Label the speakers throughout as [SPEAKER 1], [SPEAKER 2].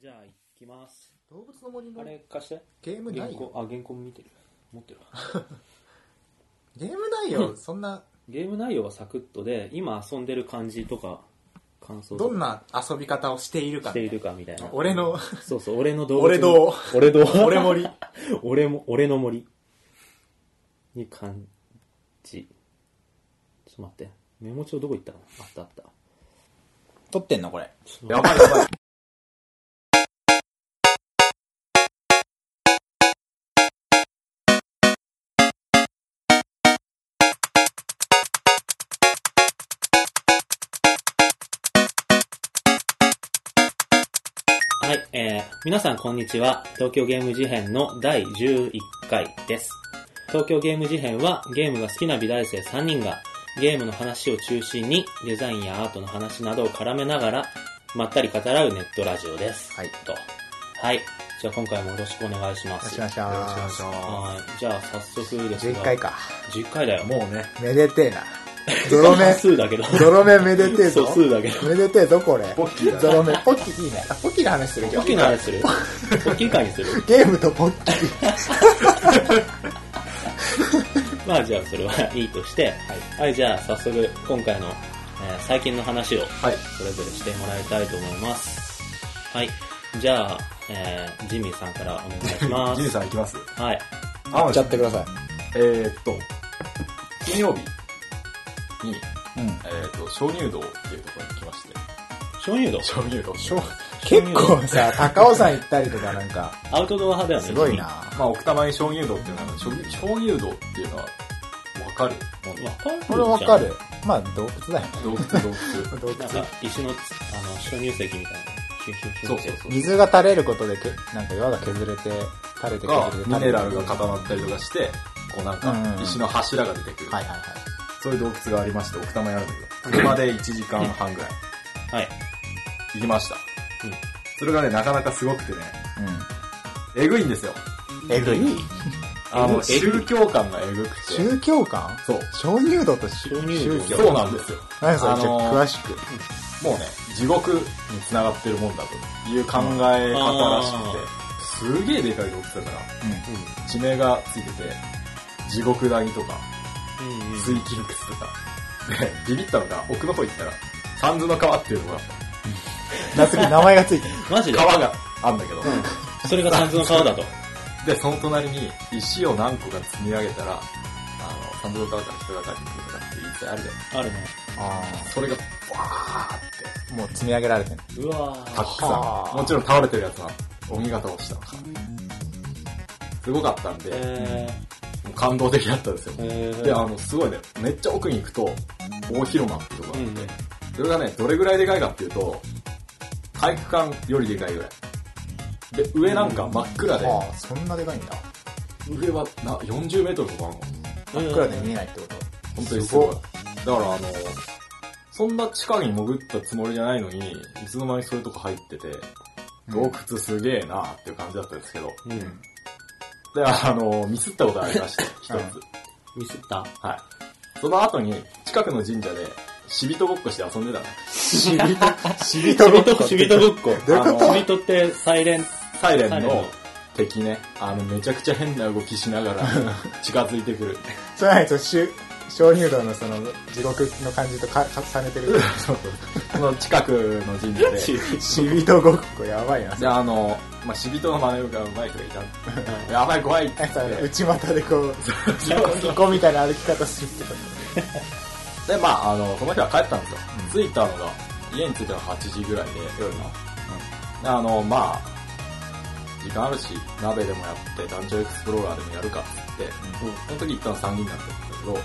[SPEAKER 1] じゃあ行きます
[SPEAKER 2] 動物の森
[SPEAKER 1] あ
[SPEAKER 2] の
[SPEAKER 1] れ貸して
[SPEAKER 2] ゲーム
[SPEAKER 1] 原
[SPEAKER 2] ない
[SPEAKER 1] 稿
[SPEAKER 2] よ。
[SPEAKER 1] あ原稿見てる持ってるわ
[SPEAKER 2] ゲームないよ。そんな、
[SPEAKER 1] ゲーム内容はサクッとで今遊んでる感じとか感想と
[SPEAKER 2] どん
[SPEAKER 1] か
[SPEAKER 2] な遊び方をしているか
[SPEAKER 1] し。ているかみたいな
[SPEAKER 2] 俺 の、
[SPEAKER 1] そうそう俺の動物
[SPEAKER 2] 俺ど
[SPEAKER 1] 俺どう
[SPEAKER 2] 俺森。
[SPEAKER 1] 俺も俺の森に感じちょっと待ってメモ帳どこ行ったのあったあった
[SPEAKER 2] 撮ってんのこれ。
[SPEAKER 1] ちょっと待
[SPEAKER 2] やばいやばい。
[SPEAKER 1] ってはいえー、皆さんこんにちは東京ゲーム事変の第11回です東京ゲーム事変はゲームが好きな美大生3人がゲームの話を中心にデザインやアートの話などを絡めながらまったり語らうネットラジオです
[SPEAKER 2] はい
[SPEAKER 1] とはいじゃあ今回もよろしくお願いします
[SPEAKER 2] します
[SPEAKER 1] はいじゃあ早速ですが
[SPEAKER 2] 11回か。
[SPEAKER 1] 10回だよ
[SPEAKER 3] もうね、
[SPEAKER 2] めでてえな。泥目
[SPEAKER 1] 素、 数だけど
[SPEAKER 2] 泥目めでてえ
[SPEAKER 1] 素
[SPEAKER 2] ぞ。
[SPEAKER 1] 数だけ ど
[SPEAKER 2] めでてえぞこれ。
[SPEAKER 3] ポッキーだ
[SPEAKER 2] ゾロ目。ポッキーいいね。あポッキーの話する今
[SPEAKER 1] 大き
[SPEAKER 2] 日。
[SPEAKER 1] な話する大きい回に する
[SPEAKER 2] ゲームとポッキー。
[SPEAKER 1] まあじゃあそれはいいとしてはい、じゃあ早速今回の、えー最近の話を
[SPEAKER 2] はい。
[SPEAKER 1] それぞれしてもらいたいと思いますはいじゃあ、えージミーさんからお願いしま
[SPEAKER 3] ジュ
[SPEAKER 1] す
[SPEAKER 3] さんいきます
[SPEAKER 1] はい
[SPEAKER 3] あ
[SPEAKER 2] ちゃってください。
[SPEAKER 3] えーっと、金曜日に、
[SPEAKER 2] うん。
[SPEAKER 3] えーっと、鍾乳洞っていうところに来まして、
[SPEAKER 1] 鍾乳洞
[SPEAKER 3] 鍾乳洞。
[SPEAKER 2] 結構 さ、高尾山行ったりとかなんか、
[SPEAKER 1] アウトドア派だよね
[SPEAKER 2] すごいな
[SPEAKER 1] わ
[SPEAKER 3] まあ、奥多摩に鍾乳洞っていうのは、鍾鍾乳洞っていうのは、わかるも
[SPEAKER 1] かる
[SPEAKER 3] んね。
[SPEAKER 1] じゃん
[SPEAKER 2] これわかる。まあ、洞窟だよね。
[SPEAKER 3] 洞窟、洞 窟。
[SPEAKER 2] 洞
[SPEAKER 1] なん
[SPEAKER 2] 窟
[SPEAKER 1] か。石のあの鍾乳石みたいなシュンシュンシュ
[SPEAKER 3] そ
[SPEAKER 1] ン
[SPEAKER 3] う
[SPEAKER 1] って
[SPEAKER 3] そうそう。
[SPEAKER 2] 水が垂れることでけ、なんか岩が削れて、垂れて
[SPEAKER 3] が
[SPEAKER 2] 削れ、て垂
[SPEAKER 3] ミ
[SPEAKER 2] れて。
[SPEAKER 3] ネラルが固まったりとかして、こうなん
[SPEAKER 2] うん
[SPEAKER 3] か
[SPEAKER 2] う、ん
[SPEAKER 3] 石の柱が出てくる。
[SPEAKER 2] はいはい
[SPEAKER 3] そういう洞窟がありまして、奥多摩にあるんだけど、車で1時間半ぐらい
[SPEAKER 1] はい
[SPEAKER 3] 行きました
[SPEAKER 1] うん。
[SPEAKER 3] それがね、なかなかすごくてね、
[SPEAKER 2] はい。
[SPEAKER 3] えぐいんですよ。
[SPEAKER 2] うん。えぐい。
[SPEAKER 3] あの、
[SPEAKER 1] えぐい
[SPEAKER 3] 宗教観がえぐくて。
[SPEAKER 2] 宗教観
[SPEAKER 3] そう。
[SPEAKER 2] 鍾乳洞と宗
[SPEAKER 1] 鍾乳洞
[SPEAKER 2] 教。
[SPEAKER 3] そうなんですよ。
[SPEAKER 2] 何それ、
[SPEAKER 3] あのー
[SPEAKER 2] ちょっと詳しく。
[SPEAKER 3] もうね、地獄に繋がってるもんだという考え方らしくて、すげえでかい洞窟だから、地名がついてて、地獄谷とか、
[SPEAKER 1] うんうんうん
[SPEAKER 3] 水金窟とか。で、ビビったのが、奥の方行ったら、三途の川っていうのが、
[SPEAKER 2] 夏に名前がついてる。
[SPEAKER 1] マジで
[SPEAKER 3] 川があんだけど、
[SPEAKER 1] それが三途の川だと
[SPEAKER 3] で、その隣に石を何個か積み上げたら、あの、三途の川から人が帰ってくるとかって言ってあるじゃん。
[SPEAKER 1] あるね
[SPEAKER 2] あ
[SPEAKER 3] それが、バーって、
[SPEAKER 2] あ。もう積み上げられてる。
[SPEAKER 1] うわー
[SPEAKER 3] たく
[SPEAKER 2] は
[SPEAKER 3] さ
[SPEAKER 2] あ
[SPEAKER 3] ん。もちろん倒れてるやつは、お見事をしたのか。すごかったんで、
[SPEAKER 1] え
[SPEAKER 3] もう感動的だったんですよ
[SPEAKER 1] ー。えー、
[SPEAKER 3] で、あの、すごいね、めっちゃ奥に行くと、大広間ってとこがあ
[SPEAKER 1] う
[SPEAKER 3] っ
[SPEAKER 1] ん
[SPEAKER 3] て、
[SPEAKER 1] うん
[SPEAKER 3] それがね、どれぐらいでかいかっていうと、体育館よりでかいぐらい。で、上なんか真っ暗で、
[SPEAKER 2] ああ、そんなでかいんだ。
[SPEAKER 3] 上はな40メートルとかある
[SPEAKER 1] 真
[SPEAKER 3] の。
[SPEAKER 2] いくらで見えないってこと
[SPEAKER 3] 本当にすごい。
[SPEAKER 2] す
[SPEAKER 3] だからあの、そんな地下に潜ったつもりじゃないのに、いつの間にそういうとこ入ってて、洞窟すげえなっていう感じだったんですけど、
[SPEAKER 1] うん
[SPEAKER 3] で、あの、ミスったことがあり まして、一つ。
[SPEAKER 2] うん
[SPEAKER 1] ミスった
[SPEAKER 3] はい。その後に、近くの神社で、死人ごっこして遊んでたね。
[SPEAKER 2] しびと、しび
[SPEAKER 1] ち
[SPEAKER 2] と
[SPEAKER 1] び
[SPEAKER 2] ご
[SPEAKER 1] と
[SPEAKER 2] っこ。
[SPEAKER 1] ちびとごっこ。
[SPEAKER 2] どういうこと
[SPEAKER 3] あ
[SPEAKER 1] ち
[SPEAKER 3] の
[SPEAKER 1] びとってサイレン。
[SPEAKER 3] サイレ
[SPEAKER 1] サイ
[SPEAKER 3] ン
[SPEAKER 1] レンの
[SPEAKER 3] の敵ね、あの、めちゃくちゃ変な動きしながら、近づいてくる。
[SPEAKER 2] それは何そのしゅ鍾乳洞のその地獄の感じとか重ねてる。
[SPEAKER 3] そうそうその近くの神 社で、
[SPEAKER 2] しびとごっこ、やばいな。
[SPEAKER 3] で、あの、まあ、死人の真似が上手い人がい た。やばい、怖いっつ
[SPEAKER 2] え
[SPEAKER 3] っ
[SPEAKER 2] その
[SPEAKER 3] て。
[SPEAKER 2] 内股でこう、
[SPEAKER 3] そうそう
[SPEAKER 2] ニコみたいな歩き方するってこ
[SPEAKER 3] で、まあ、あの、その日は帰ったんですよ。着いたのが、家に着いたのが8時ぐらいで、夜の。であの、まあ、時間あるし、鍋でもやって、ダンジョンエクスプローラーでもやるかっつって、その時一旦3人だったんだけど、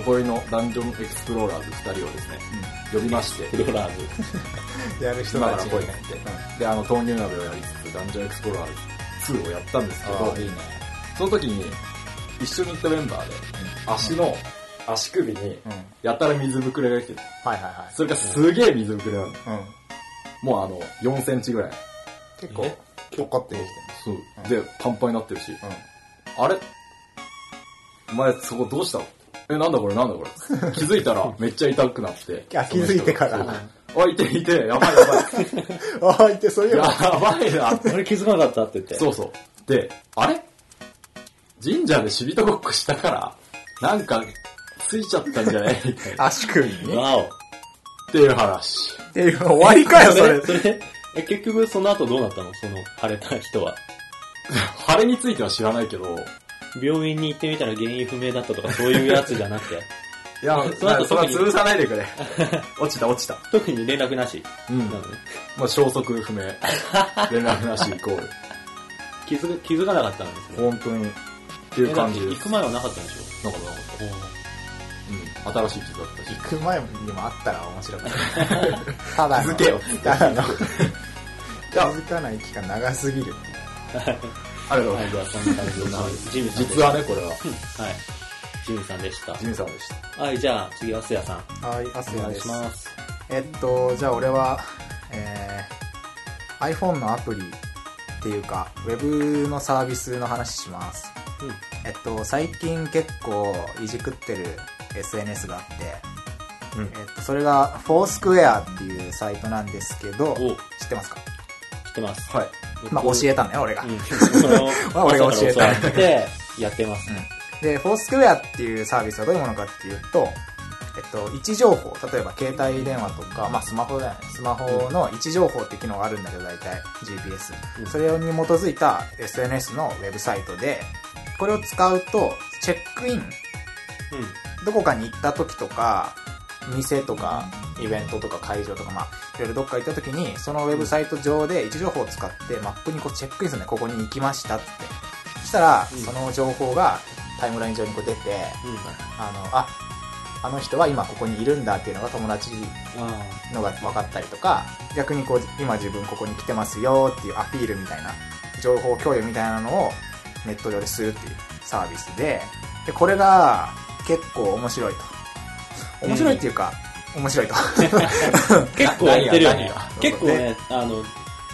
[SPEAKER 3] 残りのダンジョンエクスプローラーズ2人をですね、呼びまして、
[SPEAKER 1] フロラーズ。
[SPEAKER 2] と。やる人
[SPEAKER 3] 今か
[SPEAKER 2] た
[SPEAKER 3] ら
[SPEAKER 2] ち。
[SPEAKER 3] 声になって、で、あの、豆乳鍋をやりつつ、ダンジョンエクスプローラーズ2をやったんですけ
[SPEAKER 2] あ
[SPEAKER 3] ど
[SPEAKER 2] あ、いいね。
[SPEAKER 3] その時に、一緒に行ったメンバーで、足の、足首に
[SPEAKER 2] う、ん。
[SPEAKER 3] やたら水ぶくれが来てて、
[SPEAKER 2] はいはいは
[SPEAKER 3] それがすげえ水ぶくれなの。
[SPEAKER 2] い。うん。
[SPEAKER 3] もうあの、4センチぐらい。
[SPEAKER 2] 結構
[SPEAKER 1] え、
[SPEAKER 2] ポコってできて
[SPEAKER 3] そう
[SPEAKER 2] うん
[SPEAKER 3] で、パンパンになってるし、
[SPEAKER 2] る。
[SPEAKER 3] あれお前そこどうしたのえ、なんだこれなんだこれ気づいたらめっちゃ痛くなって
[SPEAKER 2] うん。。あ、気づいてか
[SPEAKER 3] そ
[SPEAKER 2] ら
[SPEAKER 3] の人が。おいいていて、やばいやば い。
[SPEAKER 2] ああ、いて、そういえ
[SPEAKER 3] や
[SPEAKER 2] ば。
[SPEAKER 3] ばいなって。
[SPEAKER 1] あれ気づかなかったって言って。
[SPEAKER 3] そうそう。で、あれ神社でしびとごっこしたから、なんか、ついちゃったんじゃ ないみたいな。
[SPEAKER 2] 足首にね
[SPEAKER 1] わお。
[SPEAKER 3] っていう話。
[SPEAKER 2] って いうの終わりかよ、それ。
[SPEAKER 1] それそれえ、結局その後どうなったのその腫れた人は。
[SPEAKER 3] 晴れについては知らないけど、
[SPEAKER 1] 病院に行ってみたら原因不明だったとかそういうやつじゃなく て、
[SPEAKER 3] いや、
[SPEAKER 1] その後
[SPEAKER 3] それ
[SPEAKER 1] 特
[SPEAKER 3] は
[SPEAKER 1] に
[SPEAKER 3] 潰さないでくれ。 落ちた落ちた。
[SPEAKER 1] 特に連絡なし。
[SPEAKER 3] うん。
[SPEAKER 1] なのね
[SPEAKER 3] まあ消息 不明。連絡なしイコール。
[SPEAKER 1] 気づ気づかなかったんですね。
[SPEAKER 3] 本当に。っていう
[SPEAKER 1] えだっ
[SPEAKER 3] 感
[SPEAKER 1] て
[SPEAKER 3] じで
[SPEAKER 1] 行
[SPEAKER 3] す。
[SPEAKER 1] く前はなかったんでしょ
[SPEAKER 3] なんかなかった。うん。新しい傷だったし。
[SPEAKER 2] 行く前にもあったら面白か った。ただの。
[SPEAKER 3] 続 けよ
[SPEAKER 2] ただの。
[SPEAKER 3] いや
[SPEAKER 2] 続かない期間長すぎる。
[SPEAKER 3] ありがとうござ
[SPEAKER 1] はいい、
[SPEAKER 3] ま
[SPEAKER 1] ではそんな感じで、ジムさ
[SPEAKER 3] す。
[SPEAKER 1] んでし
[SPEAKER 3] 実
[SPEAKER 1] た。
[SPEAKER 3] はね、これは。
[SPEAKER 1] はい。ジムさんでした
[SPEAKER 3] ジ。ンさんでした。
[SPEAKER 1] はい、じゃあ次はスヤさん。
[SPEAKER 2] はい、アス
[SPEAKER 1] お
[SPEAKER 2] ヤ
[SPEAKER 1] 願い
[SPEAKER 2] で
[SPEAKER 1] し
[SPEAKER 2] す。
[SPEAKER 1] ます。
[SPEAKER 2] えっと、じゃあ俺は、えー、iPhone のアプリっていうか、Web のサービスの話します。
[SPEAKER 1] うん
[SPEAKER 2] えっと、最近結構いじくってる SNS があって、
[SPEAKER 3] うん
[SPEAKER 2] えっと、それが Foursquare っていうサイトなんですけど、
[SPEAKER 1] お、
[SPEAKER 2] 知ってますか
[SPEAKER 1] 知ってます。
[SPEAKER 3] はい。
[SPEAKER 2] まあ、教えたんだよ、俺が。
[SPEAKER 1] うん、その
[SPEAKER 2] まあ俺が教えた
[SPEAKER 1] 朝から教わってやってます。
[SPEAKER 2] で、フォースクエアっていうサービスはどういうものかっていうと、えっと、位置情報、例えば携帯電話とか、まあスマホだよね。スマホの位置情報って機能があるんだけど、大体 GPS
[SPEAKER 1] うん。
[SPEAKER 2] それに基づいた SNS のウェブサイトで、これを使うと、チェックイン、
[SPEAKER 1] うん。
[SPEAKER 2] どこかに行った時とか、店とか、イベントとか会場とか、まあ、いろいろどっか行った時に、そのウェブサイト上で位置情報を使って、マップにこうチェックインするね、ここに行きましたって。そしたら、
[SPEAKER 1] うん
[SPEAKER 2] その情報がタイムライン上にこう出て、
[SPEAKER 1] うん。
[SPEAKER 2] あの、あ、あの人は今ここにいるんだっていうのが友達
[SPEAKER 1] あ
[SPEAKER 2] のが分かったりとか、逆にこう、今自分ここに来てますよっていうアピールみたいな、情報共有みたいなのをネット上でするっていうサービスで、で、これが結構面白いと。面白いっていうか、面白いと。
[SPEAKER 1] あ結構やってるよ
[SPEAKER 3] 何
[SPEAKER 1] ね
[SPEAKER 3] が何。が
[SPEAKER 1] 結構ね、あの、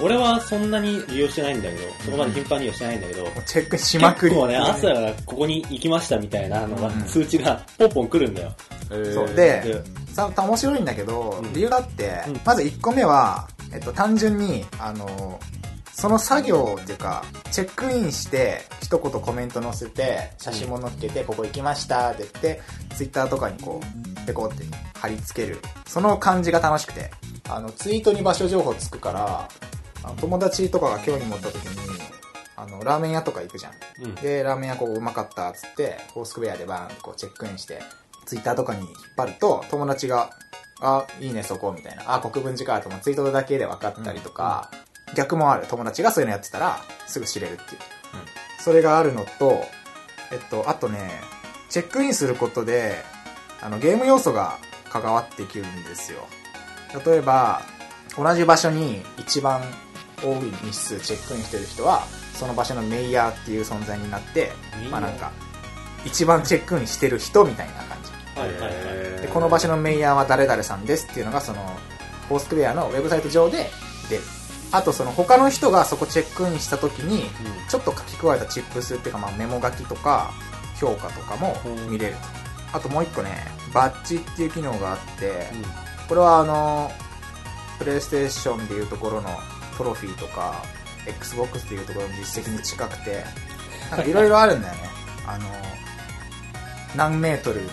[SPEAKER 1] 俺はそんなに利用してないんだけど、そこまで頻繁にはしてないんだけど、
[SPEAKER 2] もうチェックしまく
[SPEAKER 1] 結
[SPEAKER 2] り。
[SPEAKER 1] 構ね、朝からここに行きましたみたいなのが、
[SPEAKER 2] うん
[SPEAKER 1] 通知がポンポン来るんだよ。
[SPEAKER 3] えー
[SPEAKER 2] そう、で、
[SPEAKER 1] で
[SPEAKER 2] さ面白いんだけど、
[SPEAKER 1] うん
[SPEAKER 2] 理由があって、
[SPEAKER 1] うん
[SPEAKER 2] まず1個目は、えっと、単純に、あの、その作業っていうか、チェックインして、一言コメント載せて、写真も載っけて、ここ行きましたって言って、ツイッターとかにこう、ペコって貼り付ける。その感じが楽しくて。あの、ツイートに場所情報つくから、あの友達とかが興味持った時に、あの、ラーメン屋とか行くじゃん。
[SPEAKER 1] うん。
[SPEAKER 2] で、ラーメン屋こううまかったっつって、フォースクウェアでバーンってこうチェックインして、ツイッターとかに引っ張ると、友達が、あ、いいねそこ、みたいな。あ、国分寺か、ともツイートだけで分かったりとか、逆もある。友達がそういうのやってたら、すぐ知れるっていう。それがあるのと、えっと、あとね、チェックインすることで、あの、ゲーム要素が関わってきるんですよ。例えば、同じ場所に一番多い日数チェックインしてる人は、その場所のメイヤーっていう存在になって
[SPEAKER 1] メイヤ、ー
[SPEAKER 2] まあなんか、一番チェックインしてる人みたいな感じ。
[SPEAKER 1] はいはいはい。
[SPEAKER 2] で、この場所のメイヤーは誰々さんですっていうのが、その、フォースクエアのウェブサイト上で出る。あと、その他の人がそこチェックインした時に、ちょっと書き加えたチップスっていうか、まあ、メモ書きとか評価とかも見れるとあともう一個ねバッジっていう機能があって
[SPEAKER 1] うん。うん
[SPEAKER 2] これはあのプレイステーションでいうところのトロフィーとか XBOX でいうところの実績に近く てなんかいろいろあるんだよねあの何メートルの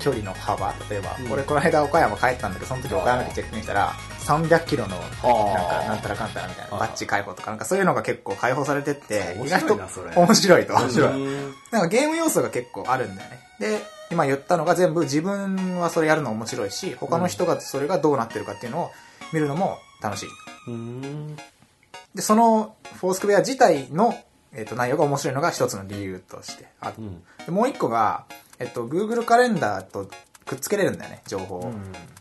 [SPEAKER 2] 距離の幅例えば、
[SPEAKER 1] うん
[SPEAKER 2] 俺この間岡山帰ったんだけどその時岡山でチェックインしたら300キロのなんかなん
[SPEAKER 3] あ
[SPEAKER 2] たらかんたらみたいな
[SPEAKER 3] あー
[SPEAKER 2] バッチ解放とかなんかそういうのが結構解放されてって
[SPEAKER 3] 面
[SPEAKER 2] 意外
[SPEAKER 3] 白いな
[SPEAKER 2] と
[SPEAKER 3] それ
[SPEAKER 2] 面白いと
[SPEAKER 3] 面白い
[SPEAKER 1] うん
[SPEAKER 2] なんかゲーム要素が結構あるんだよねで今言ったのが全部自分はそれやるの面白いし他の人がそれがどうなってるかっていうのを見るのも楽しい
[SPEAKER 1] うん。
[SPEAKER 2] でそのフォースクウェア自体の、えっと内容が面白いのが一つの理由としてあっ
[SPEAKER 1] うん。
[SPEAKER 2] てもう一個が、えっと Google カレンダーとくっつけれるんだよね情報を、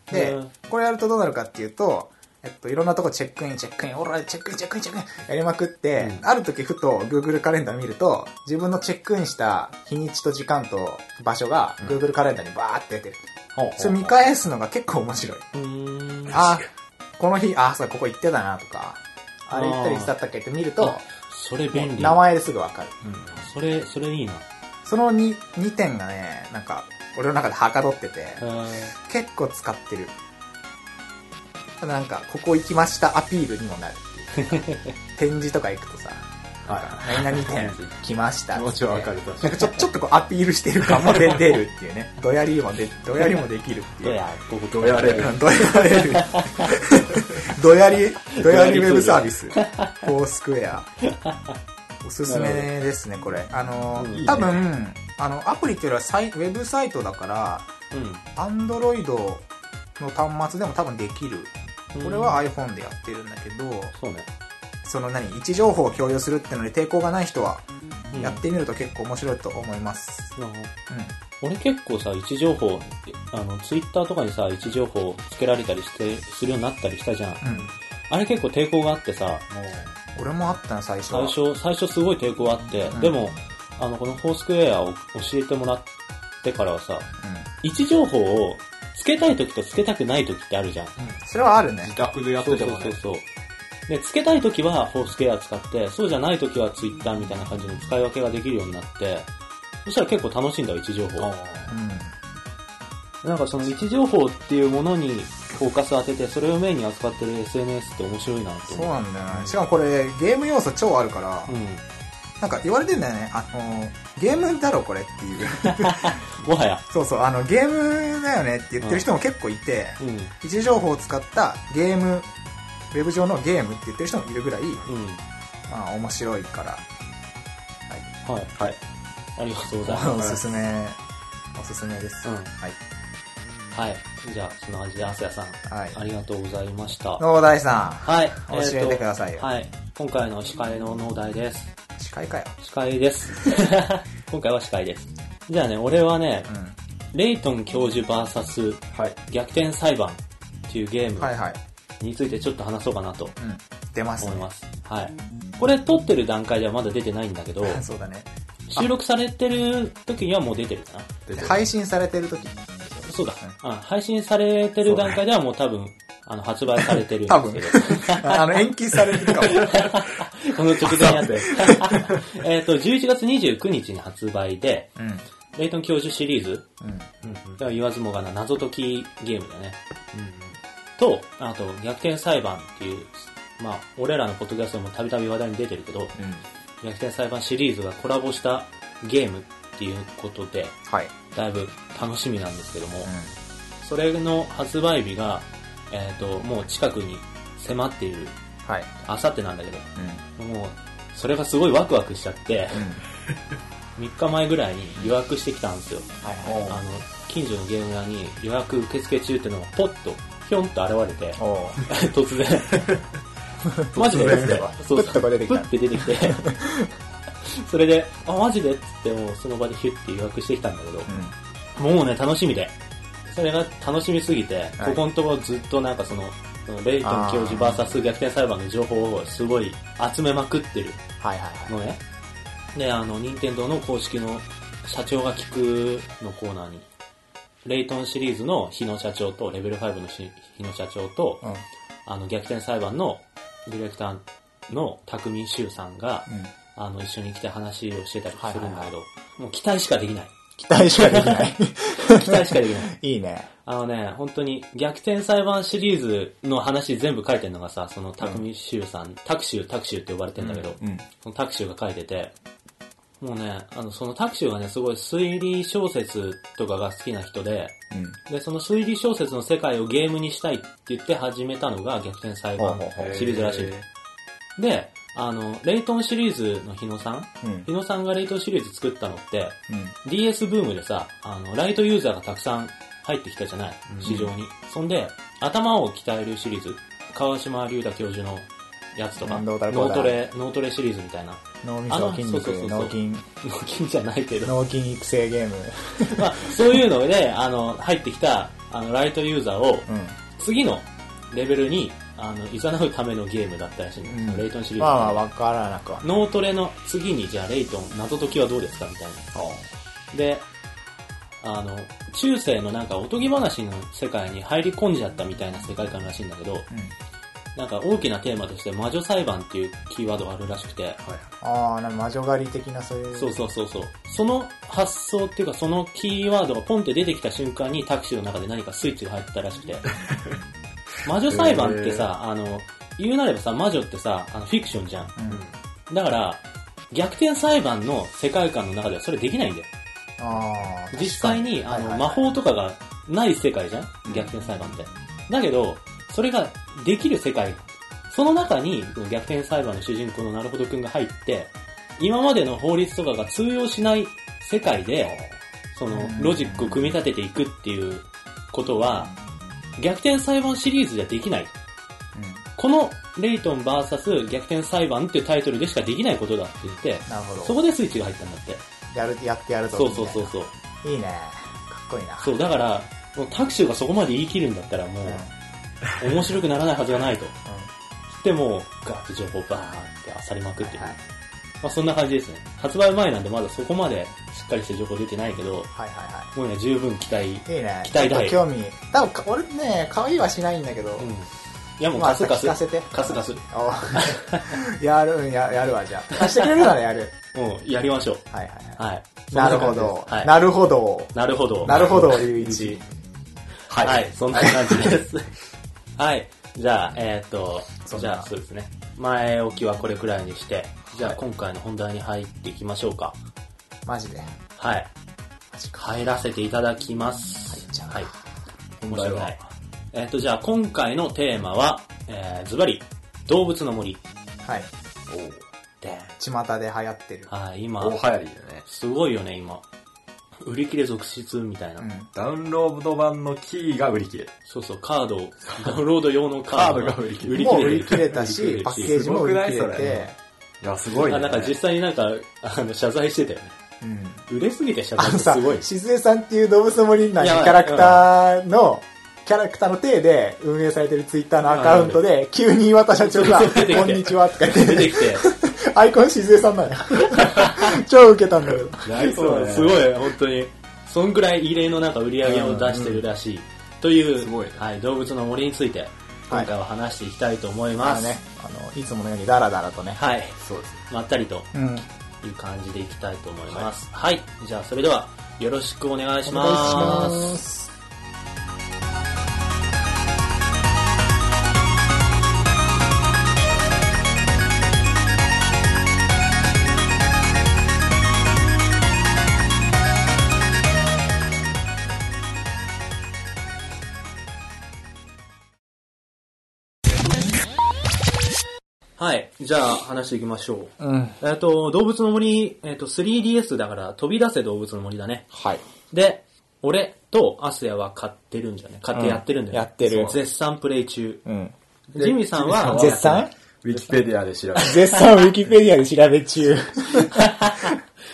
[SPEAKER 3] あ。
[SPEAKER 2] で、
[SPEAKER 1] うん
[SPEAKER 2] これやるとどうなるかっていうと、えっと、いろんなとこチェックイン、チェックイン、オーライチェックイン、チェックイン、チェックイン、やりまくって、
[SPEAKER 1] う
[SPEAKER 2] ある時ふと Google カレンダー見ると、自分のチェックインした日にちと時間と場所が Google カレンダーにバーって出てる。それ見返すのが結構面白い。
[SPEAKER 1] うん。
[SPEAKER 2] あ、この日、あ、そう、ここ行ってたなとか、あれ行ったりいつだったっけって見ると、
[SPEAKER 1] それ便利。
[SPEAKER 2] 名前ですぐわかる。
[SPEAKER 1] それ、それいいな。
[SPEAKER 2] その 2, 2点がね、なんか、俺の中ではかどってて、
[SPEAKER 1] うん
[SPEAKER 2] 結構使ってる。ただなんか、ここ行きましたアピールにもなるっていう。 展示とか行くとさ、
[SPEAKER 3] は
[SPEAKER 2] 何々店来ましたっ
[SPEAKER 3] い。
[SPEAKER 2] つって
[SPEAKER 3] 気持ちはわかる。確か
[SPEAKER 2] なんかちょちょっとこうアピールしてる感も出出るっていうね。どやりもで、どやりもできるっていう。
[SPEAKER 1] どや、どこ
[SPEAKER 3] どやれる
[SPEAKER 2] うんどやれ る。どやり、どやりウェブサービス。フォースクエ ア。おすすめですね、これ。あの
[SPEAKER 1] うん、
[SPEAKER 2] 多分、あの、アプリっていうよりはサイウェブサイトだから、
[SPEAKER 1] う
[SPEAKER 2] アンドロイドの端末でも多分できる。
[SPEAKER 1] ん。
[SPEAKER 2] これは iPhone でやってるんだけど、
[SPEAKER 1] そうね。
[SPEAKER 2] その何、位置情報を共有するってのに抵抗がない人は、
[SPEAKER 1] うん
[SPEAKER 2] やってみると結構面白いと思います。
[SPEAKER 1] なあ
[SPEAKER 2] うん。
[SPEAKER 1] 俺結構さ、位置情報、あの、ツイッターとかにさ、位置情報つけられたりして、するようになったりしたじゃん。
[SPEAKER 2] うん。
[SPEAKER 1] あれ結構抵抗があってさ、
[SPEAKER 2] 俺もあったの、最初
[SPEAKER 1] 最
[SPEAKER 2] は。
[SPEAKER 1] 初、最初すごい抵抗あって、
[SPEAKER 2] うん
[SPEAKER 1] でも、あの、このフォースクエアを教えてもらってからはさ、
[SPEAKER 2] う
[SPEAKER 1] 位置情報をつけたい時とつけたくない時ってあるじゃん。
[SPEAKER 2] ん。うん。それはある
[SPEAKER 3] 自
[SPEAKER 2] ね。
[SPEAKER 3] 宅でやっ
[SPEAKER 1] そ
[SPEAKER 3] て
[SPEAKER 1] う
[SPEAKER 3] て
[SPEAKER 1] そう
[SPEAKER 3] も
[SPEAKER 1] そう
[SPEAKER 3] ね。
[SPEAKER 1] そう。で、つけたい時はフォースクエア使って、そうじゃない時はツイッターみたいな感じの使い分けができるようになって、そしたら結構楽しいんだよ、位置情報。
[SPEAKER 2] うん。
[SPEAKER 1] なんかその位置情報っていうものにフォーカス当てて、それをメインに扱ってる SNS って面白いなと
[SPEAKER 2] そう
[SPEAKER 1] 思う。
[SPEAKER 2] なんだよね。しかもこれ、ゲーム要素超あるから、
[SPEAKER 1] う
[SPEAKER 2] なんか言われてんだよね。あの、ゲームだろこれっ ていう。
[SPEAKER 1] ん。もはや。
[SPEAKER 2] そうそう、あの、ゲームだよねって言ってる人も結構いて、
[SPEAKER 1] うん。うん。
[SPEAKER 2] 位置情報を使ったゲーム、ウェブ上のゲームって言ってる人もいるぐらい、まあ面白いから、は
[SPEAKER 1] はい。
[SPEAKER 3] はい。
[SPEAKER 1] ありがとうござい
[SPEAKER 2] い。お
[SPEAKER 1] ますす。
[SPEAKER 2] すめ、おすすめです。
[SPEAKER 1] うん
[SPEAKER 2] はい。
[SPEAKER 1] はい。じゃあ、そんな感じで、アスヤさん、
[SPEAKER 2] はい。
[SPEAKER 1] ありがとうございました。は
[SPEAKER 2] 農大さ
[SPEAKER 1] い。
[SPEAKER 2] ん、教えてくださ
[SPEAKER 1] え
[SPEAKER 2] い
[SPEAKER 1] ー
[SPEAKER 2] よ
[SPEAKER 1] と。はい。今回の司会の農題です。
[SPEAKER 2] 司会かよ。
[SPEAKER 1] 司会 です。今回は司会です。じゃあね、俺はね、
[SPEAKER 2] う
[SPEAKER 1] レイトン教授 VS
[SPEAKER 3] はい。
[SPEAKER 1] 逆転裁判っていうゲー
[SPEAKER 2] ん。はい
[SPEAKER 1] ム
[SPEAKER 2] はい。
[SPEAKER 1] についてちょっと話そうかなと
[SPEAKER 2] うん。出ます
[SPEAKER 1] 思い
[SPEAKER 2] ね。
[SPEAKER 1] ます。はい。これ撮ってる段階ではまだ出てないんだけど、
[SPEAKER 2] そうだね。
[SPEAKER 1] 収録されてる時にはもう出てるかな。
[SPEAKER 2] で配信されてる時
[SPEAKER 1] そうだ。うん、配信されてる段階ではもう多分、あの、発売されてるん
[SPEAKER 2] 多
[SPEAKER 1] です
[SPEAKER 2] 分
[SPEAKER 1] けど。
[SPEAKER 2] あの、延期されてるかも。
[SPEAKER 1] この直前にあって。 えっと、11月29日に発売で、
[SPEAKER 2] うん。
[SPEAKER 1] レイトン教授シリーズ、
[SPEAKER 2] うん。
[SPEAKER 1] だから言わずもがな謎解きゲームだね。と、あと、逆転裁判っていう、まあ、俺らのポッドキャストでもたびたび話題に出てるけど、
[SPEAKER 2] うん。
[SPEAKER 1] 逆転裁判シリーズがコラボしたゲームっていうことで、
[SPEAKER 2] はい。
[SPEAKER 1] だいぶ楽しみなんですけども、
[SPEAKER 2] う
[SPEAKER 1] それの発売日が、えっ、と、もう近くに迫っている、
[SPEAKER 2] ん。はい。
[SPEAKER 1] あさってなんだけど、
[SPEAKER 2] うん。
[SPEAKER 1] もう、それがすごいワクワクしちゃって、
[SPEAKER 2] うん。
[SPEAKER 1] 3日前ぐらいに予約してきたんですよ。
[SPEAKER 2] はい
[SPEAKER 1] あの、近所のゲーム屋に予約受付中ってのがポッと、ひょんと現れて、
[SPEAKER 2] おお ー。
[SPEAKER 1] 突 然。マジで
[SPEAKER 2] 突然
[SPEAKER 1] そう
[SPEAKER 2] プッとこう出てきた
[SPEAKER 1] プッて出てき て。それで、あ、マジでっつってもうその場でヒュッて予約してきたんだけど、
[SPEAKER 2] う
[SPEAKER 1] もうね、楽しみで。それが楽しみすぎて、
[SPEAKER 2] はい
[SPEAKER 1] ここのところずっとなんかその、そのレイトン教授
[SPEAKER 2] あー
[SPEAKER 1] VS 逆転裁判の情報をすごい集めまくってる
[SPEAKER 2] ん。はいはい
[SPEAKER 1] のね。で、あの、任天堂の公式の社長が聞くのコーナーに、レイトンシリーズの日野社長と、レベル5のし日野社長と、
[SPEAKER 2] はい。
[SPEAKER 1] あの、逆転裁判のディレクターの匠修さんが、
[SPEAKER 2] うん。うん。
[SPEAKER 1] あの、一緒に来て話をしてたりするんだ
[SPEAKER 2] は
[SPEAKER 1] け
[SPEAKER 2] いはい
[SPEAKER 1] ど、もう期待しかできない。
[SPEAKER 2] 期待しかできない。
[SPEAKER 1] 期待しかできない。
[SPEAKER 2] いいね。
[SPEAKER 1] あのね、本当に逆転裁判シリーズの話全部書いてるのがさ、その匠修さん、タクシュー、タクシューって呼ばれてんだけど、
[SPEAKER 2] うん。
[SPEAKER 1] そのタクシューが書いてて、もうね、あの、そのタクシューがね、すごい推理小説とかが好きな人で、
[SPEAKER 2] うん。
[SPEAKER 1] で、その推理小説の世界をゲームにしたいって言って始めたのが逆転裁判
[SPEAKER 2] ほうほうほう
[SPEAKER 1] シリーズらしい。で、あの、レイトンシリーズの日野さん
[SPEAKER 2] うん
[SPEAKER 1] 日。野さんがレイトンシリーズ作ったのって、
[SPEAKER 2] うん。
[SPEAKER 1] DS ブームでさ、あの、ライトユーザーがたくさん入ってきたじゃない市場に。そんで、頭を鍛えるシリーズ、川島隆太教授のやつとか、
[SPEAKER 2] うんど
[SPEAKER 1] 脳
[SPEAKER 2] うだろう
[SPEAKER 1] トレ、脳トレシリーズみたいな。
[SPEAKER 2] 脳み
[SPEAKER 1] あ
[SPEAKER 2] そ
[SPEAKER 1] の
[SPEAKER 2] 筋
[SPEAKER 1] そうそうそう
[SPEAKER 2] 肉、
[SPEAKER 1] そう
[SPEAKER 2] 脳筋、
[SPEAKER 1] 脳筋じゃないけど、
[SPEAKER 2] 脳筋育成ゲーム。
[SPEAKER 1] まあ、そういうので、あの、入ってきた、あの、ライトユーザーを、
[SPEAKER 2] う
[SPEAKER 1] 次のレベルに、あの、誘うためのゲームだったらしいんですよ、
[SPEAKER 2] うん
[SPEAKER 1] レイトンシ
[SPEAKER 2] ん。
[SPEAKER 1] リーズ。
[SPEAKER 2] まあまあ、わからなくは。
[SPEAKER 1] 脳トレの次に、じゃあレイトン、謎解きはどうですかみたいな。で、あの、中世のなんかおとぎ話の世界に入り込んじゃったみたいな世界観らしいんだけど、
[SPEAKER 2] うん。
[SPEAKER 1] なんか大きなテーマとして魔女裁判っていうキーワードがあるらしくて、
[SPEAKER 2] ああ、なんか魔女狩り的なそういう。
[SPEAKER 1] そうそうそうそう。その発想っていうか、そのキーワードがポンって出てきた瞬間にタクシーの中で何かスイッチが入ってたらしくて。魔女裁判ってさ、あの、言うなればさ、魔女ってさ、あのフィクションじゃん。
[SPEAKER 2] うん。
[SPEAKER 1] だから、逆転裁判の世界観の中ではそれできないんだよ。
[SPEAKER 2] あー
[SPEAKER 1] 実際に、
[SPEAKER 2] 確か
[SPEAKER 1] あの、
[SPEAKER 2] はいはい
[SPEAKER 1] 魔法とかがない世界じゃん
[SPEAKER 3] うん
[SPEAKER 1] 逆転裁判って。だけど、それができる世界。その中に、この逆転裁判の主人公のなるほどくんが入って、今までの法律とかが通用しない世界で、その
[SPEAKER 2] うん、
[SPEAKER 1] ロジックを組み立てていくっていうことは、逆転裁判シリーズじゃできない。
[SPEAKER 2] うん。
[SPEAKER 1] この、レイトン VS 逆転裁判っていうタイトルでしかできないことだって言って、
[SPEAKER 2] なるほど。
[SPEAKER 1] そこでスイッチが入ったんだって。
[SPEAKER 2] やる、やってやるぞ。
[SPEAKER 1] そうそうそうそう。
[SPEAKER 2] う。いいね。かっこいいな。
[SPEAKER 1] そう、だから、もうタクシーがそこまで言い切るんだったらも
[SPEAKER 2] うん。うん。
[SPEAKER 1] う、面白くならないはずが ないと。
[SPEAKER 2] は
[SPEAKER 1] で、もう、ガーッと情報バーンって漁りまく
[SPEAKER 2] い
[SPEAKER 1] ってる。
[SPEAKER 2] はい。
[SPEAKER 1] まあそんな感じですね。発売前なんでまだそこまでしっかりした情報出てないけど、
[SPEAKER 2] はいはいは
[SPEAKER 1] もうね、十分期待。
[SPEAKER 2] い。いいね。
[SPEAKER 1] 期待大
[SPEAKER 2] ちょっと興味。多分か、俺ね、可愛いはしないんだけど。
[SPEAKER 1] うん。いやもう
[SPEAKER 2] まあ、
[SPEAKER 1] カス
[SPEAKER 2] 聞
[SPEAKER 1] カス。
[SPEAKER 2] か せて。
[SPEAKER 1] カスカス。
[SPEAKER 2] お やるんや、やるわ、じゃあ。貸してくれるならやる。
[SPEAKER 1] もう、やりましょう。
[SPEAKER 2] はいはいは
[SPEAKER 1] はい。
[SPEAKER 2] い。なるほど。
[SPEAKER 1] はい。
[SPEAKER 2] なるほど。
[SPEAKER 1] なるほど。
[SPEAKER 2] なるほど、 隆一。
[SPEAKER 1] はい。そんな感じです。 はい。じゃあ、えーっと、
[SPEAKER 2] そんな
[SPEAKER 1] じゃあ、そうですね。前置きはこれくらいにして、じゃあ今回の本題に入っていきましょうか。
[SPEAKER 2] マジで。
[SPEAKER 1] はい。
[SPEAKER 2] マジか。
[SPEAKER 1] 入らせていただきます。
[SPEAKER 2] じゃあ
[SPEAKER 1] はい。
[SPEAKER 3] 本
[SPEAKER 1] 面白
[SPEAKER 3] 題
[SPEAKER 1] い
[SPEAKER 3] は。
[SPEAKER 1] えっと、じゃあ今回のテーマは、えー、ズバリ、動物の森。
[SPEAKER 2] はい。
[SPEAKER 1] で、
[SPEAKER 2] 巷で流行ってる。
[SPEAKER 1] はい、
[SPEAKER 3] お
[SPEAKER 1] 今
[SPEAKER 3] 大、流行りでね。
[SPEAKER 1] すごいよね、今。売り切れ続出みたいな。
[SPEAKER 2] うん。
[SPEAKER 3] ダウンロード版のキーが売り切れ。
[SPEAKER 1] そうそう、カードを、ダウンロード用のカード
[SPEAKER 3] カードが売り切れ
[SPEAKER 1] 売り
[SPEAKER 2] も
[SPEAKER 1] 切
[SPEAKER 2] う売
[SPEAKER 1] れ
[SPEAKER 2] り切れ た
[SPEAKER 1] 売り切
[SPEAKER 2] し
[SPEAKER 1] れ、
[SPEAKER 2] パッケージも売り切
[SPEAKER 3] す
[SPEAKER 2] れ
[SPEAKER 3] ごくない
[SPEAKER 2] て、
[SPEAKER 3] いや、すごいね。
[SPEAKER 1] あ、なんか実際になんか、あの、謝罪してたよね。
[SPEAKER 2] うん。
[SPEAKER 1] 売れすぎて謝罪
[SPEAKER 2] あ
[SPEAKER 1] っ
[SPEAKER 2] の
[SPEAKER 1] て
[SPEAKER 2] さ
[SPEAKER 1] すごい、。
[SPEAKER 2] 静江さんっていう動物の森内
[SPEAKER 1] い
[SPEAKER 2] の
[SPEAKER 1] や
[SPEAKER 2] キャラクターの、キャラクターの体で運営されてるツイッターのアカウントで、急に岩田社長が、こ
[SPEAKER 1] 出てきて
[SPEAKER 2] んにちはとか言っ
[SPEAKER 1] 出
[SPEAKER 2] て、
[SPEAKER 1] てきて、
[SPEAKER 2] アイコン静江さ んなのよ。超ウケたんだけど。
[SPEAKER 3] やりそうだね
[SPEAKER 1] すごい、本当に。そんぐらい異例のなんか売り上げを出してるらしい。という、
[SPEAKER 3] すごいね
[SPEAKER 1] はい、動物の森について、今回は話していきたいと思い
[SPEAKER 2] ま
[SPEAKER 1] ま
[SPEAKER 2] あ
[SPEAKER 1] す。
[SPEAKER 2] ね、あの、いつものようにダラダラとね。
[SPEAKER 1] はい、
[SPEAKER 3] そうですね。
[SPEAKER 1] まったりと
[SPEAKER 2] うん。
[SPEAKER 1] いう感じでいきたいと思います。はい、じゃあそれでは、よろしくお願いし
[SPEAKER 2] お
[SPEAKER 1] ます。
[SPEAKER 2] 願いします。
[SPEAKER 1] はい、じゃあ話していきましょう。
[SPEAKER 2] うん。
[SPEAKER 1] えっと、動物の森、えっと、3DS だから、飛び出せ動物の森だね。
[SPEAKER 2] はい。
[SPEAKER 1] で、俺とアスヤは買ってるんじゃない買ってやってるんだよ、ね
[SPEAKER 2] うんやってる
[SPEAKER 1] そう絶賛プレイ中。
[SPEAKER 2] うん。
[SPEAKER 1] ジミーさんは、
[SPEAKER 2] 絶賛
[SPEAKER 3] ウィキペディアで調べ る。
[SPEAKER 2] 絶賛ウィキペディアで調べ中。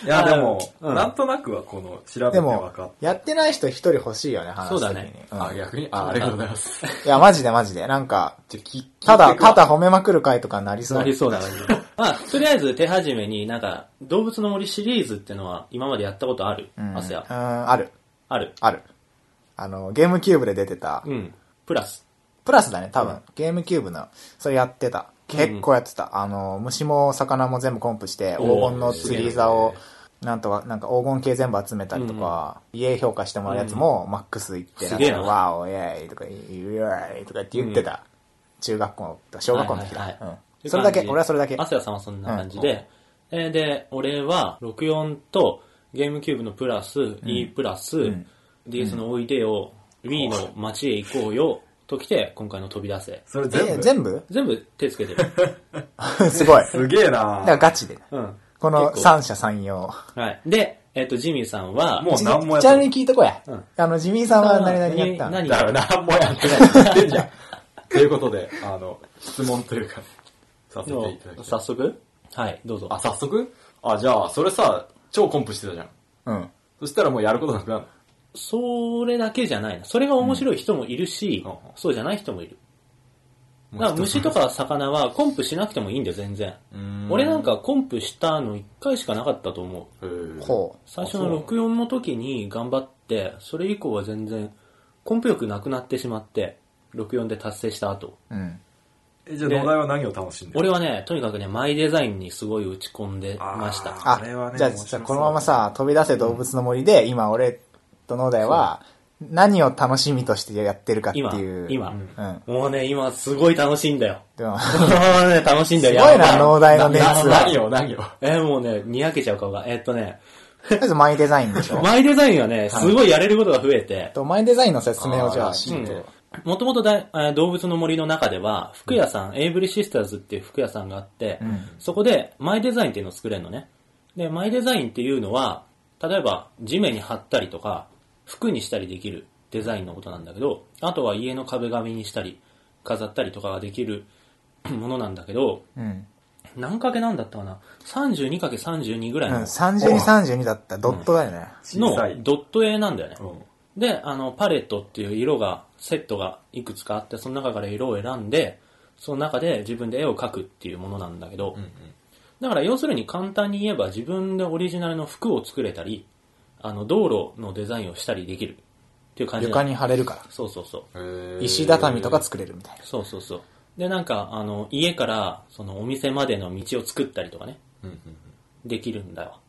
[SPEAKER 3] いや、でも、
[SPEAKER 1] うん
[SPEAKER 3] なんとなくはこの、調べて
[SPEAKER 2] で
[SPEAKER 3] 分
[SPEAKER 2] も
[SPEAKER 3] かっ、
[SPEAKER 2] やってない人一人欲しいよね、話的
[SPEAKER 1] そ
[SPEAKER 2] に。
[SPEAKER 1] うだね
[SPEAKER 2] う
[SPEAKER 3] た。あ、
[SPEAKER 2] ん
[SPEAKER 3] 逆にあ、ありがとうございます。
[SPEAKER 2] いや、マジでマジで。なんか、
[SPEAKER 3] じゃあ、き
[SPEAKER 2] た
[SPEAKER 3] 聞
[SPEAKER 2] だ、
[SPEAKER 3] いてくわ
[SPEAKER 2] ただ褒めまくる回とかになりそう。
[SPEAKER 1] なりそうな感じ。 まあ、とりあえず手始めになんか、動物の森シリーズってのは今までやったことある、
[SPEAKER 2] うん。
[SPEAKER 1] アスヤ
[SPEAKER 2] う。ん、ある。
[SPEAKER 1] ある。
[SPEAKER 2] ある。あの、ゲームキューブで出てた。
[SPEAKER 1] うん。プラス。
[SPEAKER 2] プラスだね、多分。ゲームキューブの、それやってた。結構やってた。あの、虫も魚も全部コンプして、
[SPEAKER 1] おー
[SPEAKER 2] 黄金の釣り竿を、なんとか、なんか黄金系全部集めたりとか、家評価してもらうやつも、マックスいって、
[SPEAKER 1] すげえなん
[SPEAKER 2] かわお、イェーイとか、イェーイとかって言ってた。中学校とか小学校の時
[SPEAKER 1] はいはい
[SPEAKER 2] だ。
[SPEAKER 1] はい
[SPEAKER 2] うんそれだけ、俺はそれだけ。
[SPEAKER 1] アスヤさんはそんな感じで。えーで、俺は64とゲームキューブのプラス、E プラス、DS のおいでよ、Wii の街へ行こうよ、ときて、今回の飛び出せ。
[SPEAKER 3] それ全
[SPEAKER 2] え
[SPEAKER 3] 部。
[SPEAKER 2] 全部
[SPEAKER 1] 全部手つけてる。
[SPEAKER 2] すごい。
[SPEAKER 3] すげえ
[SPEAKER 2] だから
[SPEAKER 3] な
[SPEAKER 2] ガチで。
[SPEAKER 1] うん。
[SPEAKER 2] この
[SPEAKER 1] 結構
[SPEAKER 2] 三者三様。
[SPEAKER 1] はい。で、えっ、と、ジミーさんは、
[SPEAKER 3] もう
[SPEAKER 2] ち
[SPEAKER 3] 何もや
[SPEAKER 2] ち
[SPEAKER 3] って
[SPEAKER 2] な
[SPEAKER 3] な
[SPEAKER 2] み
[SPEAKER 3] い。
[SPEAKER 2] に聞いとこや。
[SPEAKER 1] うん
[SPEAKER 2] あの、ジミーさんは何々やったの
[SPEAKER 1] 何
[SPEAKER 3] だ
[SPEAKER 1] や
[SPEAKER 3] か
[SPEAKER 1] っ
[SPEAKER 3] ら
[SPEAKER 1] た
[SPEAKER 3] 何もやってない。言 ってんじゃん。 ということで、あの、質問というか、させていただきます。
[SPEAKER 1] 早速はい、どうぞ。
[SPEAKER 3] あ、早速あ、じゃあ、それさ、超コンプしてたじゃん。
[SPEAKER 2] うん。
[SPEAKER 3] そしたらもうやることなくなる
[SPEAKER 1] それだけじゃないな。それが面白い人もいるし、
[SPEAKER 3] うん
[SPEAKER 1] そうじゃない人もいる。
[SPEAKER 3] の。
[SPEAKER 1] だから虫とか魚はコンプしなくてもいいんだよ、全然。俺なんかコンプしたの1回しかなかったと思う。
[SPEAKER 3] こ
[SPEAKER 2] ほ
[SPEAKER 1] 最初の64の時に頑張って、それ以降は全然コンプ力なくなってしまって、64で達成した後。
[SPEAKER 2] う。うん。
[SPEAKER 3] う。え、じゃあ、野田は何を楽しんでる
[SPEAKER 1] 俺はね、とにかくね、マイデザインにすごい打ち込んでました。
[SPEAKER 3] あ
[SPEAKER 2] あ、
[SPEAKER 3] れはね
[SPEAKER 2] じゃあ
[SPEAKER 3] 面白そう
[SPEAKER 2] このままさ、飛び出せ動物の森で、今俺と野田は、何を楽しみとしてやってるかっていう。
[SPEAKER 1] 今
[SPEAKER 2] う
[SPEAKER 1] 今
[SPEAKER 2] ん。
[SPEAKER 1] もうね、今すごい楽しいんだよ。
[SPEAKER 2] でも、
[SPEAKER 1] もうね、 楽しいんだよ。
[SPEAKER 2] すごいな
[SPEAKER 1] やば
[SPEAKER 2] 農大の熱
[SPEAKER 3] な
[SPEAKER 2] は。
[SPEAKER 3] 何を何を
[SPEAKER 1] えーもうね、にやけちゃう顔が。えーっとね、
[SPEAKER 2] とりあえずマイデザインでしょ。
[SPEAKER 1] マイデザインはね、すごいやれることが増えて、
[SPEAKER 2] とマイデザインの説明をじゃ
[SPEAKER 3] あ
[SPEAKER 2] あ
[SPEAKER 3] ー
[SPEAKER 2] して。
[SPEAKER 1] うんもともとだいえー動物の森の中では、服屋さん、エイブリシスターズっていう服屋さんがあって、
[SPEAKER 2] ん
[SPEAKER 1] そこでマイデザインっていうのを作れるのね。で、マイデザインっていうのは、例えば地面に貼ったりとか、服にしたりできるデザインのことなんだけど、あとは家の壁紙にしたり、飾ったりとかができるものなんだけど、
[SPEAKER 2] うん。
[SPEAKER 1] 何かけなんだったかな ?32×32 ぐら
[SPEAKER 2] う
[SPEAKER 1] い
[SPEAKER 2] ん。
[SPEAKER 1] の
[SPEAKER 2] 32、32だったらドットだよね。
[SPEAKER 3] 小さい
[SPEAKER 1] のドット絵なんだよね。
[SPEAKER 3] うん
[SPEAKER 1] で、あの、パレットっていう色が、セットがいくつかあって、その中から色を選んで、その中で自分で絵を描くっていうものなんだけど、だから要するに簡単に言えば自分でオリジナルの服を作れたり、あの、道路のデザインをしたりできるっていう感じなの
[SPEAKER 2] 床に貼れるか
[SPEAKER 1] そうそうそう。
[SPEAKER 2] ら。石畳とか作れるみたいな。
[SPEAKER 1] そうそうそう。で、なんか、あの、家から、そのお店までの道を作ったりとかね、
[SPEAKER 3] うんうん
[SPEAKER 1] できるんだよ。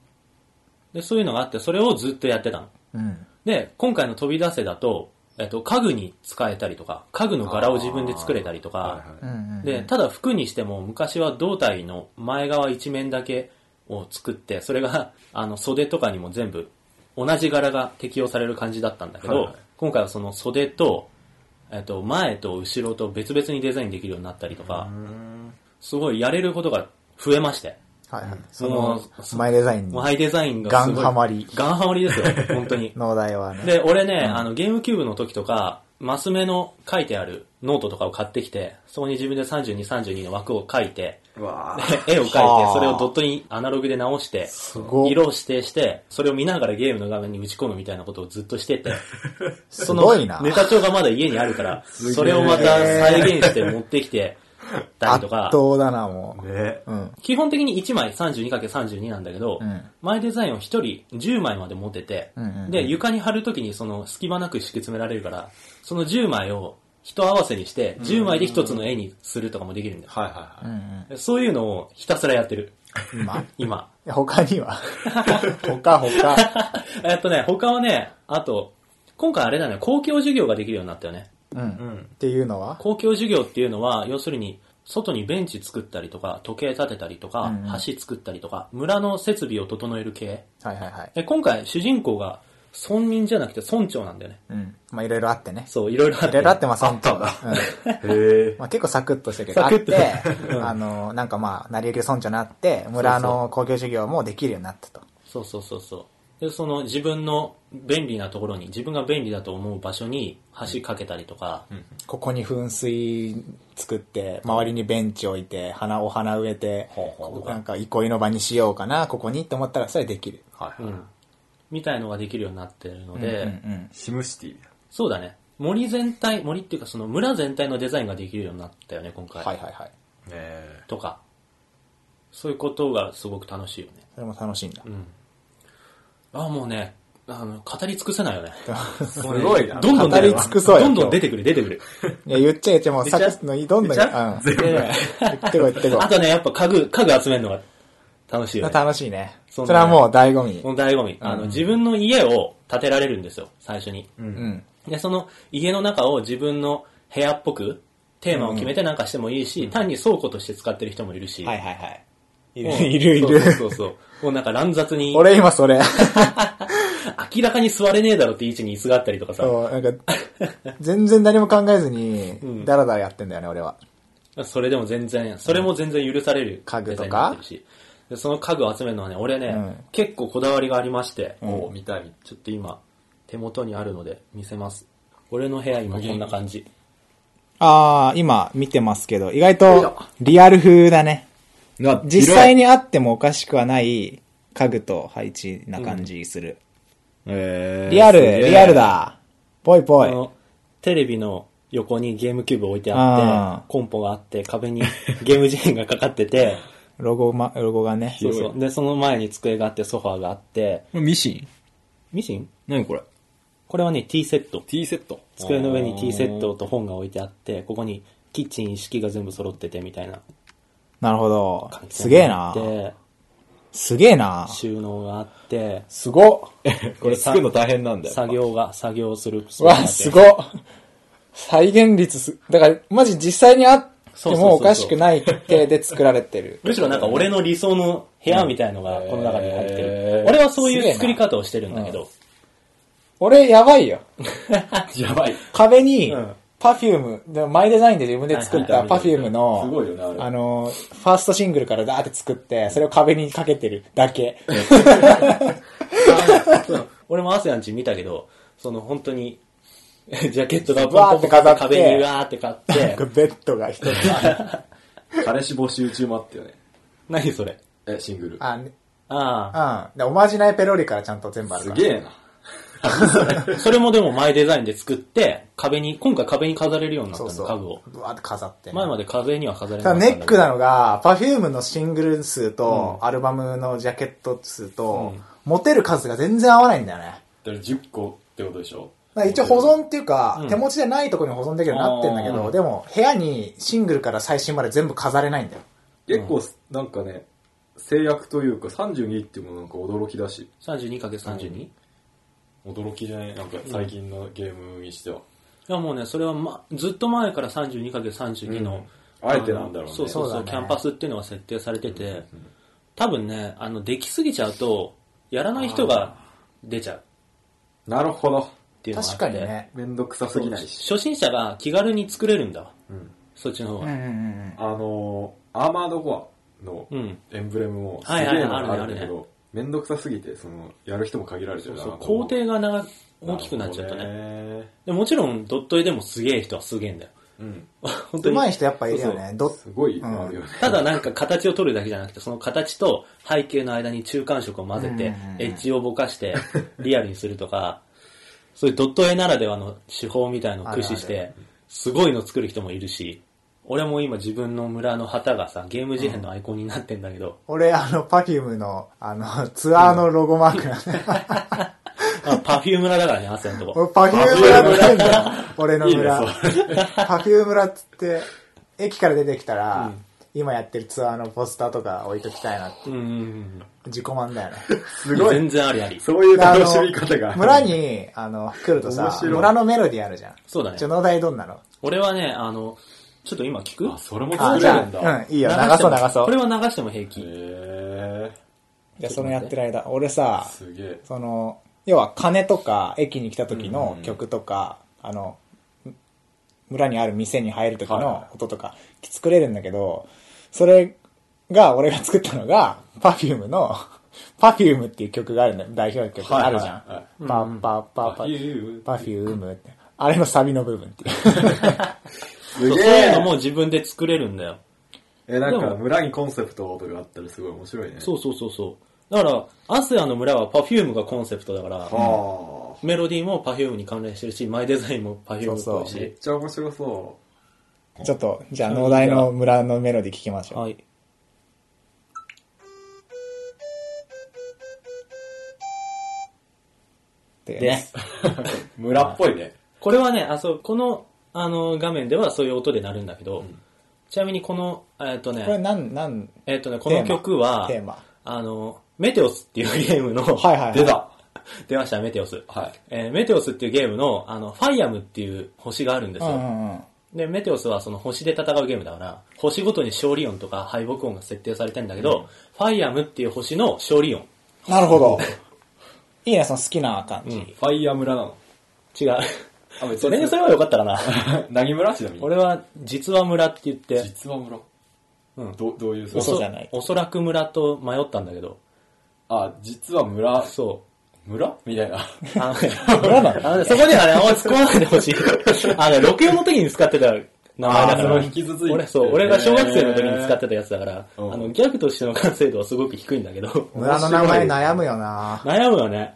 [SPEAKER 1] で、そういうのがあって、それをずっとやってたの。
[SPEAKER 2] うん。
[SPEAKER 1] で、今回の飛び出せだと、えっと、家具に使えたりとか、家具の柄を自分で作れたりと
[SPEAKER 3] は
[SPEAKER 1] か、
[SPEAKER 2] う
[SPEAKER 3] い
[SPEAKER 2] んう
[SPEAKER 3] はい
[SPEAKER 2] ん。
[SPEAKER 1] で、ただ服にしても昔は胴体の前側一面だけを作って、それが、 あの、袖とかにも全部同じ柄が適用される感じだったんだけど、
[SPEAKER 3] はいはい
[SPEAKER 1] 今回はその袖と、えっと、前と後ろと別々にデザインできるようになったりとか、すごいやれることが増えまして、
[SPEAKER 2] はいはい。そ
[SPEAKER 1] も
[SPEAKER 2] の
[SPEAKER 1] う、
[SPEAKER 2] マイデザインに
[SPEAKER 1] もうハイデザインがすごい
[SPEAKER 2] ガンハマり
[SPEAKER 1] ガンハマりです よ、本当に。
[SPEAKER 2] 農大はね。
[SPEAKER 1] で、俺ね、あの、ゲームキューブの時とか、マス目の書いてあるノートとかを買ってきて、そこに自分で32、32の枠を書い て、
[SPEAKER 3] うわ
[SPEAKER 1] で絵を描いて
[SPEAKER 2] はあ、
[SPEAKER 1] それをドットにアナログで直して、
[SPEAKER 2] ごい
[SPEAKER 1] 色を指定して、それを見ながらゲームの画面に打ち込むみたいなことをずっとしてて、
[SPEAKER 2] すごいな。
[SPEAKER 1] ネタ帳がまだ家にあるから、
[SPEAKER 3] げえ
[SPEAKER 1] それをまた再現して持ってきてたり
[SPEAKER 2] 圧
[SPEAKER 1] とか、
[SPEAKER 2] 倒だな、も
[SPEAKER 3] ーね
[SPEAKER 2] う。うん。
[SPEAKER 1] 基本的に1枚 32×32 なんだけど、
[SPEAKER 2] うん
[SPEAKER 1] マイデザインを1人10枚まで持ってて、
[SPEAKER 2] うんうんうん
[SPEAKER 1] で、床に貼るときにその隙間なく敷き詰められるから、その10枚を人合わせにして、10枚で1つの絵にするとかもできるんだよ。
[SPEAKER 3] はいはい
[SPEAKER 2] うん
[SPEAKER 3] は
[SPEAKER 2] うん。
[SPEAKER 1] そういうのをひたすらやってる、
[SPEAKER 2] 今
[SPEAKER 1] 今。
[SPEAKER 2] 他には他他。
[SPEAKER 1] えっとね、他はね、あと、今回あれだね、公共授業ができるようになったよね。
[SPEAKER 2] う
[SPEAKER 3] い。
[SPEAKER 2] ん。
[SPEAKER 3] ん。
[SPEAKER 2] っていうのは
[SPEAKER 1] 公共授業っていうのは、要するに、外にベンチ作ったりとか、時計立てたりとか、
[SPEAKER 2] うんうん
[SPEAKER 1] 橋作ったりとか、村の設備を整える系。
[SPEAKER 2] はいはいはい。
[SPEAKER 1] で今回主人公が村人じゃなくて村長なんだよね。
[SPEAKER 2] うん。まあいろいろあってね。
[SPEAKER 1] そう、いろいろあっ
[SPEAKER 2] い
[SPEAKER 1] て。
[SPEAKER 2] ろいろあってまあ村長
[SPEAKER 3] あ
[SPEAKER 2] だ
[SPEAKER 3] っ。
[SPEAKER 2] うん。
[SPEAKER 3] へえ。
[SPEAKER 2] まあ結構サクッとしたけど、
[SPEAKER 1] サ
[SPEAKER 2] あ
[SPEAKER 1] ク
[SPEAKER 2] っ
[SPEAKER 1] ッと
[SPEAKER 2] て、あの、なんかまあ、成り行きで村長になって、村の公共事業もできるようになったと。
[SPEAKER 1] そうそうそうそう。で、その自分の便利なところに、自分が便利だと思う場所に橋かけたりとか、
[SPEAKER 2] ここに噴水作って、周りにベンチ置いて、花、お花植えて
[SPEAKER 3] ほうほうほ、う
[SPEAKER 2] なんか憩いの場にしようかな、ここにって思ったら、それはできる。
[SPEAKER 3] はい
[SPEAKER 1] うん
[SPEAKER 3] はい。
[SPEAKER 1] みたいのができるようになってるので、
[SPEAKER 2] うんうん
[SPEAKER 3] シムシティ。
[SPEAKER 1] そうだね。森全体、森っていうかその村全体のデザインができるようになったよね、今回。
[SPEAKER 2] はいはいはい。
[SPEAKER 3] ねえ。
[SPEAKER 1] とか。そういうことがすごく楽しいよね。
[SPEAKER 2] それも楽し いんだ。
[SPEAKER 1] ああ、もうね、あの、語り尽くせないよね。
[SPEAKER 3] すごいな。
[SPEAKER 1] どんどん出て
[SPEAKER 2] 語り
[SPEAKER 1] く
[SPEAKER 2] 尽く
[SPEAKER 1] る。
[SPEAKER 2] そうよ
[SPEAKER 1] どんどん出てくる、出てくる。
[SPEAKER 2] いや、言っちゃえ言っちゃえもう、サクッと、どんどん、
[SPEAKER 3] 言っちゃ
[SPEAKER 2] うん。
[SPEAKER 3] 全部
[SPEAKER 1] で
[SPEAKER 2] 言ってこい言ってこ
[SPEAKER 1] あとね、やっぱ家具、家具集めるのが楽 しいよ
[SPEAKER 2] い。
[SPEAKER 1] ね。
[SPEAKER 2] 楽しいね。
[SPEAKER 1] そ
[SPEAKER 2] そう
[SPEAKER 1] だね
[SPEAKER 2] れはもう醍醐味。
[SPEAKER 1] この醍醐味。あの、自分の家を建てられるんですよ、最初に。
[SPEAKER 2] うん。
[SPEAKER 1] で、その家の中を自分の部屋っぽく、テーマを決めてなんかしてもいいし、単に倉庫として使ってる人もいるし。
[SPEAKER 2] はいはい。い
[SPEAKER 1] もう
[SPEAKER 2] るいるい
[SPEAKER 1] そ
[SPEAKER 2] る。
[SPEAKER 1] うそうそうそう。もうなんか乱雑に、
[SPEAKER 2] 俺今 それ、
[SPEAKER 1] 明らかに座れねえだろっていう位置に椅子があったりとかさ。
[SPEAKER 2] そう、なんか、全然何も考えずに、ダラダラやってんだよね、俺は。
[SPEAKER 1] それでも全然、それも全然許される
[SPEAKER 2] 家具と
[SPEAKER 1] デザイ
[SPEAKER 2] か
[SPEAKER 1] ンになってるしでその家具を集めるのはね、俺ね、
[SPEAKER 2] うん
[SPEAKER 1] 結構こだわりがありまして、
[SPEAKER 3] お見たい。
[SPEAKER 1] ちょっと今、手元にあるので見せます。俺の部屋今こんな感じ。
[SPEAKER 2] あー、今見てますけど、意外とリアル風だね。実際
[SPEAKER 3] に。
[SPEAKER 2] にあってもおかしくはない家具と配置な感じする。
[SPEAKER 3] えー
[SPEAKER 2] リアル、
[SPEAKER 3] すげえ
[SPEAKER 2] リアル。だ。ぽいぽ
[SPEAKER 1] あ
[SPEAKER 2] い。
[SPEAKER 1] のテレビの横にゲームキューブ置いてあって、
[SPEAKER 2] あ
[SPEAKER 1] コンポがあって、壁に ゲーム自ンがかかって て、
[SPEAKER 2] ロゴ、ま、ロゴがね。
[SPEAKER 1] そうそう。で、その前に机があって、ソファーがあって、
[SPEAKER 3] これミシン
[SPEAKER 1] ミシン
[SPEAKER 3] 何これ
[SPEAKER 1] これはね、ティーセット。
[SPEAKER 3] ?T セット。
[SPEAKER 1] 机の上にティーセットと本が置いてあって、ここにキッチン一式が全部揃っててみたいな
[SPEAKER 2] なるほど
[SPEAKER 1] 感。じ
[SPEAKER 2] すげえな。
[SPEAKER 1] で、
[SPEAKER 2] すげえな
[SPEAKER 1] 収納があって、
[SPEAKER 2] すごっ
[SPEAKER 3] これ作るの大変なんだよ。
[SPEAKER 1] 作業が、作業する。
[SPEAKER 2] うわ、すごっ再現率す、だから、マジ実際にあって
[SPEAKER 1] そうそうそうそう
[SPEAKER 2] もおかしくない系で作られてる。
[SPEAKER 1] むしろなんか俺の理想の部屋みたいのがこの中に入って
[SPEAKER 3] へ
[SPEAKER 1] る。
[SPEAKER 3] ー
[SPEAKER 1] 俺はそういう作り方をしてるんだけど。
[SPEAKER 2] 俺、やばいよ。
[SPEAKER 3] やばい。
[SPEAKER 2] 壁に
[SPEAKER 1] うん、
[SPEAKER 2] パフューム、でもマイデザインで自分で作っ
[SPEAKER 1] は
[SPEAKER 2] た
[SPEAKER 1] い
[SPEAKER 2] パフューム
[SPEAKER 3] すご
[SPEAKER 2] の、
[SPEAKER 3] いよね、あ
[SPEAKER 2] あ
[SPEAKER 3] れ。
[SPEAKER 2] の、ファーストシングルからダーって作って、それを壁にかけてるだけ。
[SPEAKER 1] 俺もアセアンチ見たけど、その本当に、 ジャケットがポンポンポンポン壁にうわーって買って、
[SPEAKER 2] ベッドが一つ
[SPEAKER 3] 彼氏募集中もあったよね。
[SPEAKER 1] 何それ
[SPEAKER 3] え、シングル。
[SPEAKER 2] あ、ね
[SPEAKER 1] あ
[SPEAKER 2] うん。でおまじないペロリからちゃんと全部ある
[SPEAKER 3] す
[SPEAKER 2] から。
[SPEAKER 3] げえな。
[SPEAKER 1] あ。それもでも前デザインで作って、壁に、今回壁に飾れるようになった
[SPEAKER 2] そ
[SPEAKER 1] の、
[SPEAKER 2] うそう。
[SPEAKER 1] 家具を。
[SPEAKER 2] ぶわーって飾って。
[SPEAKER 1] 前まで壁には飾れな
[SPEAKER 2] た
[SPEAKER 1] か
[SPEAKER 2] だ
[SPEAKER 1] っ
[SPEAKER 2] ネ
[SPEAKER 1] たんだけど。
[SPEAKER 2] ックなのが、Perfume のシングル数と、アルバムのジャケット数と、持てる数が全然合わないんだよね。
[SPEAKER 3] だから10個ってことでしょ
[SPEAKER 2] だから一応保存っていうか、
[SPEAKER 1] うん
[SPEAKER 2] 手持ちでないところに保存できるようになってんだけ
[SPEAKER 1] あ
[SPEAKER 2] ど、
[SPEAKER 1] ー
[SPEAKER 2] でも部屋にシングルから最新まで全部飾れないんだよ。
[SPEAKER 3] 結構、なんかね、制約というか32っていうものなんか驚きだし。
[SPEAKER 1] 32×32? い
[SPEAKER 3] 驚きじゃないなんか最近のゲームにしては。
[SPEAKER 1] やもうね、それはま、ずっと前から 32×32
[SPEAKER 3] う
[SPEAKER 1] の
[SPEAKER 3] ん、あえてなんだろうね。
[SPEAKER 1] そうそう
[SPEAKER 2] そう
[SPEAKER 1] そ
[SPEAKER 2] だ
[SPEAKER 1] う、
[SPEAKER 2] ね
[SPEAKER 1] キャンパスっていうのが設定されてて、多分ね、あの、できすぎちゃうと、やらない人が出ちゃうっ
[SPEAKER 3] なるほど。
[SPEAKER 1] ていうのがあ
[SPEAKER 2] 確
[SPEAKER 1] って。
[SPEAKER 2] かにね。
[SPEAKER 3] めんどくさすぎないし。
[SPEAKER 1] 初心者が気軽に作れるんだわ。
[SPEAKER 3] うん
[SPEAKER 1] そっちの方
[SPEAKER 2] うんう
[SPEAKER 1] が。
[SPEAKER 2] んうん。
[SPEAKER 3] あのー、アーマードコアの
[SPEAKER 1] うん。
[SPEAKER 3] エンブレムもす
[SPEAKER 1] は
[SPEAKER 3] げ
[SPEAKER 1] い
[SPEAKER 3] え
[SPEAKER 1] はい
[SPEAKER 3] のが
[SPEAKER 1] あ
[SPEAKER 3] あ
[SPEAKER 1] るね
[SPEAKER 3] るんだけ
[SPEAKER 1] ある
[SPEAKER 3] ど、めんどくさすぎて、その、やる人も限られて
[SPEAKER 1] そう
[SPEAKER 3] るな
[SPEAKER 1] そう。
[SPEAKER 3] と思
[SPEAKER 1] 工程が長大きくなっちゃうとね。
[SPEAKER 3] ね。
[SPEAKER 1] でもちろん、ドット絵でもすげえ人はすげえんだよ。
[SPEAKER 3] うん。
[SPEAKER 1] 本当
[SPEAKER 2] う
[SPEAKER 1] に。
[SPEAKER 2] まい人やっぱいるよね。ど
[SPEAKER 3] すごいのあるよね。
[SPEAKER 1] ただなんか形を取るだけじゃなくて、その形と背景の間に中間色を混ぜ
[SPEAKER 2] うん
[SPEAKER 1] て
[SPEAKER 2] うんうん、
[SPEAKER 1] エッジをぼかして、リアルにするとか、 そういうドット絵ならではの手法みたいのを駆使し
[SPEAKER 2] ある
[SPEAKER 1] て、すごいの作る人もいるし、俺も今自分の村の旗がさ、ゲーム事変のアイコンになってんだけ ど、
[SPEAKER 2] 俺、あの、Perfume の、あの、ツアーのロゴマークなんだよ。
[SPEAKER 1] あパフューム村だからね、アセンとこ。
[SPEAKER 2] 俺、Perfume 村って言うんだよ。俺の
[SPEAKER 3] いいね、
[SPEAKER 2] 村。
[SPEAKER 3] そう。
[SPEAKER 2] パフュームラっつって、駅から出てきたら、今やってるツアーのポスターとか置いときたいなって、
[SPEAKER 1] うんうんうん。
[SPEAKER 2] 自己満だよね。
[SPEAKER 3] すごい。
[SPEAKER 1] 全然ありあり。
[SPEAKER 3] そういう
[SPEAKER 2] であの
[SPEAKER 3] 楽しみ方が。
[SPEAKER 2] 村に、あの、来ると
[SPEAKER 3] 面
[SPEAKER 2] さ、
[SPEAKER 3] 白い
[SPEAKER 2] 村のメロディーあるじゃん。
[SPEAKER 1] そうだね
[SPEAKER 2] じゃあ、農大どんなの
[SPEAKER 1] 俺はね、あの、ちょっと今聞く
[SPEAKER 3] あ、それも
[SPEAKER 2] あ、
[SPEAKER 3] 作
[SPEAKER 2] じ
[SPEAKER 3] れ
[SPEAKER 2] ゃ
[SPEAKER 3] るん
[SPEAKER 2] あ、
[SPEAKER 3] だ。
[SPEAKER 2] うん、いいよ、流
[SPEAKER 1] して
[SPEAKER 2] そう
[SPEAKER 1] も
[SPEAKER 2] 流そ
[SPEAKER 1] これ
[SPEAKER 2] う。
[SPEAKER 1] は流しても平気。
[SPEAKER 3] へ
[SPEAKER 2] じゃあ、そのやってる間、俺さ
[SPEAKER 3] ー。、すげえ。
[SPEAKER 2] その、要は鐘とか、駅に来た時の曲とか、あの、村にある店に入る時の音とか、作れるんだけど、それが、俺が作ったのが、Perfume の、Perfume っていう曲があるんだよ。代表曲あるじゃん。
[SPEAKER 3] はいはいはい
[SPEAKER 2] パッパッパッパッ、
[SPEAKER 3] Perfume
[SPEAKER 2] パフュームって。あれのサビの部分っていう。
[SPEAKER 3] す
[SPEAKER 1] そう
[SPEAKER 3] げ
[SPEAKER 1] いう
[SPEAKER 3] え
[SPEAKER 1] の。も自分で作れるんだよ。
[SPEAKER 3] え、なん
[SPEAKER 1] で
[SPEAKER 3] か
[SPEAKER 1] も
[SPEAKER 3] 村にコンセプトとかあったらすごい面白いね。。
[SPEAKER 1] そううそうそうそう。だから、アスヤの村は Perfume がコンセプトだから、
[SPEAKER 3] あ
[SPEAKER 1] メロディーも Perfume に関連してるし、マイデザインも Perfume っぽい
[SPEAKER 2] そう
[SPEAKER 3] あ。めっ
[SPEAKER 1] し。
[SPEAKER 3] ちゃ面白そ
[SPEAKER 2] ちょっと、じゃあ、農大の村のメロディー聞きましょう。
[SPEAKER 1] はい。
[SPEAKER 2] で
[SPEAKER 1] で、
[SPEAKER 3] う。村っぽいね。
[SPEAKER 1] これはね、あ、そう、この、あの、画面ではそういう音で鳴るんだけど、ちなみにこの、えっ、と
[SPEAKER 2] これ
[SPEAKER 1] ね、
[SPEAKER 2] なん、なん、
[SPEAKER 1] えっ、とね、この曲は、
[SPEAKER 2] テーマ。
[SPEAKER 1] あの、メテオスっていうゲームの、
[SPEAKER 2] はいはいはい。
[SPEAKER 3] 出た。
[SPEAKER 1] 出ました、メテオス。
[SPEAKER 3] はい。
[SPEAKER 1] えーメテオスっていうゲームの、あの、ファイアムっていう星があるんです
[SPEAKER 2] う
[SPEAKER 1] よ。
[SPEAKER 2] んうんうん。
[SPEAKER 1] で、メテオスはその星で戦うゲームだから、星ごとに勝利音とか敗北音が設定されてんだけど、ファイアムっていう星の勝利音。
[SPEAKER 2] なるほ ど。いいね、その好きな感じ。
[SPEAKER 3] ファイヤー村なの。
[SPEAKER 1] 違う。
[SPEAKER 3] あ、別
[SPEAKER 1] それにそれはよかったか な。
[SPEAKER 3] 何村ちなみに。
[SPEAKER 1] 俺は、実は村って言って、
[SPEAKER 3] 実は村。
[SPEAKER 1] うん
[SPEAKER 3] ど、どういう
[SPEAKER 1] おそ
[SPEAKER 2] 嘘じゃない
[SPEAKER 1] おそらく村と迷ったんだけど、
[SPEAKER 3] あ、実は村、
[SPEAKER 1] そ
[SPEAKER 3] 村みたいな。
[SPEAKER 1] う。 あのね、
[SPEAKER 2] 村なの
[SPEAKER 1] あのねそこではね、あんまり突っ込まないでほしい。あのね、ロケ用の時に使ってた名前だ
[SPEAKER 3] あ
[SPEAKER 1] か
[SPEAKER 3] それを
[SPEAKER 1] ら
[SPEAKER 3] 引。き続いて。
[SPEAKER 1] 俺、そう、俺が小学生の時に使ってたやつだから、
[SPEAKER 3] うん
[SPEAKER 1] あの、ギャグとしての完成度はすごく低いんだけど、
[SPEAKER 2] 村の名前悩むよな
[SPEAKER 1] 悩むよね。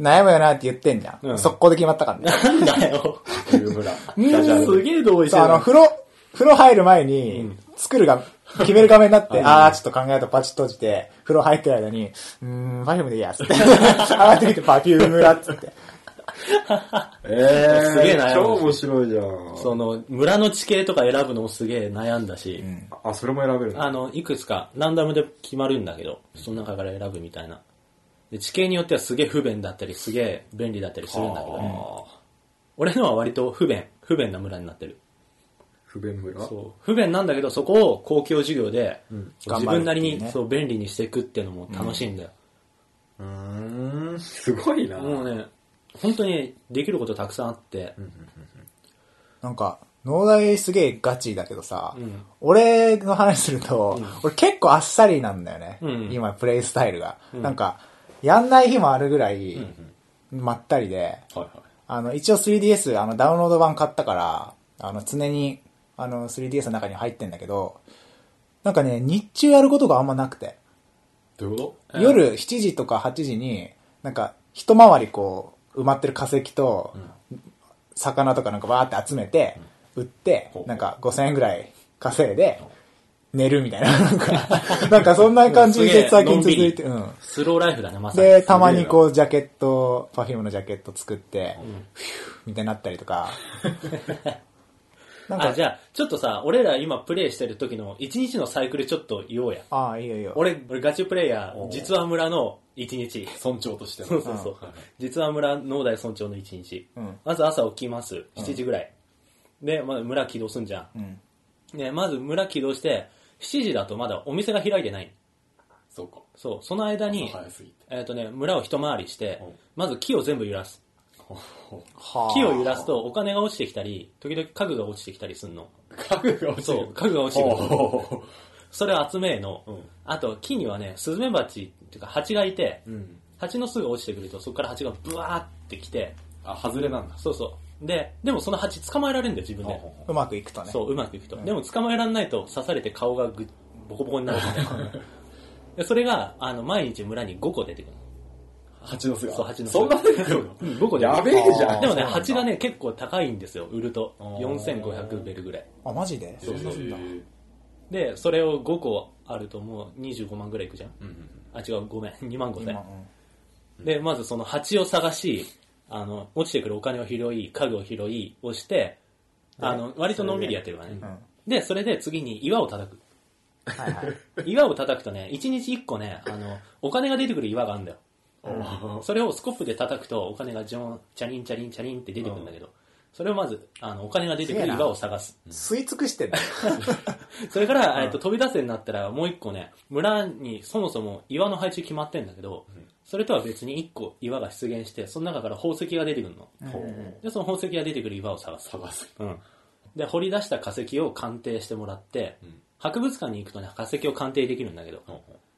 [SPEAKER 2] 悩むよなって言ってんじゃ
[SPEAKER 1] うん
[SPEAKER 2] ん。速攻で決まったから ね。
[SPEAKER 1] なんだよ。
[SPEAKER 3] て いう村。ダジャレ
[SPEAKER 1] すげえ同意して
[SPEAKER 2] そう、あの、風呂、風呂入る前に、作るが、決める画面になって、あー、ちょっと考えとパチッと閉じて、 風呂入ってる間に、うーん、パフュームでいいや、つって。上がってきて、パフューム村っつって。
[SPEAKER 3] えー、
[SPEAKER 1] すげえ悩む
[SPEAKER 3] 超面白いじゃん。
[SPEAKER 1] その、村の地形とか選ぶのもすげえ悩んだし、
[SPEAKER 2] うん。
[SPEAKER 3] あ、それも選べるの
[SPEAKER 1] あの、いくつかランダムで決まるんだけど、その中から選ぶみたいな。で地形によってはすげえ不便だったり、すげえ便利だったりするんだけど、俺のは割と不便、不便な村になってる。
[SPEAKER 3] 不便村
[SPEAKER 1] そう。不便なんだけど、そこを公共事業で、自分なりに、
[SPEAKER 2] 頑張るっていうね
[SPEAKER 1] そう、便利にしていくっていうのも楽しいんだよ。
[SPEAKER 3] うーん、すごいな。
[SPEAKER 1] もうね、本当にできることたくさんあって、
[SPEAKER 2] なんか、農大すげえガチだけどさ、
[SPEAKER 1] ん
[SPEAKER 2] 俺の話すると、俺結構あっさりなんだよね。
[SPEAKER 1] うん
[SPEAKER 2] 今、プレイスタイルが。なんか、やんない日もあるぐらい、まったりで、
[SPEAKER 1] はいはい。
[SPEAKER 2] あの、一応 3DS、あの、ダウンロード版買ったから、あの、常に、あの、3DS の中に入ってんだけど、なんかね、日中やることがあんまなくて。
[SPEAKER 3] どういうこ
[SPEAKER 1] うん
[SPEAKER 2] 夜7時とか8時に、なんか、一回りこう、埋まってる化石と、魚とかなんかバーって集めて、売って
[SPEAKER 3] ほうほ、う
[SPEAKER 2] なんか5000円ぐらい稼いで、寝るみたいな、 なんか、なんかそんな感じで最近続いて、うん。
[SPEAKER 1] スローライフだね、まさに。
[SPEAKER 2] で、たまにこう、ジャケット、パフュームのジャケット作って、フィューみたいになったりとか。なん
[SPEAKER 1] あ、
[SPEAKER 2] か、
[SPEAKER 1] じゃあ、ちょっとさ、俺ら今プレイしてる時の一日のサイクルちょっと言おうや。
[SPEAKER 2] ああ、いいよいいよ。
[SPEAKER 1] 俺、俺ガチプレイヤ
[SPEAKER 3] お
[SPEAKER 1] ー、
[SPEAKER 3] う
[SPEAKER 1] 実は村の一日。
[SPEAKER 3] と村長としての。
[SPEAKER 1] そうそうそう。実は村農大村長の一日。
[SPEAKER 2] うん
[SPEAKER 1] まず朝起きます。7時ぐらい。で、まあ、村起動すんじゃ
[SPEAKER 2] うん。
[SPEAKER 1] ん。ね、まず村起動して、7時だとまだお店が開いてない。
[SPEAKER 3] そうか。
[SPEAKER 1] そう、その間に、
[SPEAKER 3] 朝早すぎて。
[SPEAKER 1] えっ、とね、村を一回りして
[SPEAKER 3] うん、
[SPEAKER 1] まず木を全部揺らす。
[SPEAKER 2] はあ
[SPEAKER 1] 木を揺らすとお金が落ちてきたり、時々家具が落ちてきたりすんの。
[SPEAKER 3] 家具が落ちて
[SPEAKER 1] そ
[SPEAKER 3] る
[SPEAKER 1] う、家具が落ちてくる。
[SPEAKER 3] おー
[SPEAKER 1] それを集めの、
[SPEAKER 3] うん
[SPEAKER 1] あと木にはね、スズメバチっていうか蜂がいて、
[SPEAKER 3] うん。
[SPEAKER 1] 蜂の巣が落ちてくるとそこから蜂がブワーってきて、
[SPEAKER 3] あ、外れなんだ。
[SPEAKER 1] そうそう。で、でもその蜂捕まえられるんだよ、自分で。
[SPEAKER 2] うまくいくとね。
[SPEAKER 1] そう、うまくいくと。でも捕まえられないと刺されて顔がぐボコボコになるみたいな。 でそれが、あの、毎日村に5個出てくる。
[SPEAKER 3] 蜂の巣が。
[SPEAKER 1] そう蜂の巣
[SPEAKER 3] そんな出てくるの
[SPEAKER 1] うん5個出てくる
[SPEAKER 3] やべえじゃ
[SPEAKER 2] あ
[SPEAKER 3] ん。
[SPEAKER 1] でもね、
[SPEAKER 2] そうなんだ
[SPEAKER 1] 蜂がね、結構高いんですよ、売ると。
[SPEAKER 3] ー
[SPEAKER 1] 4500ベルぐらい。
[SPEAKER 2] あ、マジで
[SPEAKER 3] そうそうそう。
[SPEAKER 1] で、それを5個あるともう25万ぐらいいくじゃん。
[SPEAKER 3] うん
[SPEAKER 1] あ、違う、ごめん、2万5千
[SPEAKER 2] 今。うん
[SPEAKER 1] で、まずその蜂を探し、あの、落ちてくるお金を拾い、家具を拾い、をして、あの、割とのんびりやってるわね
[SPEAKER 2] う。ん。
[SPEAKER 1] で、それで次に岩を叩く。
[SPEAKER 2] はいはい。
[SPEAKER 1] 岩を叩くとね、1日1個ね、あの、お金が出てくる岩があるんだよ。
[SPEAKER 3] おー
[SPEAKER 1] それをスコップで叩くと、お金がジョン、チャリンチャリンチャリンって出てくるんだけど、それをまず、あの、お金が出てくる岩を探す。
[SPEAKER 2] 吸い尽くしてんだ。
[SPEAKER 1] それから、えっと、飛び出せになったら、もう1個ね、村にそもそも岩の配置決まってんだけど、それとは別に1個岩が出現して、その中から宝石が出てくるの。
[SPEAKER 3] ほう
[SPEAKER 1] で、その宝石が出てくる岩を探す。
[SPEAKER 3] 探す。
[SPEAKER 1] うん。で、掘り出した化石を鑑定してもらって、博物館に行くとね、化石を鑑定できるんだけど、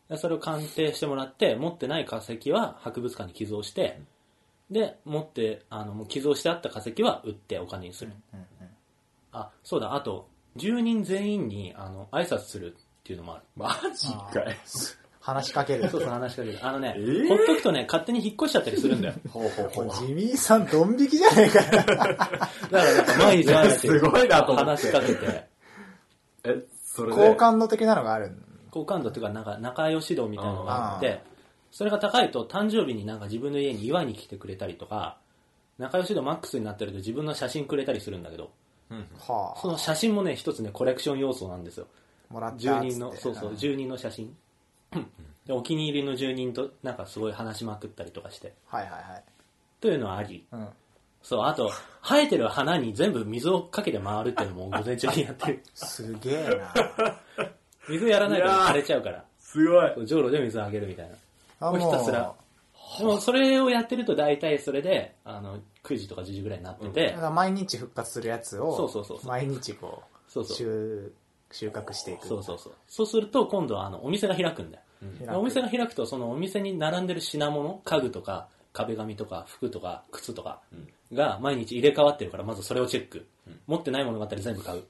[SPEAKER 1] でそれを鑑定してもらって、持ってない化石は博物館に寄贈して、で、持って、あの、もう寄贈してあった化石は売ってお金にする。あ、そうだ、あと、住人全員に、あの、挨拶するっていうのもある。
[SPEAKER 3] マジかよ。
[SPEAKER 2] 話しかける。
[SPEAKER 1] そうそう、話しかける。あのね、
[SPEAKER 3] えー
[SPEAKER 1] ほっとくとね、勝手に引っ越しちゃったりするんだよ。
[SPEAKER 3] ほうほうほう。
[SPEAKER 2] ジミーさんドン引きじゃねえかよ。
[SPEAKER 1] だからなんか毎日毎日
[SPEAKER 3] すごいなと思って
[SPEAKER 1] 話しかけて。
[SPEAKER 3] え、それで。
[SPEAKER 2] 好感度的なのがある。
[SPEAKER 1] 好感度というか、なんか仲良し度みたいなのがあって、それが高いと誕生日になんか自分の家に祝いに来てくれたりとか、仲良し度マックスになってると自分の写真くれたりするんだけど、
[SPEAKER 2] は
[SPEAKER 1] その写真もね、一つね、コレクション要素なんですよ。
[SPEAKER 2] あ。もらったっつって
[SPEAKER 1] 住人の、そうそう、住人の写真。でお気に入りの住人となんかすごい話しまくったりとかして、
[SPEAKER 2] はいはいはい。
[SPEAKER 1] というのはあり、
[SPEAKER 2] うん。
[SPEAKER 1] そう、あと、生えてる花に全部水をかけて回るっていうのも午前中にや ってる。
[SPEAKER 2] すげえな。
[SPEAKER 1] 水やらないと
[SPEAKER 3] いやー
[SPEAKER 1] 枯れちゃうから、
[SPEAKER 3] すごい。
[SPEAKER 1] そうじょうろで水をあげるみたいな。
[SPEAKER 2] あ
[SPEAKER 1] もうひたすら。でもそれをやってると大体それであの9時とか10時ぐらいになってて、
[SPEAKER 2] だから毎日復活するやつを、
[SPEAKER 1] そうそうそうそう
[SPEAKER 2] 毎日こう、
[SPEAKER 1] そうそう
[SPEAKER 2] 収収穫していく。
[SPEAKER 1] そうそうそうそうすると今度はあのお店が開くんだよ、でお店が開くとそのお店に並んでる品物家具とか壁紙とか服とか靴とかが毎日入れ替わってるからまずそれをチェック、持ってないものがあったら全部買う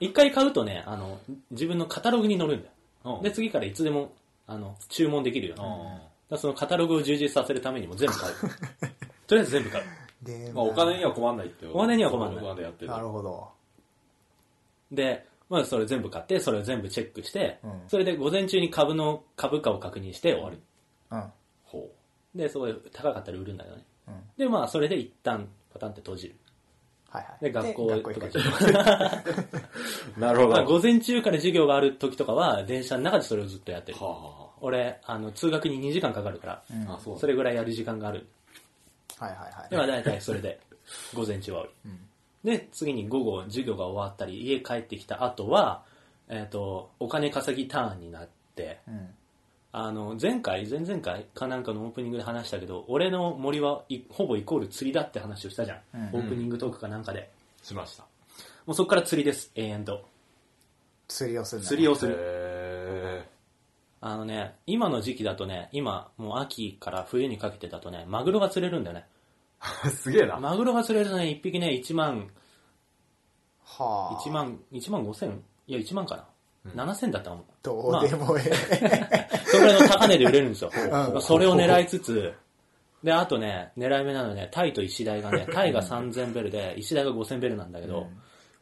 [SPEAKER 1] 一回買うとねあの自分のカタログに載るんだよ、
[SPEAKER 3] うん
[SPEAKER 1] で次からいつでもあの注文できるように、だからそのカタログを充実させるためにも全部 買うとりあえず全部買う
[SPEAKER 2] で、
[SPEAKER 3] まあ、お金には困んないって。
[SPEAKER 1] お金には困んない
[SPEAKER 3] お金でやってる
[SPEAKER 2] なるほど。
[SPEAKER 1] で、まずそれ全部買って、それを全部チェックして、
[SPEAKER 2] うん
[SPEAKER 1] それで午前中に株の株価を確認して終わる。
[SPEAKER 2] うん。
[SPEAKER 3] ほう。
[SPEAKER 1] で、そこで高かったら売るんだよね。
[SPEAKER 2] うん。はい
[SPEAKER 1] で、まあ、それで一旦、パタンって閉じる。
[SPEAKER 2] はい。
[SPEAKER 1] で、学校
[SPEAKER 2] で
[SPEAKER 1] とか
[SPEAKER 2] 行
[SPEAKER 1] 行
[SPEAKER 2] く。
[SPEAKER 1] く。
[SPEAKER 3] なるほど。
[SPEAKER 1] まあ午前中から授業がある時とかは、電車の中でそれをずっとやってる。
[SPEAKER 3] はあは
[SPEAKER 1] 俺、あの、通学に2時間かかるから、
[SPEAKER 2] うん
[SPEAKER 3] ああ、そう
[SPEAKER 1] それぐらいやる時間がある。
[SPEAKER 2] はいはい
[SPEAKER 1] で、ま
[SPEAKER 2] は
[SPEAKER 1] あ
[SPEAKER 2] い。
[SPEAKER 1] 大体それ で、午前中は降りで、次に午後、授業が終わったり、家帰ってきた後は、えっ、と、お金稼ぎターンになって、
[SPEAKER 2] うん。
[SPEAKER 1] あの、前回、前々回かなんかのオープニングで話したけど、俺の森はいほぼイコール釣りだって話をしたじゃん。
[SPEAKER 2] うん
[SPEAKER 1] オープニングトークかなんかで。
[SPEAKER 3] しました。
[SPEAKER 1] もうそこから釣りです、永遠と。
[SPEAKER 2] 釣りをするんだね
[SPEAKER 1] 釣りをする。
[SPEAKER 3] へ
[SPEAKER 1] あのね、今の時期だとね、今、もう秋から冬にかけてだとね、マグロが釣れるんだよね。
[SPEAKER 3] ー すげえな。
[SPEAKER 1] マグロが釣れるとね、一匹ね、1万、
[SPEAKER 2] はあ。
[SPEAKER 1] 1。万、1万5千いや、1万かな。7千だったと思う。
[SPEAKER 2] どうでもええ。
[SPEAKER 1] それの高値で売れるん ですよ。
[SPEAKER 2] うん
[SPEAKER 1] それを狙いつつ、で、あとね、狙い目なのね、タイと石鯛がね、タイが3000ベルで、石鯛が5000ベルなんだけど、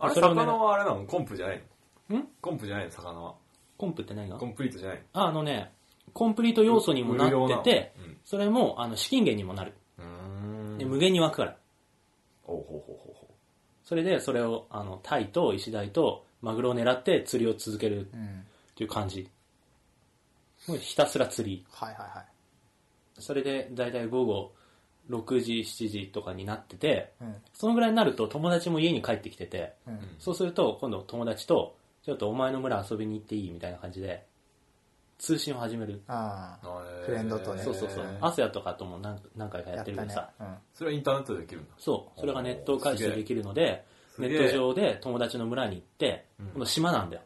[SPEAKER 3] あれ、
[SPEAKER 1] それをね
[SPEAKER 3] 魚はあれなのコンプじゃないの
[SPEAKER 1] ん
[SPEAKER 3] コンプじゃないの魚は。
[SPEAKER 1] コンプって何が
[SPEAKER 3] コンプリートじゃない
[SPEAKER 1] ああのね、コンプリート要素にもな
[SPEAKER 3] 無料な
[SPEAKER 1] っ
[SPEAKER 3] の
[SPEAKER 1] てて、
[SPEAKER 3] うん
[SPEAKER 1] それもあの資金源にもなる。
[SPEAKER 3] の。う
[SPEAKER 1] で
[SPEAKER 3] ーん。
[SPEAKER 1] 無限に湧くから。
[SPEAKER 3] おうほうほうほうほ
[SPEAKER 1] それで、それをあのタイと石鯛とマグロを狙って釣りを続けるっ
[SPEAKER 2] うん。
[SPEAKER 1] ていう感じ。もうひたすら釣り。
[SPEAKER 2] はいはいはい。
[SPEAKER 1] それで、だいたい午後6時、7時とかになってて、
[SPEAKER 2] うん。
[SPEAKER 1] そのぐらいになると友達も家に帰ってきてて、
[SPEAKER 2] うん。
[SPEAKER 1] そうすると今度友達と、ちょっとお前の村遊びに行っていいみたいな感じで、通信を始める。
[SPEAKER 2] ああ。
[SPEAKER 3] うへー
[SPEAKER 2] フレンドとね
[SPEAKER 1] そうそうそう。アスヤとかとも何何回かや
[SPEAKER 2] や
[SPEAKER 1] っ
[SPEAKER 2] ってた
[SPEAKER 1] るけど
[SPEAKER 2] ね
[SPEAKER 1] さ、。
[SPEAKER 2] うん。
[SPEAKER 3] それはインターネットでできるんだ。
[SPEAKER 1] そう、それがネットを介して
[SPEAKER 3] おーすげえ
[SPEAKER 1] できるので、
[SPEAKER 3] す
[SPEAKER 1] ネ
[SPEAKER 3] げえ
[SPEAKER 1] ット上で友達の村に行って、この島なんだよ。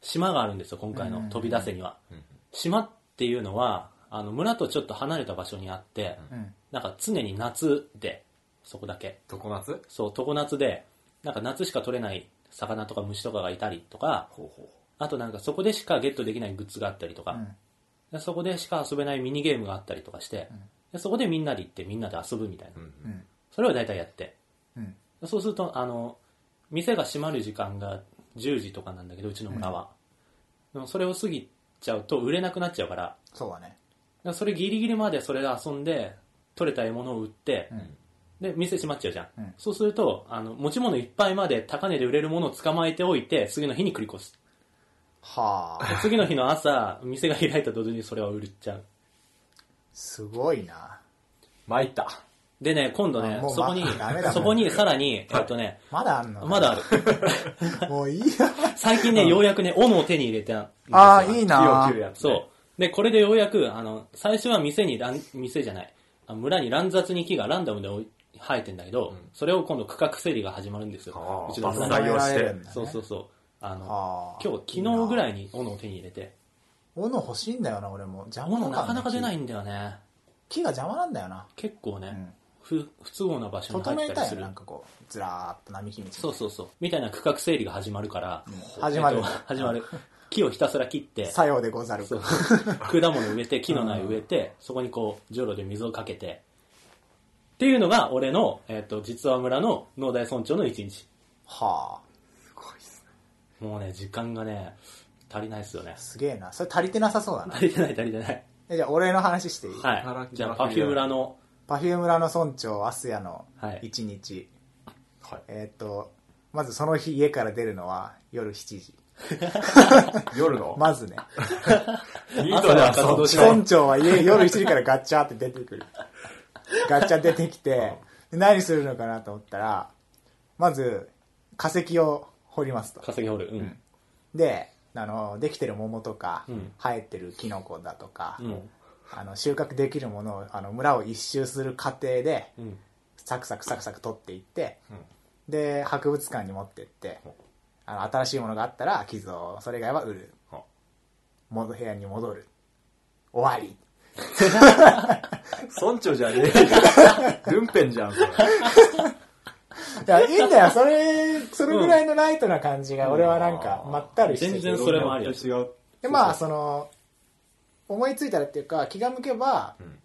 [SPEAKER 1] 島があるんですよ、今回
[SPEAKER 2] うん
[SPEAKER 1] の飛び出せには。
[SPEAKER 3] ん
[SPEAKER 1] 島っていうのは、あの村とちょっと離れた場所にあって、
[SPEAKER 2] うん。
[SPEAKER 1] なんか常に夏で、そこだけ。
[SPEAKER 3] 常夏
[SPEAKER 1] そう、常夏で、なんか夏しか取れない魚とか虫とかがいたりとか、
[SPEAKER 3] ほうほ
[SPEAKER 1] あとなんかそこでしかゲットできないグッズがあったりとか、
[SPEAKER 2] うん。
[SPEAKER 1] でそこでしか遊べないミニゲームがあったりとかして、でそこでみんなで行ってみんなで遊ぶみたいな。
[SPEAKER 3] う。うん。
[SPEAKER 2] うん。
[SPEAKER 1] それを大体やって。
[SPEAKER 2] うん。
[SPEAKER 1] そうすると、あの、店が閉まる時間が10時とかなんだけど、うちの村は。でもそれを過ぎちゃうと売れなくなっちゃうから、だか
[SPEAKER 2] そうだね。
[SPEAKER 1] らそれギリギリまでそれで遊んで、取れた獲物を売って、で、店閉まっちゃうじゃん。
[SPEAKER 2] うん
[SPEAKER 1] そうすると、あの、持ち物いっぱいまで高値で売れるものを捕まえておいて、次の日に繰り越す。
[SPEAKER 2] はあ。
[SPEAKER 1] 次の日の朝、店が開いたと同時にそれを売っちゃう。
[SPEAKER 2] すごいな。
[SPEAKER 3] 参った。
[SPEAKER 1] でね、今度ね
[SPEAKER 2] あも、う
[SPEAKER 1] そこに
[SPEAKER 2] まダメだ、もん
[SPEAKER 1] そこにさらに、えっとね、
[SPEAKER 2] まだあんの
[SPEAKER 1] まだある。
[SPEAKER 2] もういいや。
[SPEAKER 1] 最近ね、ようやくね、斧を手に入れたんですよ
[SPEAKER 2] ああ、いい
[SPEAKER 3] 火を
[SPEAKER 2] な
[SPEAKER 3] 切る。やつね。
[SPEAKER 1] そう。で、これでようやく、あの、最初は店に、らん店じゃない、あ村に乱雑に木がランダムで生えてんだけど、それを今度区画整理が始まるんですよ
[SPEAKER 3] あ。あ
[SPEAKER 1] うちの
[SPEAKER 3] 伐採
[SPEAKER 1] 村
[SPEAKER 3] を
[SPEAKER 1] に。
[SPEAKER 3] 用
[SPEAKER 2] 捕まえら
[SPEAKER 3] して
[SPEAKER 2] れるんだね
[SPEAKER 1] そうそうそう。あの
[SPEAKER 2] あ、あ
[SPEAKER 1] 今日、昨日ぐらいに斧を手に入れて、
[SPEAKER 2] 斧欲しいんだよな、俺も。邪魔
[SPEAKER 1] 斧
[SPEAKER 2] だ。
[SPEAKER 1] なかなか出ないいんだよね。
[SPEAKER 2] 木が邪魔なんだよな。
[SPEAKER 1] 結構ね、
[SPEAKER 2] ん
[SPEAKER 1] 不不都合な場所に
[SPEAKER 2] 整
[SPEAKER 1] 入っ
[SPEAKER 2] え
[SPEAKER 1] た
[SPEAKER 2] た
[SPEAKER 1] り
[SPEAKER 2] い
[SPEAKER 1] す
[SPEAKER 2] よ、
[SPEAKER 1] る
[SPEAKER 2] なん。かこう、ずらーっと並木道。
[SPEAKER 1] そうそうそう。みたいな区画整理が始まるから、
[SPEAKER 2] 始まる
[SPEAKER 1] えっと始 まる。木をひたすら切って、
[SPEAKER 2] 作用でござる
[SPEAKER 1] そう
[SPEAKER 2] か。
[SPEAKER 1] 果物植えて、木の苗植えて、そこにこう、じょうろで水をかけて、っていうのが俺の、えっ、と、実は村の農大村長の一日。
[SPEAKER 2] はあ。
[SPEAKER 3] すごいっすね。
[SPEAKER 1] もうね、時間がね、足りないですよね。
[SPEAKER 2] すげえな。それ足りてなさそうだな。
[SPEAKER 1] 足りてない足りてない。
[SPEAKER 2] えじゃあ、俺の話していい
[SPEAKER 1] は
[SPEAKER 3] 働
[SPEAKER 1] い。
[SPEAKER 3] き
[SPEAKER 1] じゃあ、パ
[SPEAKER 3] 者
[SPEAKER 1] フューラの、
[SPEAKER 2] パフューム村の村長、アスヤの
[SPEAKER 1] はい
[SPEAKER 2] 一日。
[SPEAKER 3] はい。
[SPEAKER 2] えーっと、まずその日家から出るのは夜7時。
[SPEAKER 3] 夜の
[SPEAKER 2] まずね。
[SPEAKER 3] いいとこ で
[SPEAKER 1] 朝の活動しない
[SPEAKER 2] 村長は 家夜7時からガッチャって出てくる。ガッチャ出てきて、 で何するのかなと思ったら、まず化石を掘りますと。
[SPEAKER 1] 稼ぎ掘る。うん。
[SPEAKER 2] で、あの、できてる桃とか、
[SPEAKER 1] うん
[SPEAKER 2] 生えてるキノコだとか、
[SPEAKER 1] うん。
[SPEAKER 2] あの、収穫できるものを、あの、村を一周する過程で、
[SPEAKER 1] うん。
[SPEAKER 2] サクサクサクサク取っていって、
[SPEAKER 3] うん
[SPEAKER 2] で、博物館に持ってって
[SPEAKER 3] ほう、
[SPEAKER 2] あの、新しいものがあったら寄贈、それ以外は売る。
[SPEAKER 3] ほ
[SPEAKER 2] も部屋に戻る。終わり。
[SPEAKER 3] 村長じゃねえ よルンペンじゃん、それ。
[SPEAKER 2] いや、いいんだよ、それ、それぐらいのライトな感じが、俺はなんか、まったりしてて
[SPEAKER 1] 全然それもありだ
[SPEAKER 3] 違う。
[SPEAKER 2] で、まあ、その、思いついたらっていうか、気が向けば、
[SPEAKER 3] ん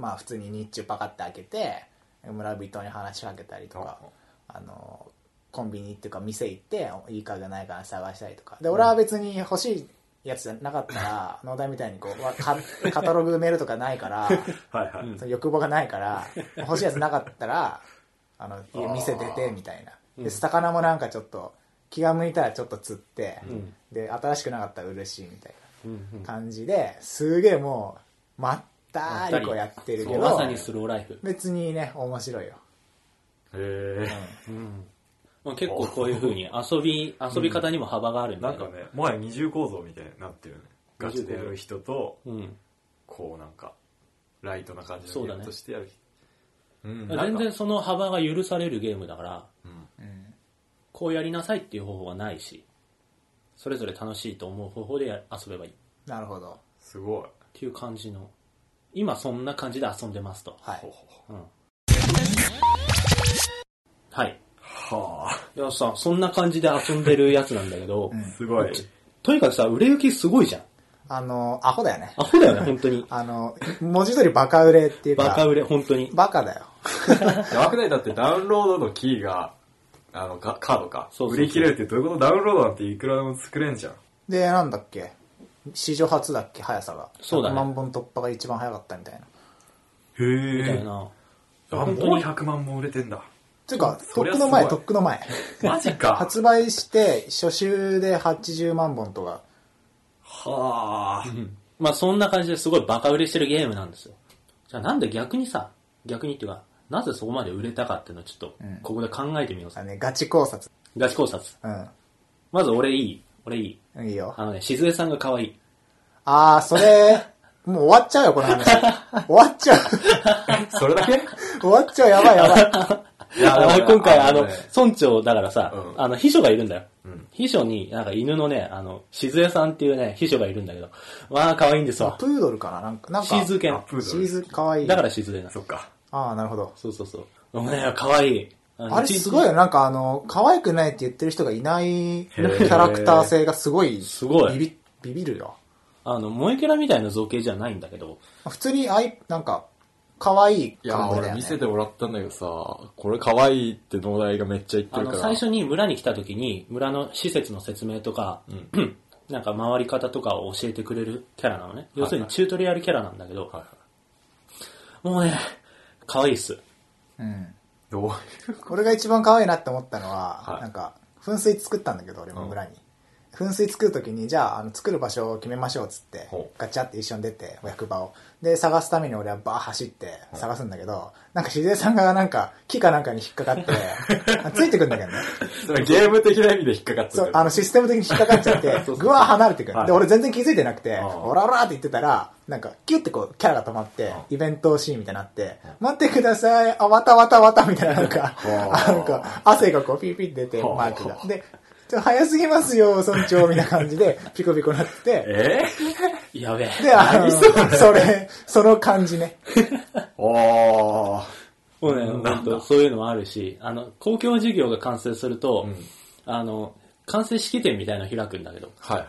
[SPEAKER 2] まあ、普通に日中パカって開けて、村人に話しかけたりとか、あの、コンビニっていうか店行って、いい家具ないかな探したりとか。で、俺は別に欲しいやつじゃなかった ら、農大みたいにこうわカ、カタログ埋めるとかないから、
[SPEAKER 3] はいはい。
[SPEAKER 1] うん
[SPEAKER 2] その欲望がないから、欲しいやつなかったら、あの、家店出て、みたいな。
[SPEAKER 1] う
[SPEAKER 2] で、
[SPEAKER 1] ん
[SPEAKER 2] 魚もなんかちょっと、気が向いたらちょっと釣って、
[SPEAKER 1] ん
[SPEAKER 2] で、新しくなかったら嬉しいみたい
[SPEAKER 1] うんうん
[SPEAKER 2] な感じで、すげえもう、まったりこうやってる
[SPEAKER 1] そ
[SPEAKER 2] け
[SPEAKER 1] う
[SPEAKER 2] ど、
[SPEAKER 1] まさにスローライフ。
[SPEAKER 2] 別にね、面白いよ。
[SPEAKER 3] へ
[SPEAKER 1] うんまあ、結構こういう風に遊び、遊び方にも幅があるん
[SPEAKER 3] え。
[SPEAKER 1] だ
[SPEAKER 3] な
[SPEAKER 1] よ
[SPEAKER 3] んかね、もはや二重構造みたいになってるよね。ガチでやる人と、
[SPEAKER 1] うん。
[SPEAKER 3] こうなんか、ライトな感じ
[SPEAKER 1] そ
[SPEAKER 3] の
[SPEAKER 1] う
[SPEAKER 3] ゲ
[SPEAKER 1] だ
[SPEAKER 3] ー
[SPEAKER 1] ね
[SPEAKER 3] ムとしてやる人。うん
[SPEAKER 1] 全然、その幅が許されるゲームだから、
[SPEAKER 3] うん
[SPEAKER 2] うん。
[SPEAKER 1] こうやりなさいっていう方法はないし、それぞれ楽しいと思う方法でや遊べばいいっ
[SPEAKER 2] なるほど。
[SPEAKER 3] すごい。
[SPEAKER 1] ていう感じの、今そんな感じで遊んでますと。
[SPEAKER 2] はい
[SPEAKER 3] ほう。ほう
[SPEAKER 1] うん。はい。
[SPEAKER 3] ほうはあ、
[SPEAKER 1] いやさ、そんな感じで遊んでるやつなんだけど、
[SPEAKER 2] うん
[SPEAKER 3] すごい。
[SPEAKER 1] とにかくさ、売れ行きすごいじゃん。
[SPEAKER 2] あの、アホだよね。
[SPEAKER 1] アホだよね、本 当に。
[SPEAKER 2] あの、文字通りバカ売れっていうか、
[SPEAKER 1] バカ売れ、本当に。
[SPEAKER 2] バカだよ。
[SPEAKER 3] やばくないだってダウンロードのキーが、あの、かカードか。
[SPEAKER 1] そうそうそう
[SPEAKER 3] 売り切れるってどういうことダウンロードなんていくらでも作れんじゃん。
[SPEAKER 2] で、なんだっけ史上初だっけ速さが。
[SPEAKER 1] そうだね
[SPEAKER 2] 100万本突破が一番早かったみたいな。
[SPEAKER 1] み
[SPEAKER 3] へ
[SPEAKER 1] たい。な。
[SPEAKER 3] あ、もう100万も売れてんだ。
[SPEAKER 2] ていうか、と
[SPEAKER 3] そ
[SPEAKER 2] っ
[SPEAKER 3] りゃ
[SPEAKER 2] く
[SPEAKER 3] す
[SPEAKER 2] の
[SPEAKER 3] ごい
[SPEAKER 2] 前、とっくの前。
[SPEAKER 3] マジか。
[SPEAKER 2] 発売して、初週で80万本とか。
[SPEAKER 3] はあ。
[SPEAKER 1] うんまあそんな感じですごいバカ売れしてるゲームなんですよ。じゃあなんで逆にさ、逆にっていうか、なぜそこまで売れたかっていうのをちょっと
[SPEAKER 2] うん、
[SPEAKER 1] ここで考えてみよう
[SPEAKER 2] あ
[SPEAKER 1] さ。
[SPEAKER 2] のね、ガチ考察。
[SPEAKER 1] ガチ考察。
[SPEAKER 2] う
[SPEAKER 1] まず俺いい。俺いい。
[SPEAKER 2] ん。いいよ
[SPEAKER 1] あ。のね、しずえさんが可愛い。
[SPEAKER 2] あー、それ、もう終わっちゃうよ、この話。終わっちゃう。
[SPEAKER 3] それだけ
[SPEAKER 2] 終わっちゃう、やばいやばい。
[SPEAKER 3] いや
[SPEAKER 1] あの 今回あの
[SPEAKER 3] ね、
[SPEAKER 1] 村長だからさ、
[SPEAKER 3] うん
[SPEAKER 1] あの、秘書がいるんだよ。
[SPEAKER 3] うん
[SPEAKER 1] 秘書に、なんか犬のね、あの、しずえさんっていうね、秘書がいるんだけど、まあ可愛いんですわ。
[SPEAKER 2] プードルかななんか、なんか。
[SPEAKER 1] シーズ犬
[SPEAKER 3] あ。プードル
[SPEAKER 2] シーズかわいい。
[SPEAKER 1] だからしずえな。
[SPEAKER 3] そっか。
[SPEAKER 2] あー、なるほど。
[SPEAKER 1] そうそうそう。お前は可愛い。の
[SPEAKER 2] あれすごいよ、なんかあの、可愛くないって言ってる人がいないキ
[SPEAKER 3] ー
[SPEAKER 2] ャラクター性がすごい、
[SPEAKER 1] すごい
[SPEAKER 2] ビビ、ビビるよ。
[SPEAKER 1] あの、萌えキャラみたいな造形じゃないんだけど、
[SPEAKER 2] 普通に、あい、なんか、可愛い
[SPEAKER 3] いや
[SPEAKER 2] 感じだ
[SPEAKER 3] 俺
[SPEAKER 2] よ
[SPEAKER 3] 見
[SPEAKER 2] ね。
[SPEAKER 3] せてもらったんだけどさ、これ可愛いって農大がめっちゃ言って
[SPEAKER 1] あ
[SPEAKER 3] るか
[SPEAKER 1] の、
[SPEAKER 3] ら。
[SPEAKER 1] 最初に村に来た時に、村の施設の説明とか、なんか回り方とかを教えてくれるキャラなのね。要するにチュートリアルキャラなんだけど、
[SPEAKER 3] はいはい。
[SPEAKER 1] もうね、可愛いっす。
[SPEAKER 2] うん。
[SPEAKER 3] どういう
[SPEAKER 2] 俺が一番可愛いなって思ったのは、
[SPEAKER 3] はい
[SPEAKER 2] なんか、噴水作ったんだけど、俺も村に。噴水作るときに、じゃあ、あの、作る場所を決めましょうっつって
[SPEAKER 3] ほう、
[SPEAKER 2] ガチャって一緒に出て、お役場を。で、探すために俺はバー走って探すんだけど、なんかしずえさんがなんか、木かなんかに引っかかって、あついてくんだけどね。
[SPEAKER 3] それゲーム的な意味で引っかかって
[SPEAKER 2] そう
[SPEAKER 3] る、。
[SPEAKER 2] あの、システム的に引っかかっちゃって、ぐわー離れてくる。
[SPEAKER 3] はい
[SPEAKER 2] で、俺全然気づいてなくて、
[SPEAKER 3] ああ
[SPEAKER 2] オラオラって言ってたら、なんか、キュってこう、キャラが止まって
[SPEAKER 3] あ、
[SPEAKER 2] イベントシーンみたいになって、待ってください、あ、わたわたわたみたいな、なんか、な
[SPEAKER 3] あ
[SPEAKER 2] んか、汗がこう、ピーピーって出て、
[SPEAKER 3] はあ
[SPEAKER 2] マークが。で、ちょ早すぎますよ、村長、みたいな感じで、ピコピコなって、
[SPEAKER 3] え
[SPEAKER 1] やべえ。
[SPEAKER 2] で、あの、それ、その感じね。
[SPEAKER 3] ー、おー。
[SPEAKER 1] もうね、本当そういうのもあるし、あの、公共事業が完成すると、
[SPEAKER 3] うん
[SPEAKER 1] あの、完成式典みたいなの開くんだけど、
[SPEAKER 3] はいは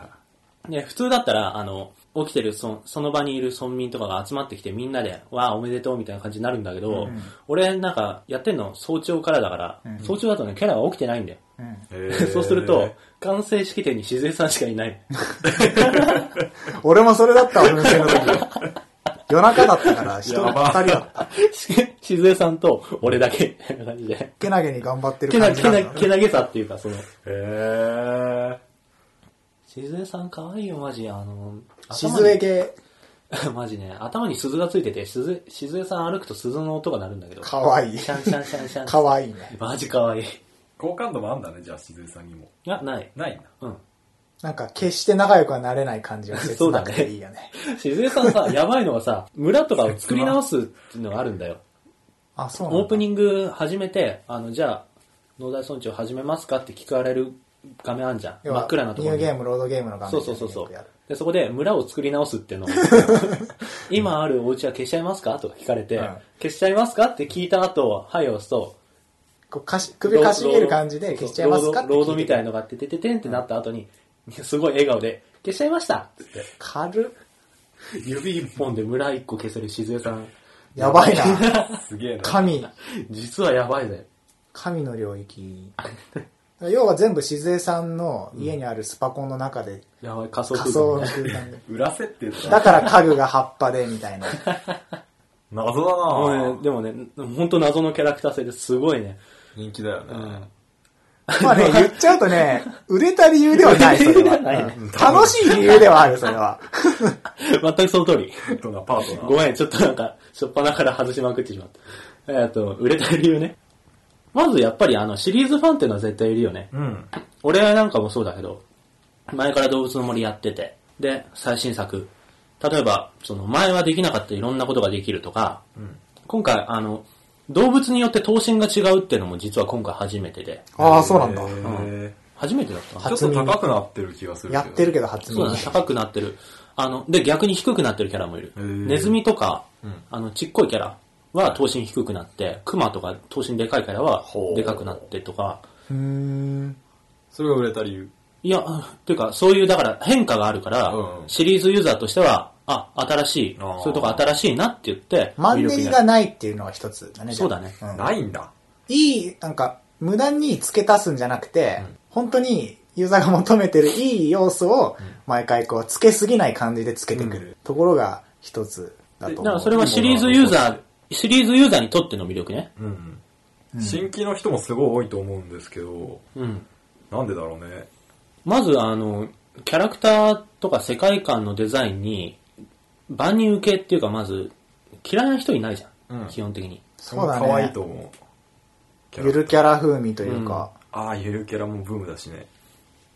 [SPEAKER 1] ね、普通だったら、あの、起きてるそ、その場にいる村民とかが集まってきてみんなで、わあ、おめでとうみたいな感じになるんだけど、俺なんか、やってんの早朝からだから、早朝だとね、キャラが起きてないんだよ。
[SPEAKER 2] うん。
[SPEAKER 3] い。 へ ー
[SPEAKER 1] そうすると、、完成式典に静江さんしかいない。
[SPEAKER 2] 俺もそれだったわ、噴水の時。夜中だったから、人が二人だった。
[SPEAKER 1] 静江さんと俺だけ、み たいな感じで。
[SPEAKER 2] けなげに頑張ってる
[SPEAKER 1] けな、
[SPEAKER 2] 感じ
[SPEAKER 1] け
[SPEAKER 2] だった
[SPEAKER 1] な、
[SPEAKER 2] のね
[SPEAKER 1] けなげさっていうか、その、
[SPEAKER 3] へー。
[SPEAKER 1] 静江さん可愛いよ、マジ。あの、
[SPEAKER 2] 静
[SPEAKER 1] 頭に
[SPEAKER 2] 江系、
[SPEAKER 1] マジね、頭に鈴がついてて、鈴、鈴江さん歩くと鈴の音が鳴るんだけど。
[SPEAKER 2] かわいい。
[SPEAKER 1] シャンシャンシャンシャン。
[SPEAKER 2] かわいいね。
[SPEAKER 1] マジかわいい。
[SPEAKER 3] 好感度もあんだね、じゃあ、しずえさんにも。
[SPEAKER 1] いや、ない。
[SPEAKER 3] ないんだ。
[SPEAKER 1] うん。
[SPEAKER 2] なんか、決して仲良くはなれない感じ が切なくていいよね。
[SPEAKER 1] 静江さん さ、やばいのはさ、村とかを作り直すっていうのがあるんだよ。
[SPEAKER 2] あ、そうなんだ。
[SPEAKER 1] オープニング始めて、あの、じゃあ、農大村長始めますかって聞かれる画面あんじゃん。
[SPEAKER 2] 要は
[SPEAKER 1] 真っ暗なところ
[SPEAKER 2] ニュー
[SPEAKER 1] に。
[SPEAKER 2] ゲーム、ロードゲームの画面
[SPEAKER 1] そうそうそうそう。で、そこで村を作り直すっていうの を今あるお家は消しちゃいますかとか聞かれて、
[SPEAKER 2] うん
[SPEAKER 1] 消しちゃいますかって聞いた後、はい押すと、
[SPEAKER 2] こうかし首かしげる感じで消しちゃいますかっ
[SPEAKER 1] ロー
[SPEAKER 2] て
[SPEAKER 1] ドロードみたい
[SPEAKER 2] な。
[SPEAKER 1] のがあって、てててんってなった後に、すごい笑顔で、消しちゃいましたっつって。
[SPEAKER 2] 軽っ。
[SPEAKER 1] 指一本で村一個消せるしずえさん。
[SPEAKER 2] やば いな。
[SPEAKER 3] すげえな。
[SPEAKER 2] 神、
[SPEAKER 1] 実はやばいぜ。
[SPEAKER 2] 神の領域。ら要は全部静江さんの家にあるスパコンの中で
[SPEAKER 3] やばい、仮想
[SPEAKER 2] 仮
[SPEAKER 3] 空
[SPEAKER 2] 想の
[SPEAKER 3] 間みたい
[SPEAKER 2] 空間で。
[SPEAKER 3] な。裏設定だ
[SPEAKER 2] だから家具が葉っぱで、み たいな。
[SPEAKER 3] 謎だ
[SPEAKER 1] も
[SPEAKER 3] な
[SPEAKER 1] うね、でもね、本当謎のキャラクター性ですごいね。
[SPEAKER 3] 人気だよね。
[SPEAKER 2] まあね、言っちゃうとね、売れた理由ではない、それは。うん楽しい理由ではある、それは。
[SPEAKER 1] 全くその通り。
[SPEAKER 3] 本当なパートナ
[SPEAKER 1] ごめん、ちょっとなんか、しょっぱなから外しまくってしまった。えっと、売れた理由ね。まずやっぱりあの、シリーズファンっていうのは絶対いるよね。
[SPEAKER 3] ー。うん。
[SPEAKER 1] 俺なんかもそうだけど、前から動物の森やってて、で、最新作。例えば、その前はできなかったいろんなことができるとか、今回あの、動物によって頭身が違うっていうのも実は今回初めてで、
[SPEAKER 2] ああ、そうなんだ。
[SPEAKER 3] へ
[SPEAKER 1] 初めてだった
[SPEAKER 3] ーちょっと高くなってる気がするけ
[SPEAKER 2] や
[SPEAKER 3] ど。
[SPEAKER 2] ってるけど、初
[SPEAKER 1] そう
[SPEAKER 2] 耳
[SPEAKER 1] だね、。高くなってる。あの、で、逆に低くなってるキャラもいる。
[SPEAKER 3] ー
[SPEAKER 1] ネズミとか、あの、ちっこいキャラは頭身低くなって、クマとか頭身でかいキャラは
[SPEAKER 3] ほう
[SPEAKER 1] でかくなってとか、
[SPEAKER 2] うーん。
[SPEAKER 3] それが売れた理由。
[SPEAKER 1] いや、っていうか、そういう、だから変化があるから、
[SPEAKER 3] うん
[SPEAKER 1] シリーズユーザーとしては、あ、新しい、
[SPEAKER 3] あー
[SPEAKER 1] そういうとこ新しいなって言って、
[SPEAKER 2] マンネリ
[SPEAKER 1] に
[SPEAKER 2] が
[SPEAKER 1] なる。
[SPEAKER 2] ないっていうのが一つだね。じゃ
[SPEAKER 1] そう
[SPEAKER 2] あ
[SPEAKER 1] だね
[SPEAKER 2] ん
[SPEAKER 3] ないんだ。
[SPEAKER 2] いい、なんか、無駄に付け足すんじゃなくて、本当にユーザーが求めてるいい要素を、毎回こう、付けすぎない感じで付けてくるところが一つだ
[SPEAKER 1] で
[SPEAKER 2] と
[SPEAKER 1] だか
[SPEAKER 2] 思う。
[SPEAKER 1] らそれはシリーズユーザー、シリーズユーザーにとっての魅力ね。
[SPEAKER 3] うん。新規の人もすごい多いと思うんですけど、
[SPEAKER 1] うん。
[SPEAKER 3] なんでだろうね。
[SPEAKER 1] まず、あの、キャラクターとか世界観のデザインに、万人受けっていうか、まず、嫌いな人いないじゃん。
[SPEAKER 3] うん
[SPEAKER 1] 基本的に。
[SPEAKER 2] そうだね
[SPEAKER 3] 可愛いと思う。キャ
[SPEAKER 2] ゆ
[SPEAKER 3] ラ
[SPEAKER 2] るキャラ風味というか、
[SPEAKER 3] ああ、ゆるキャラもブームだしね。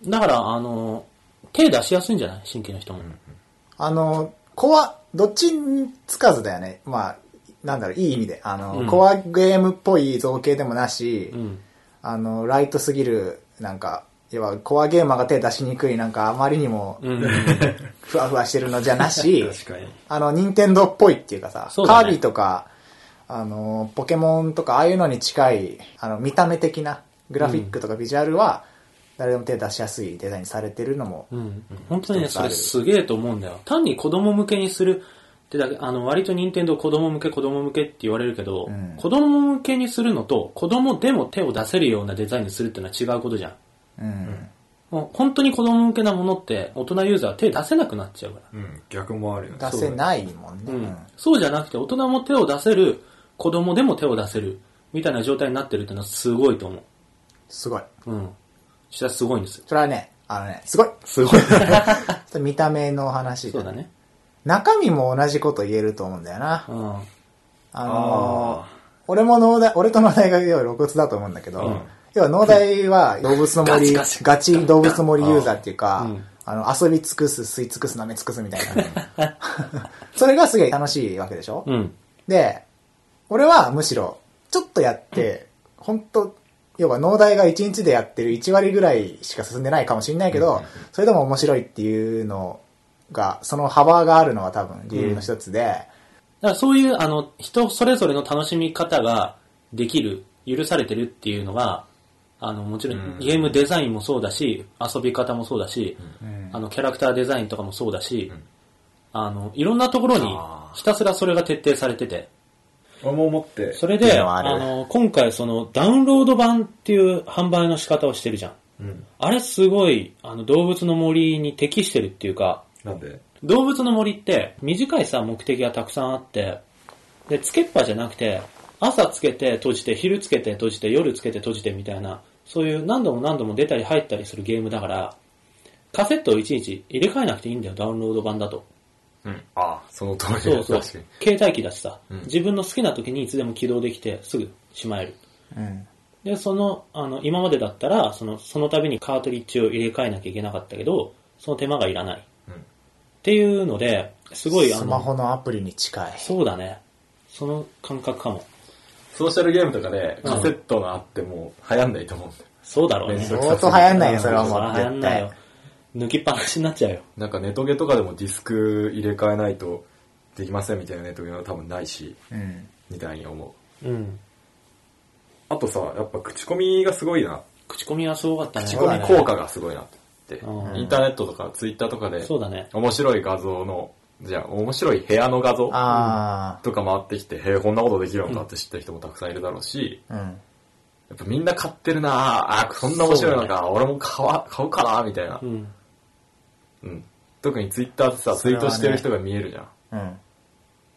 [SPEAKER 1] だから、あの、手出しやすいんじゃない新規の人も。
[SPEAKER 2] あの、コア、どっちにつかずだよね。まあ、なんだろう、いい意味で。あの、
[SPEAKER 1] うん
[SPEAKER 2] コアゲームっぽい造形でもなし、
[SPEAKER 1] うん。
[SPEAKER 2] あの、ライトすぎる、なんか、要はコアゲーマーが手出しにくい、なんかあまりにも
[SPEAKER 1] うん。
[SPEAKER 2] ふわふわしてるのじゃ なし、
[SPEAKER 3] 確かに。
[SPEAKER 2] あの、任天堂っぽいっていうかさ、
[SPEAKER 1] そう
[SPEAKER 2] カ
[SPEAKER 1] だね
[SPEAKER 2] ービィとか、あの、ポケモンとか、ああいうのに近い、あの、見た目的な、グラフィックとかビジュアルは、誰でも手出しやすいデザインされてるのも、
[SPEAKER 1] うん、本当にね、
[SPEAKER 2] 一つあ
[SPEAKER 1] そ
[SPEAKER 2] る
[SPEAKER 1] れすげえと思うんだよ。単に子供向けにするってだけ、あの、割と任天堂子供向け、子供向けって言われるけど、
[SPEAKER 2] うん
[SPEAKER 1] 子供向けにするのと、子供でも手を出せるようなデザインにするっていうのは違うことじゃん。
[SPEAKER 2] うん。
[SPEAKER 1] もう本当に子供向けなものって、大人ユーザーは手出せなくなっちゃうから。
[SPEAKER 3] うん、逆もあるよね。
[SPEAKER 2] 出せないもんね。
[SPEAKER 1] うんそうじゃなくて、大人も手を出せる、子供でも手を出せる、みたいな状態になってるっていうのはすごいと思
[SPEAKER 2] すごい。
[SPEAKER 1] う。うん。それはすごいんですよ。
[SPEAKER 2] それはね、あのね、すごい。
[SPEAKER 1] す ごい。
[SPEAKER 2] それ見た目の話
[SPEAKER 1] そうだ。ね。
[SPEAKER 2] 中身も同じこと言えると思うんだよな
[SPEAKER 1] う。ん。
[SPEAKER 2] あのー
[SPEAKER 3] あ
[SPEAKER 2] 俺も農大、俺と農大が要は露骨だと思うんだけど、
[SPEAKER 3] うん
[SPEAKER 2] 要は農大は動物の森、ガ
[SPEAKER 1] ガ
[SPEAKER 2] チ
[SPEAKER 1] チガチ
[SPEAKER 2] 動物の森ユーザーっていうか、
[SPEAKER 1] うん
[SPEAKER 2] あの、遊び尽くす、吸い尽くす、舐め尽くすみたいな。 それがすげえ楽しいわけでしょ、
[SPEAKER 1] うん。
[SPEAKER 2] で、俺はむしろ、ちょっとやって、本当要は農大が1日でやってる1割ぐらいしか進んでないかもしれないけど、それでも面白いっていうのが、その幅があるのは多分理由の一つで、
[SPEAKER 1] だからそういう、あの、人それぞれの楽しみ方ができる、許されてるっていうのが、あの、もちろんゲームデザインもそうだし、遊び方もそうだし、あの、キャラクターデザインとかもそうだし、あの、いろんなところに
[SPEAKER 3] あー
[SPEAKER 1] ひたすらそれが徹底されてて、
[SPEAKER 3] ー俺も思って。
[SPEAKER 1] それ
[SPEAKER 2] っていう
[SPEAKER 1] で、
[SPEAKER 2] のは
[SPEAKER 1] あ
[SPEAKER 2] ある
[SPEAKER 1] の、今回そのダウンロード版っていう販売の仕方をしてるじゃん。
[SPEAKER 3] うん。
[SPEAKER 1] あれすごい、あの、動物の森に適してるっていうか、
[SPEAKER 3] なんで
[SPEAKER 1] 動物の森って短いさ目的がたくさんあってでつけっぱじゃなくて朝つけて閉じて昼つけて閉じて夜つけて閉じてみたいなそういう何度も何度も出たり入ったりするゲームだからカセットをいちいち入れ替えなくていいんだよダウンロード版 だと
[SPEAKER 3] うん。ああ、その通り
[SPEAKER 1] そ
[SPEAKER 3] だ
[SPEAKER 1] うそう
[SPEAKER 3] 確かに
[SPEAKER 1] 携帯機だしさ、自分の好きな時にいつでも起動できてすぐしまえる
[SPEAKER 2] うん
[SPEAKER 1] で、その、あの、今までだったら、その、その度にカートリッジを入れ替えなきゃいけなかったけど、その手間がいらない。
[SPEAKER 3] うん
[SPEAKER 1] っていうので、すごい、あ
[SPEAKER 2] スマ
[SPEAKER 1] の、
[SPEAKER 2] ホのアプリに近い。
[SPEAKER 1] そうだね。その感覚かも。
[SPEAKER 3] ソーシャルゲームとかでカセットがあっても流行んないと思うんだよ。
[SPEAKER 1] そうだろうね。
[SPEAKER 3] ね
[SPEAKER 1] そ
[SPEAKER 2] 相当流行んないよ、それは
[SPEAKER 1] う
[SPEAKER 2] もう。
[SPEAKER 1] 流行んないよ。抜きっぱなしになっちゃうよ。
[SPEAKER 3] なんかネトゲとかでもディスク入れ替えないとできませんみたいなネトゲは多分ないし、
[SPEAKER 2] 絶対うん。
[SPEAKER 3] みたいに思う。
[SPEAKER 1] うん。
[SPEAKER 3] あとさ、やっぱ口コミがすごいな。
[SPEAKER 1] 口コミはすごかったね。
[SPEAKER 3] 口
[SPEAKER 2] そう
[SPEAKER 3] コ
[SPEAKER 2] だ
[SPEAKER 3] ミ
[SPEAKER 2] ね
[SPEAKER 3] 効果がすごいなって。
[SPEAKER 1] うん
[SPEAKER 3] インターネットとかツイッターとかで、
[SPEAKER 1] そうだね。
[SPEAKER 3] 面白い画像の、じゃあ面白い部屋の画像
[SPEAKER 2] あ
[SPEAKER 3] とか回ってきて、へえ、こんなことできるのかって知ってる人もたくさんいるだろうし、
[SPEAKER 2] あ。うん。
[SPEAKER 3] やっぱみんな買ってるなああ、そんな面白いのか、俺も買わ買うかなみたいな
[SPEAKER 1] う。ん。
[SPEAKER 3] うん。特にツイッターでさ、ツ
[SPEAKER 2] そ
[SPEAKER 3] イ
[SPEAKER 2] れ
[SPEAKER 3] ー
[SPEAKER 2] は
[SPEAKER 3] ト
[SPEAKER 2] ね
[SPEAKER 3] してる人が見えるじゃん。
[SPEAKER 2] うん。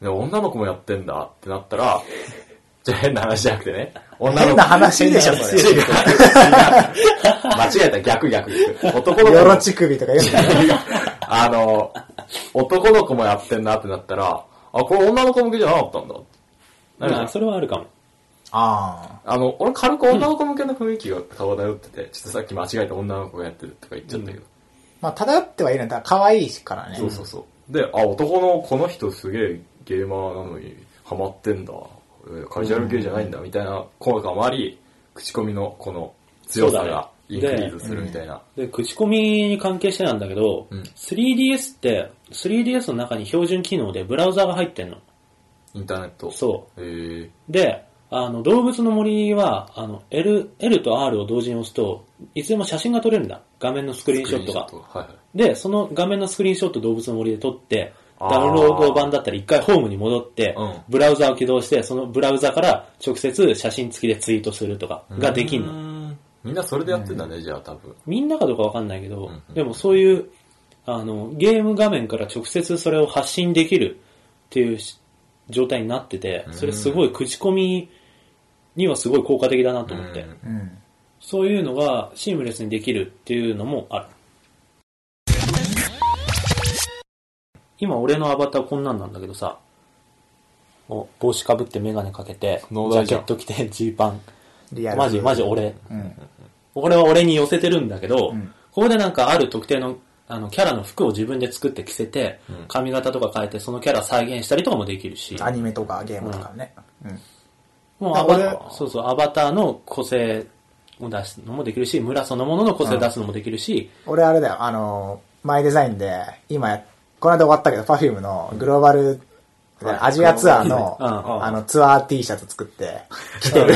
[SPEAKER 3] で、女の子もやってんだってなったら、 じゃあ変な話じゃなくてね。女の子
[SPEAKER 2] 変な話でしょ、
[SPEAKER 3] 違
[SPEAKER 2] そうれ。
[SPEAKER 3] 違う違う間違えた、逆逆。男の子
[SPEAKER 2] よ
[SPEAKER 3] も
[SPEAKER 2] ろち首とか言うの
[SPEAKER 3] あの、男の子もやってんなってなったら、あ、これ女の子向けじゃなかったんだ。なるじゃ
[SPEAKER 1] まあ、
[SPEAKER 3] ん
[SPEAKER 1] それはあるかも。
[SPEAKER 2] あ
[SPEAKER 3] あの、俺軽く女の子向けの雰囲気が漂ってて、ちょっとさっき間違えて女の子がやってるとか言っちゃったけ
[SPEAKER 2] あ。
[SPEAKER 3] ど。
[SPEAKER 2] まあ、漂ってはいるんだ。可愛いからね。
[SPEAKER 3] そうそうそう。で、あ、男のこの人すげえゲーマーなのにハマってんだ。えーカジュアル系じゃないんだ、みたいな効果もあり、口コミのこの強さ
[SPEAKER 1] そうだ
[SPEAKER 3] がイン
[SPEAKER 1] ね
[SPEAKER 3] クリーズするみたいな。
[SPEAKER 1] で、口コミに関係してなんだけど、
[SPEAKER 3] うん
[SPEAKER 1] 3DS って、3DS の中に標準機能でブラウザが入ってんの。
[SPEAKER 3] インターネット。
[SPEAKER 1] そ
[SPEAKER 3] へえ
[SPEAKER 1] う。で、あの、動物の森は、あの、L、L と R を同時に押すと、いつでも写真が撮れるんだ。画面のスクリーンショットが。
[SPEAKER 3] はいはい。
[SPEAKER 1] で、その画面のスクリーンショット動物の森で撮って、
[SPEAKER 3] あー
[SPEAKER 1] ダウンロード版だったら一回ホームに戻って、
[SPEAKER 3] うん
[SPEAKER 1] ブラウザを起動して、そのブラウザから直接写真付きでツイートするとかができんの。
[SPEAKER 3] のみんなそれでやってんだね、じゃあ多分。
[SPEAKER 1] みんなかどうかわかんないけど、
[SPEAKER 3] うん
[SPEAKER 1] でもそういう、あの、ゲーム画面から直接それを発信できるっていうし状態になってて、それすごい口コミにはすごい効果的だなと思って、
[SPEAKER 3] うん
[SPEAKER 2] うん。
[SPEAKER 1] そういうのがシームレスにできるっていうのもある。今俺のアバターこんなんなんだけどさ、お帽子かぶってメガネかけて、ジ
[SPEAKER 3] ノーダイ
[SPEAKER 1] ャ
[SPEAKER 3] じ
[SPEAKER 1] ケ
[SPEAKER 3] ゃん
[SPEAKER 1] ット着てジーパン。
[SPEAKER 2] リアル。
[SPEAKER 1] マジマジ。俺。
[SPEAKER 2] うん。
[SPEAKER 1] 俺は俺に寄せてるんだけど、
[SPEAKER 2] うん
[SPEAKER 1] ここでなんかある特定のあのキャラの服を自分で作って着せて、髪型とか変えてそのキャラ再現したりとかもできるし、
[SPEAKER 2] アニメとかゲームとかね。うん。
[SPEAKER 1] もう
[SPEAKER 2] あ
[SPEAKER 1] アバ
[SPEAKER 2] 俺
[SPEAKER 1] そうそうアバターの個性を出すのもできるし、村そのものの個性を出すのもできるし、
[SPEAKER 2] 俺あれだよ、あの、マイデザインで、今、この間終わったけど、Perfume のグローバル、アジアツアーの、
[SPEAKER 1] うん
[SPEAKER 2] あの、ツアー T シャツ作って、着てる。
[SPEAKER 3] 言っ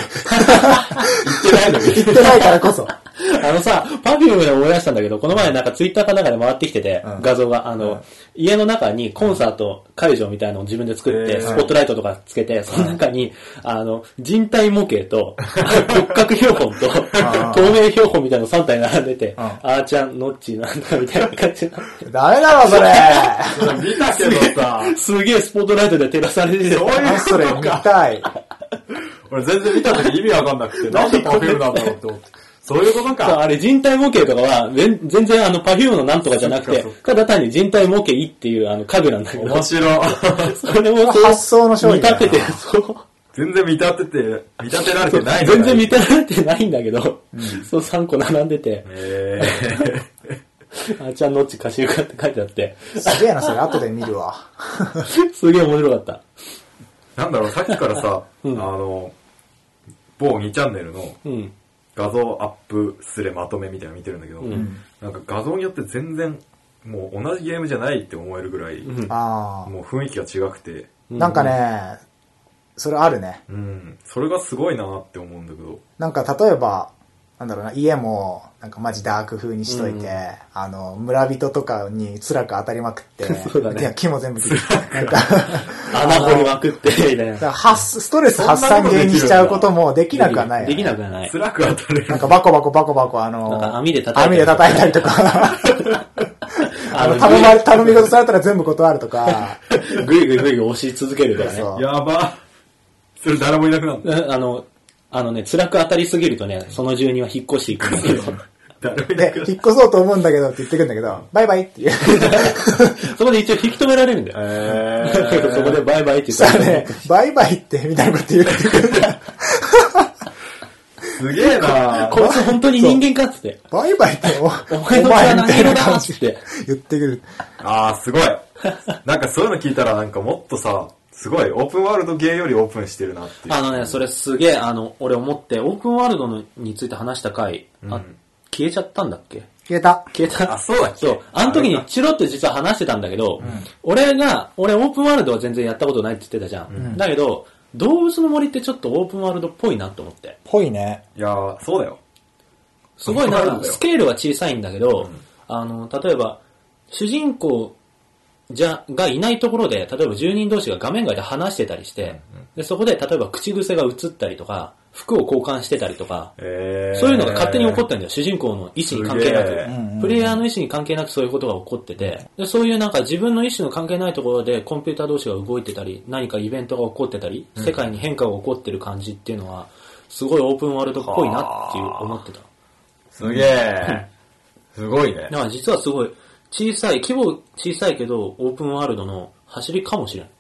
[SPEAKER 3] てないのに。
[SPEAKER 2] 着てないからこそ。
[SPEAKER 1] あのさ、パフュームで思い出したんだけど、この前なんかツイッターかなんかで回ってきてて、
[SPEAKER 2] うん
[SPEAKER 1] 画像が、あの、家の中にコンサート会場みたいなのを自分で作って、
[SPEAKER 3] うん
[SPEAKER 1] スポットライトとかつけて、その中に、あの、人体模型と、 骨格標本と、透明標本みたいなの3体並んでて、
[SPEAKER 2] うん
[SPEAKER 1] あーちゃん、のっちーなんだみたいな感じになっ
[SPEAKER 2] ダメだろ、それ。
[SPEAKER 3] それ見たけどさ、
[SPEAKER 1] て、すげえスポットライトで照らされてて、
[SPEAKER 3] そういう
[SPEAKER 2] 何 それ、
[SPEAKER 3] こと
[SPEAKER 2] 見
[SPEAKER 3] か。
[SPEAKER 2] たい。
[SPEAKER 3] 俺全然見た時意味わかんなくて、なんでパフュームなんだろうって思って。そういうこと
[SPEAKER 1] そう
[SPEAKER 3] か。
[SPEAKER 1] あれ人体模型とかは、全全然あの、パフュームのなんとかじゃなく
[SPEAKER 3] そ
[SPEAKER 1] て
[SPEAKER 3] っかそっ、
[SPEAKER 1] ただ単に人体模型いっていうあの家具なんだけど、
[SPEAKER 3] 面白い。
[SPEAKER 1] それをそう
[SPEAKER 2] 発想の商品
[SPEAKER 1] 見
[SPEAKER 2] だな
[SPEAKER 1] 立てて、そう。
[SPEAKER 3] 全然見立てて、見立てられてないの
[SPEAKER 1] 全然見てられてないんだけど、そう3個並んでて、
[SPEAKER 3] え
[SPEAKER 1] あーちゃんのっち貸し受かって書いてあって、
[SPEAKER 2] すげえな、それ、後で見るわ。
[SPEAKER 1] すげえ面白かった。
[SPEAKER 3] ー、なんだろう、さっきからさ、
[SPEAKER 1] うん
[SPEAKER 3] あの、某2チャンネルの
[SPEAKER 1] うん。
[SPEAKER 3] 画像アップすれまとめみたいなの見てるんだけど、
[SPEAKER 1] うん
[SPEAKER 3] なんか画像によって全然、もう同じゲームじゃないって思えるぐらい、
[SPEAKER 1] ん
[SPEAKER 2] あ
[SPEAKER 3] もう雰囲気が違くて、
[SPEAKER 2] あ。なんかね、それあるね。
[SPEAKER 3] うん、それがすごいなって思うんだけど、
[SPEAKER 2] なんか例えば、なんだろうな、家も、なんかマジダーク風にしといて、あの、村人とかに辛く当たりまくって、
[SPEAKER 1] そうだね
[SPEAKER 2] いや木も全部切って、なんか、
[SPEAKER 1] 穴掘りまくって、みたい
[SPEAKER 2] だ
[SPEAKER 1] な。
[SPEAKER 2] から発ストレス発散芸にしちゃうこともできなくはないよね、
[SPEAKER 1] できなくはない。
[SPEAKER 3] 辛く当たれる
[SPEAKER 2] なん。かバコバコバコバコあの、
[SPEAKER 1] なんか網で叩いたり
[SPEAKER 2] 網で叩いたりとか、 あの、頼ま
[SPEAKER 1] ぐ
[SPEAKER 2] れ、頼み事されたら全部断るとか、
[SPEAKER 1] いぐいぐいぐいぐい押し続けるからね
[SPEAKER 2] そう。
[SPEAKER 3] やば。それ誰もいなくなるの
[SPEAKER 1] うんあの、あのね、辛く当たりすぎるとね、その住人は引っ越していくんだけど、
[SPEAKER 3] 誰もいな
[SPEAKER 2] で
[SPEAKER 3] くな、る。
[SPEAKER 2] 引っ越そうと思うんだけどって言ってくんだけど、バイバイっていう。
[SPEAKER 1] そこで一応引き止められるんだよ。
[SPEAKER 3] え
[SPEAKER 1] だけど そこでバイバイって
[SPEAKER 2] そ
[SPEAKER 1] 言っ
[SPEAKER 2] した
[SPEAKER 1] た
[SPEAKER 2] ら
[SPEAKER 1] ら
[SPEAKER 2] ね
[SPEAKER 1] ね、、
[SPEAKER 2] バイバイってみたいなこと言うから
[SPEAKER 3] すげえな
[SPEAKER 1] こいつ本当に人間かっつって。
[SPEAKER 2] バイバイってお、
[SPEAKER 1] お前の血は何色だっつって。
[SPEAKER 2] 言ってくる。
[SPEAKER 3] あー、すごい。なんかそういうの聞いたらなんかもっとさ、すごい、オープンワールドゲーよりオープンしてるなっていう。
[SPEAKER 1] あのね、それすげえ、あの、俺思って、オープンワールドのについて話した回、あ
[SPEAKER 3] うん
[SPEAKER 1] 消えちゃったんだっけ
[SPEAKER 2] 消えた。
[SPEAKER 1] 消えた
[SPEAKER 3] あそうだっけ
[SPEAKER 1] そう。あの時にチロって実は話してたんだけど、俺が、俺オープンワールドは全然やったことないって言ってたじゃん。だけど、動物の森ってちょっとオープンワールドっぽいなと思って。
[SPEAKER 2] ぽいね。
[SPEAKER 3] いやー、そうだよ。
[SPEAKER 1] すごいな
[SPEAKER 3] オープンワール
[SPEAKER 1] ん
[SPEAKER 3] ド
[SPEAKER 1] か、
[SPEAKER 3] だよ
[SPEAKER 1] スケールは小さいんだけど、あの、例えば、主人公じゃ、がいないところで、例えば住人同士が画面外で話してたりして、で、そこで、例えば口癖が映ったりとか、服を交換してたりとか、
[SPEAKER 3] え
[SPEAKER 1] そういうのが勝手に起こってたんだよ。主人公の意思に関係な
[SPEAKER 3] すげえ
[SPEAKER 2] うんうんう
[SPEAKER 1] く。
[SPEAKER 2] ん
[SPEAKER 1] プレイヤーの意思に関係なくそういうことが起こってて、でそういうなんか自分の意思の関係ないところでコンピューター同士が動いてたり、何かイベントが起こってたり、世界に変化が起こってる感じっていうのは、すごいオープンワールドっぽいなっていう思ってた。
[SPEAKER 3] すげえ。すごいね。
[SPEAKER 1] だから実はすごい小さい、規模小さいけどオープンワールドの走りかもしれない。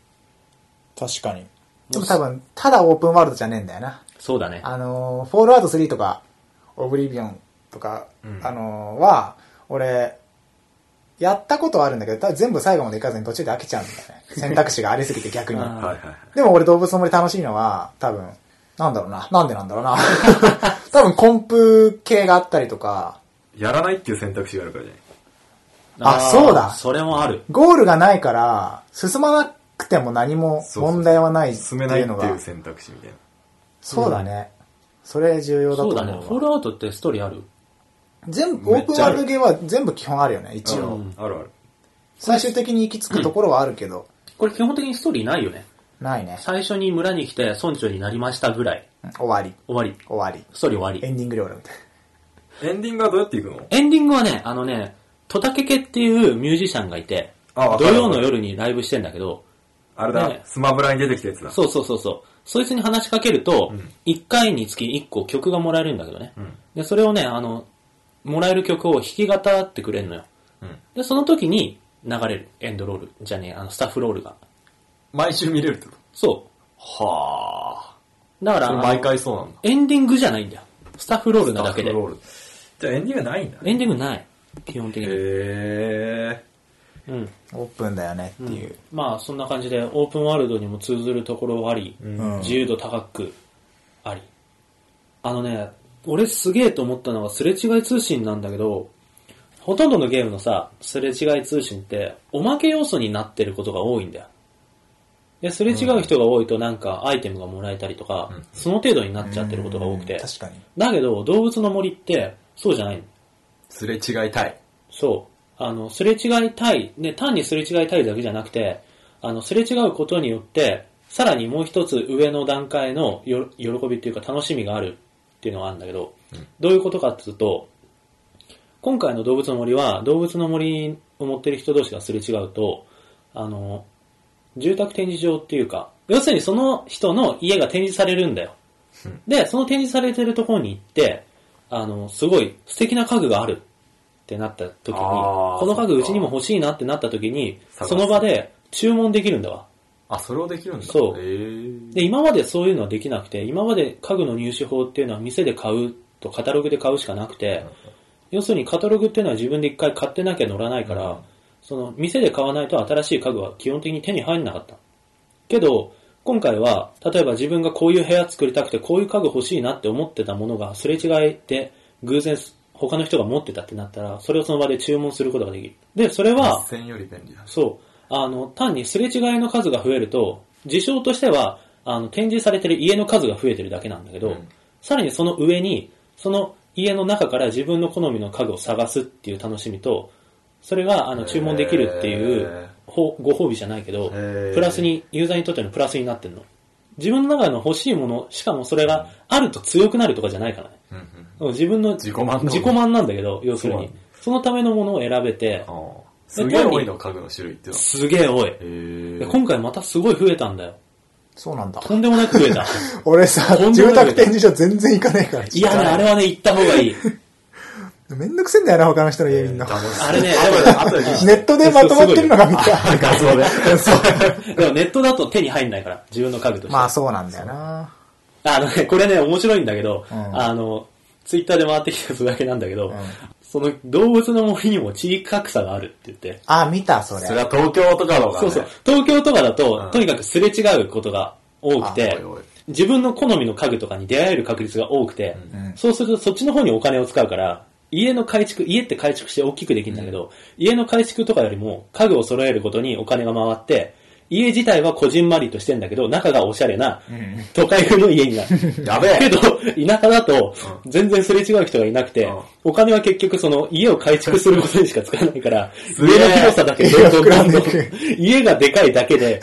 [SPEAKER 4] 確かに。
[SPEAKER 2] でも多分、ただオープンワールドじゃねえんだよな。
[SPEAKER 1] そうだね。
[SPEAKER 2] あのー、フォールアウト3とか、オブリビオンとか、あのー、は、俺、やったことはあるんだけど、多分全部最後までいかずに途中で飽きちゃうんだよね。選択肢がありすぎて逆に。
[SPEAKER 1] あー
[SPEAKER 3] はいはい。
[SPEAKER 2] でも俺動物の森楽しいのは、多分、なんだろうな。なんでなんだろうな。 多分コンプ系があったりとか、
[SPEAKER 3] やらないっていう選択肢があるからじゃない。
[SPEAKER 2] あ
[SPEAKER 1] ー
[SPEAKER 2] そうだ
[SPEAKER 1] それもある。
[SPEAKER 2] ゴールがないから、進まなくても何も問題はないって
[SPEAKER 3] 進
[SPEAKER 2] い
[SPEAKER 3] めないっ
[SPEAKER 2] う
[SPEAKER 3] て
[SPEAKER 2] の
[SPEAKER 3] いう
[SPEAKER 2] が。
[SPEAKER 3] 選択肢みたいな。
[SPEAKER 2] そうだね。それ重要だと
[SPEAKER 1] そ
[SPEAKER 2] 思
[SPEAKER 1] う
[SPEAKER 2] う
[SPEAKER 1] だ
[SPEAKER 2] わ。
[SPEAKER 1] ね。フォールアウトってストーリーある
[SPEAKER 2] 全部、オープンワールドゲーは全部基本あるよね、一
[SPEAKER 3] う
[SPEAKER 2] 応。
[SPEAKER 3] んあるある。
[SPEAKER 2] 最終的に行き着くところはあるけど、
[SPEAKER 1] これ基本的にストーリーないよね。
[SPEAKER 2] ないね。
[SPEAKER 1] 最初に村に来て村長になりましたぐらい。
[SPEAKER 2] うん終わり、
[SPEAKER 1] 終わり。
[SPEAKER 2] 終わり。
[SPEAKER 1] ストーリー終わ
[SPEAKER 2] エンディングで終わるみたい
[SPEAKER 3] エンディングはどうやっていく
[SPEAKER 1] り。
[SPEAKER 3] の
[SPEAKER 1] エンディングはね、あのね、トタケケっていうミュージシャンがいて、
[SPEAKER 3] あわ
[SPEAKER 1] 土
[SPEAKER 3] かる
[SPEAKER 1] 曜の夜にライブしてんだけど、
[SPEAKER 3] あれだ、
[SPEAKER 1] ね
[SPEAKER 3] スマブラに出てきたやつだ。
[SPEAKER 1] そうそうそうそう。そいつに話しかけると、1回につき1個曲がもらえるんだけどね。で、それをね、あの、もらえる曲を弾き語ってくれるのよ。
[SPEAKER 3] うん
[SPEAKER 1] で、その時に流れる。エンドロール。じゃねえ、あの、スタッフロールが。
[SPEAKER 3] 毎週見れるってこ
[SPEAKER 1] そ
[SPEAKER 3] とは
[SPEAKER 1] う。だか
[SPEAKER 3] あ。
[SPEAKER 1] ら、あ
[SPEAKER 3] それ
[SPEAKER 1] の
[SPEAKER 3] 毎回そうなんだ。
[SPEAKER 1] エンディングじゃないんだよ。スタッフロールなだけで。
[SPEAKER 3] ロール。じゃあエンディングないんだ。
[SPEAKER 1] エンディングない。基本的に。
[SPEAKER 3] へ
[SPEAKER 1] うん。
[SPEAKER 2] な。オープンだよねっていう。
[SPEAKER 1] まあ、そんな感じで、オープンワールドにも通ずるところはあり、
[SPEAKER 2] ん
[SPEAKER 1] 自由度高くあり。あのね、俺すげえと思ったのはすれ違い通信なんだけど、ほとんどのゲームのさ、すれ違い通信って、おまけ要素になってることが多いんだよ。で、すれ違う人が多いとなんかアイテムがもらえたりとか、その程度になっちゃってることが多く
[SPEAKER 2] う
[SPEAKER 1] て
[SPEAKER 2] ん。確かに。
[SPEAKER 1] だけど、動物の森って、そうじゃないの。
[SPEAKER 3] すれ違いたい。
[SPEAKER 1] そう。あの、すれ違いたい。ね、単にすれ違いたいだけじゃなくて、あの、すれ違うことによって、さらにもう一つ上の段階のよ喜びっていうか楽しみがあるっていうのがあるんだけど、どういうことかっていうと、今回の動物の森は、動物の森を持ってる人同士がすれ違うと、あの、住宅展示場っていうか、要するにその人の家が展示されるんだよ。で、その展示されてるところに行って、あの、すごい素敵な家具があるってなった時に、
[SPEAKER 3] あー
[SPEAKER 1] この家具
[SPEAKER 3] そっ
[SPEAKER 1] う
[SPEAKER 3] か
[SPEAKER 1] ちにも欲しいなってなった時に、
[SPEAKER 3] 探す
[SPEAKER 1] その場で注文できるんだわ。
[SPEAKER 3] あ、それをできるんだ。
[SPEAKER 1] そう
[SPEAKER 3] へー
[SPEAKER 1] で、今までそういうのはできなくて、今まで家具の入手法っていうのは店で買うとカタログで買うしかなくて、要するにカタログっていうのは自分で一回買ってなきゃ乗らないから、その店で買わないと新しい家具は基本的に手に入んなかった。けど、今回は、例えば自分がこういう部屋作りたくて、こういう家具欲しいなって思ってたものが、すれ違いで偶然他の人が持ってたってなったら、それをその場で注文することができる。で、それは、
[SPEAKER 3] 実践より便利だ。
[SPEAKER 1] そう。あの、単にすれ違いの数が増えると、事象としては、あの、展示されてる家の数が増えてるだけなんだけど、
[SPEAKER 3] うん
[SPEAKER 1] さらにその上に、その家の中から自分の好みの家具を探すっていう楽しみと、それが、あの、注文できるってい
[SPEAKER 3] へー
[SPEAKER 1] う、ほご褒美じゃないけど、
[SPEAKER 3] へー
[SPEAKER 1] プラスに、ユーザーにとってのプラスになってるの。自分の中の欲しいもの、しかもそれがあると強くなるとかじゃないからね。
[SPEAKER 3] うんうん。
[SPEAKER 1] 自分の
[SPEAKER 3] 自己満だもん
[SPEAKER 1] 自己満なんだけど、要する
[SPEAKER 3] そう
[SPEAKER 1] に
[SPEAKER 3] なんだ。
[SPEAKER 1] そのためのものを選べて
[SPEAKER 3] あ、ーすげえ多いの、家具の種類ってのは。
[SPEAKER 1] すげえ多い。
[SPEAKER 3] へー
[SPEAKER 1] で今回またすごい増えたんだよ。
[SPEAKER 2] そうなんだ。
[SPEAKER 1] とんでもなく増えた。
[SPEAKER 2] 俺さ、
[SPEAKER 1] とんでも
[SPEAKER 2] 住
[SPEAKER 1] ない
[SPEAKER 2] 宅展示場全然行かねえから。
[SPEAKER 1] いやね、あれはね、行った方がいい。
[SPEAKER 2] めんどくせえんだよな、他の人の家みんな。
[SPEAKER 3] 楽しい
[SPEAKER 1] あれね、
[SPEAKER 3] あとで
[SPEAKER 2] ネットでまとまってるのが見たい。
[SPEAKER 3] 画像 で。
[SPEAKER 1] でも、でもネットだと手に入んないから、自分の家具として。
[SPEAKER 2] まあそうなんだよな。
[SPEAKER 1] あのね、これね、面白いんだけど、
[SPEAKER 2] ん
[SPEAKER 1] あの、ツイッターで回ってきたやつだけなんだけど、
[SPEAKER 2] ん
[SPEAKER 1] その動物の森にも地域格差があるって言って。
[SPEAKER 2] あ、見た、それ
[SPEAKER 3] そ。れは東京とかの方が
[SPEAKER 1] そ
[SPEAKER 3] ね。
[SPEAKER 1] うそう。東京とかだと、
[SPEAKER 3] うん
[SPEAKER 1] とにかくすれ違うことが多くて
[SPEAKER 3] あおいおい、
[SPEAKER 1] 自分の好みの家具とかに出会える確率が多くて、そうするとそっちの方にお金を使うから、家の改築、家って改築して大きくできるんだけど、家の改築とかよりも家具を揃えることにお金が回って、家自体はこじんまりとしてんだけど、中がおしゃれな、都会風の家になる。
[SPEAKER 3] やべ
[SPEAKER 1] け
[SPEAKER 3] え
[SPEAKER 1] ど、田舎だと、全然すれ違う人がいなくて、
[SPEAKER 3] うん
[SPEAKER 1] お金は結局その家を改築することにしか使わないから、
[SPEAKER 3] げえ
[SPEAKER 1] 家の広さだけどんどんどんどん、家がでかいだけで、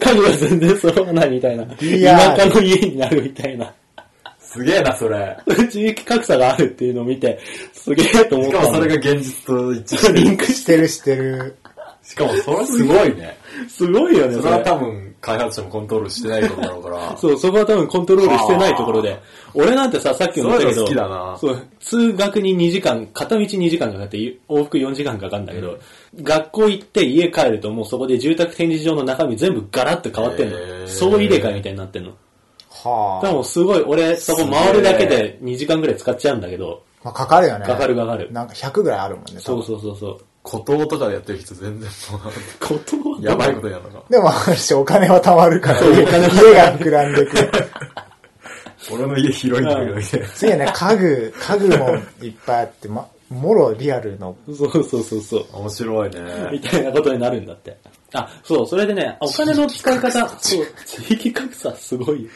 [SPEAKER 1] 家具が全然揃わないみたいな、
[SPEAKER 2] リアル
[SPEAKER 1] 田舎の家になるみたいな。
[SPEAKER 3] すすげえな、それ。
[SPEAKER 1] 地域格差があるっていうのを見て、すげえと思っ
[SPEAKER 3] したか
[SPEAKER 1] の。
[SPEAKER 3] もそれが現実と一致
[SPEAKER 1] リンク
[SPEAKER 2] してるしてる。
[SPEAKER 3] しかもそれすごいね。
[SPEAKER 1] すごいよね、
[SPEAKER 3] そ
[SPEAKER 1] そ
[SPEAKER 3] れは
[SPEAKER 1] れ。
[SPEAKER 3] 多分開発者もコントロールしてないことだろうから。
[SPEAKER 1] そう、そこは多分コントロールしてないところで。俺なんてさ、さっきも言ったけ
[SPEAKER 3] そう
[SPEAKER 1] ど、
[SPEAKER 3] いうの好きだな
[SPEAKER 1] そう通学に2時間、片道2時間かかって、往復4時間かかるんだけど、学校行って家帰るともうそこで住宅展示場の中身全部ガラッと変わってん
[SPEAKER 3] へー
[SPEAKER 1] の。総入れ替えみたいになってんの。
[SPEAKER 2] は
[SPEAKER 1] で
[SPEAKER 2] あ。
[SPEAKER 1] もうすごい、俺そこ回るだけで2時間ぐらい使っちゃうんだけど、
[SPEAKER 2] まあ、かかるよね。
[SPEAKER 1] かかるかかる
[SPEAKER 2] なんか100ぐらいあるもんね。
[SPEAKER 1] そう
[SPEAKER 2] う。
[SPEAKER 1] そうそうそう。
[SPEAKER 3] 孤島とかでやってる人全然も う、
[SPEAKER 1] ことは
[SPEAKER 3] やばいことやるのか。
[SPEAKER 2] でも、あるし、お金は貯まるから、家が膨らんでくる。
[SPEAKER 3] 俺の家広いんだけど、みたいな。
[SPEAKER 2] 次はね、家具、家具もいっぱいあって、ま、もろリアルの。
[SPEAKER 1] そうそうそうそう。
[SPEAKER 3] 面白い
[SPEAKER 1] み
[SPEAKER 3] ね。
[SPEAKER 1] たいなことになるんだって。あ、そう、それでね、お金の使い方、そう、地域格差すごいよ。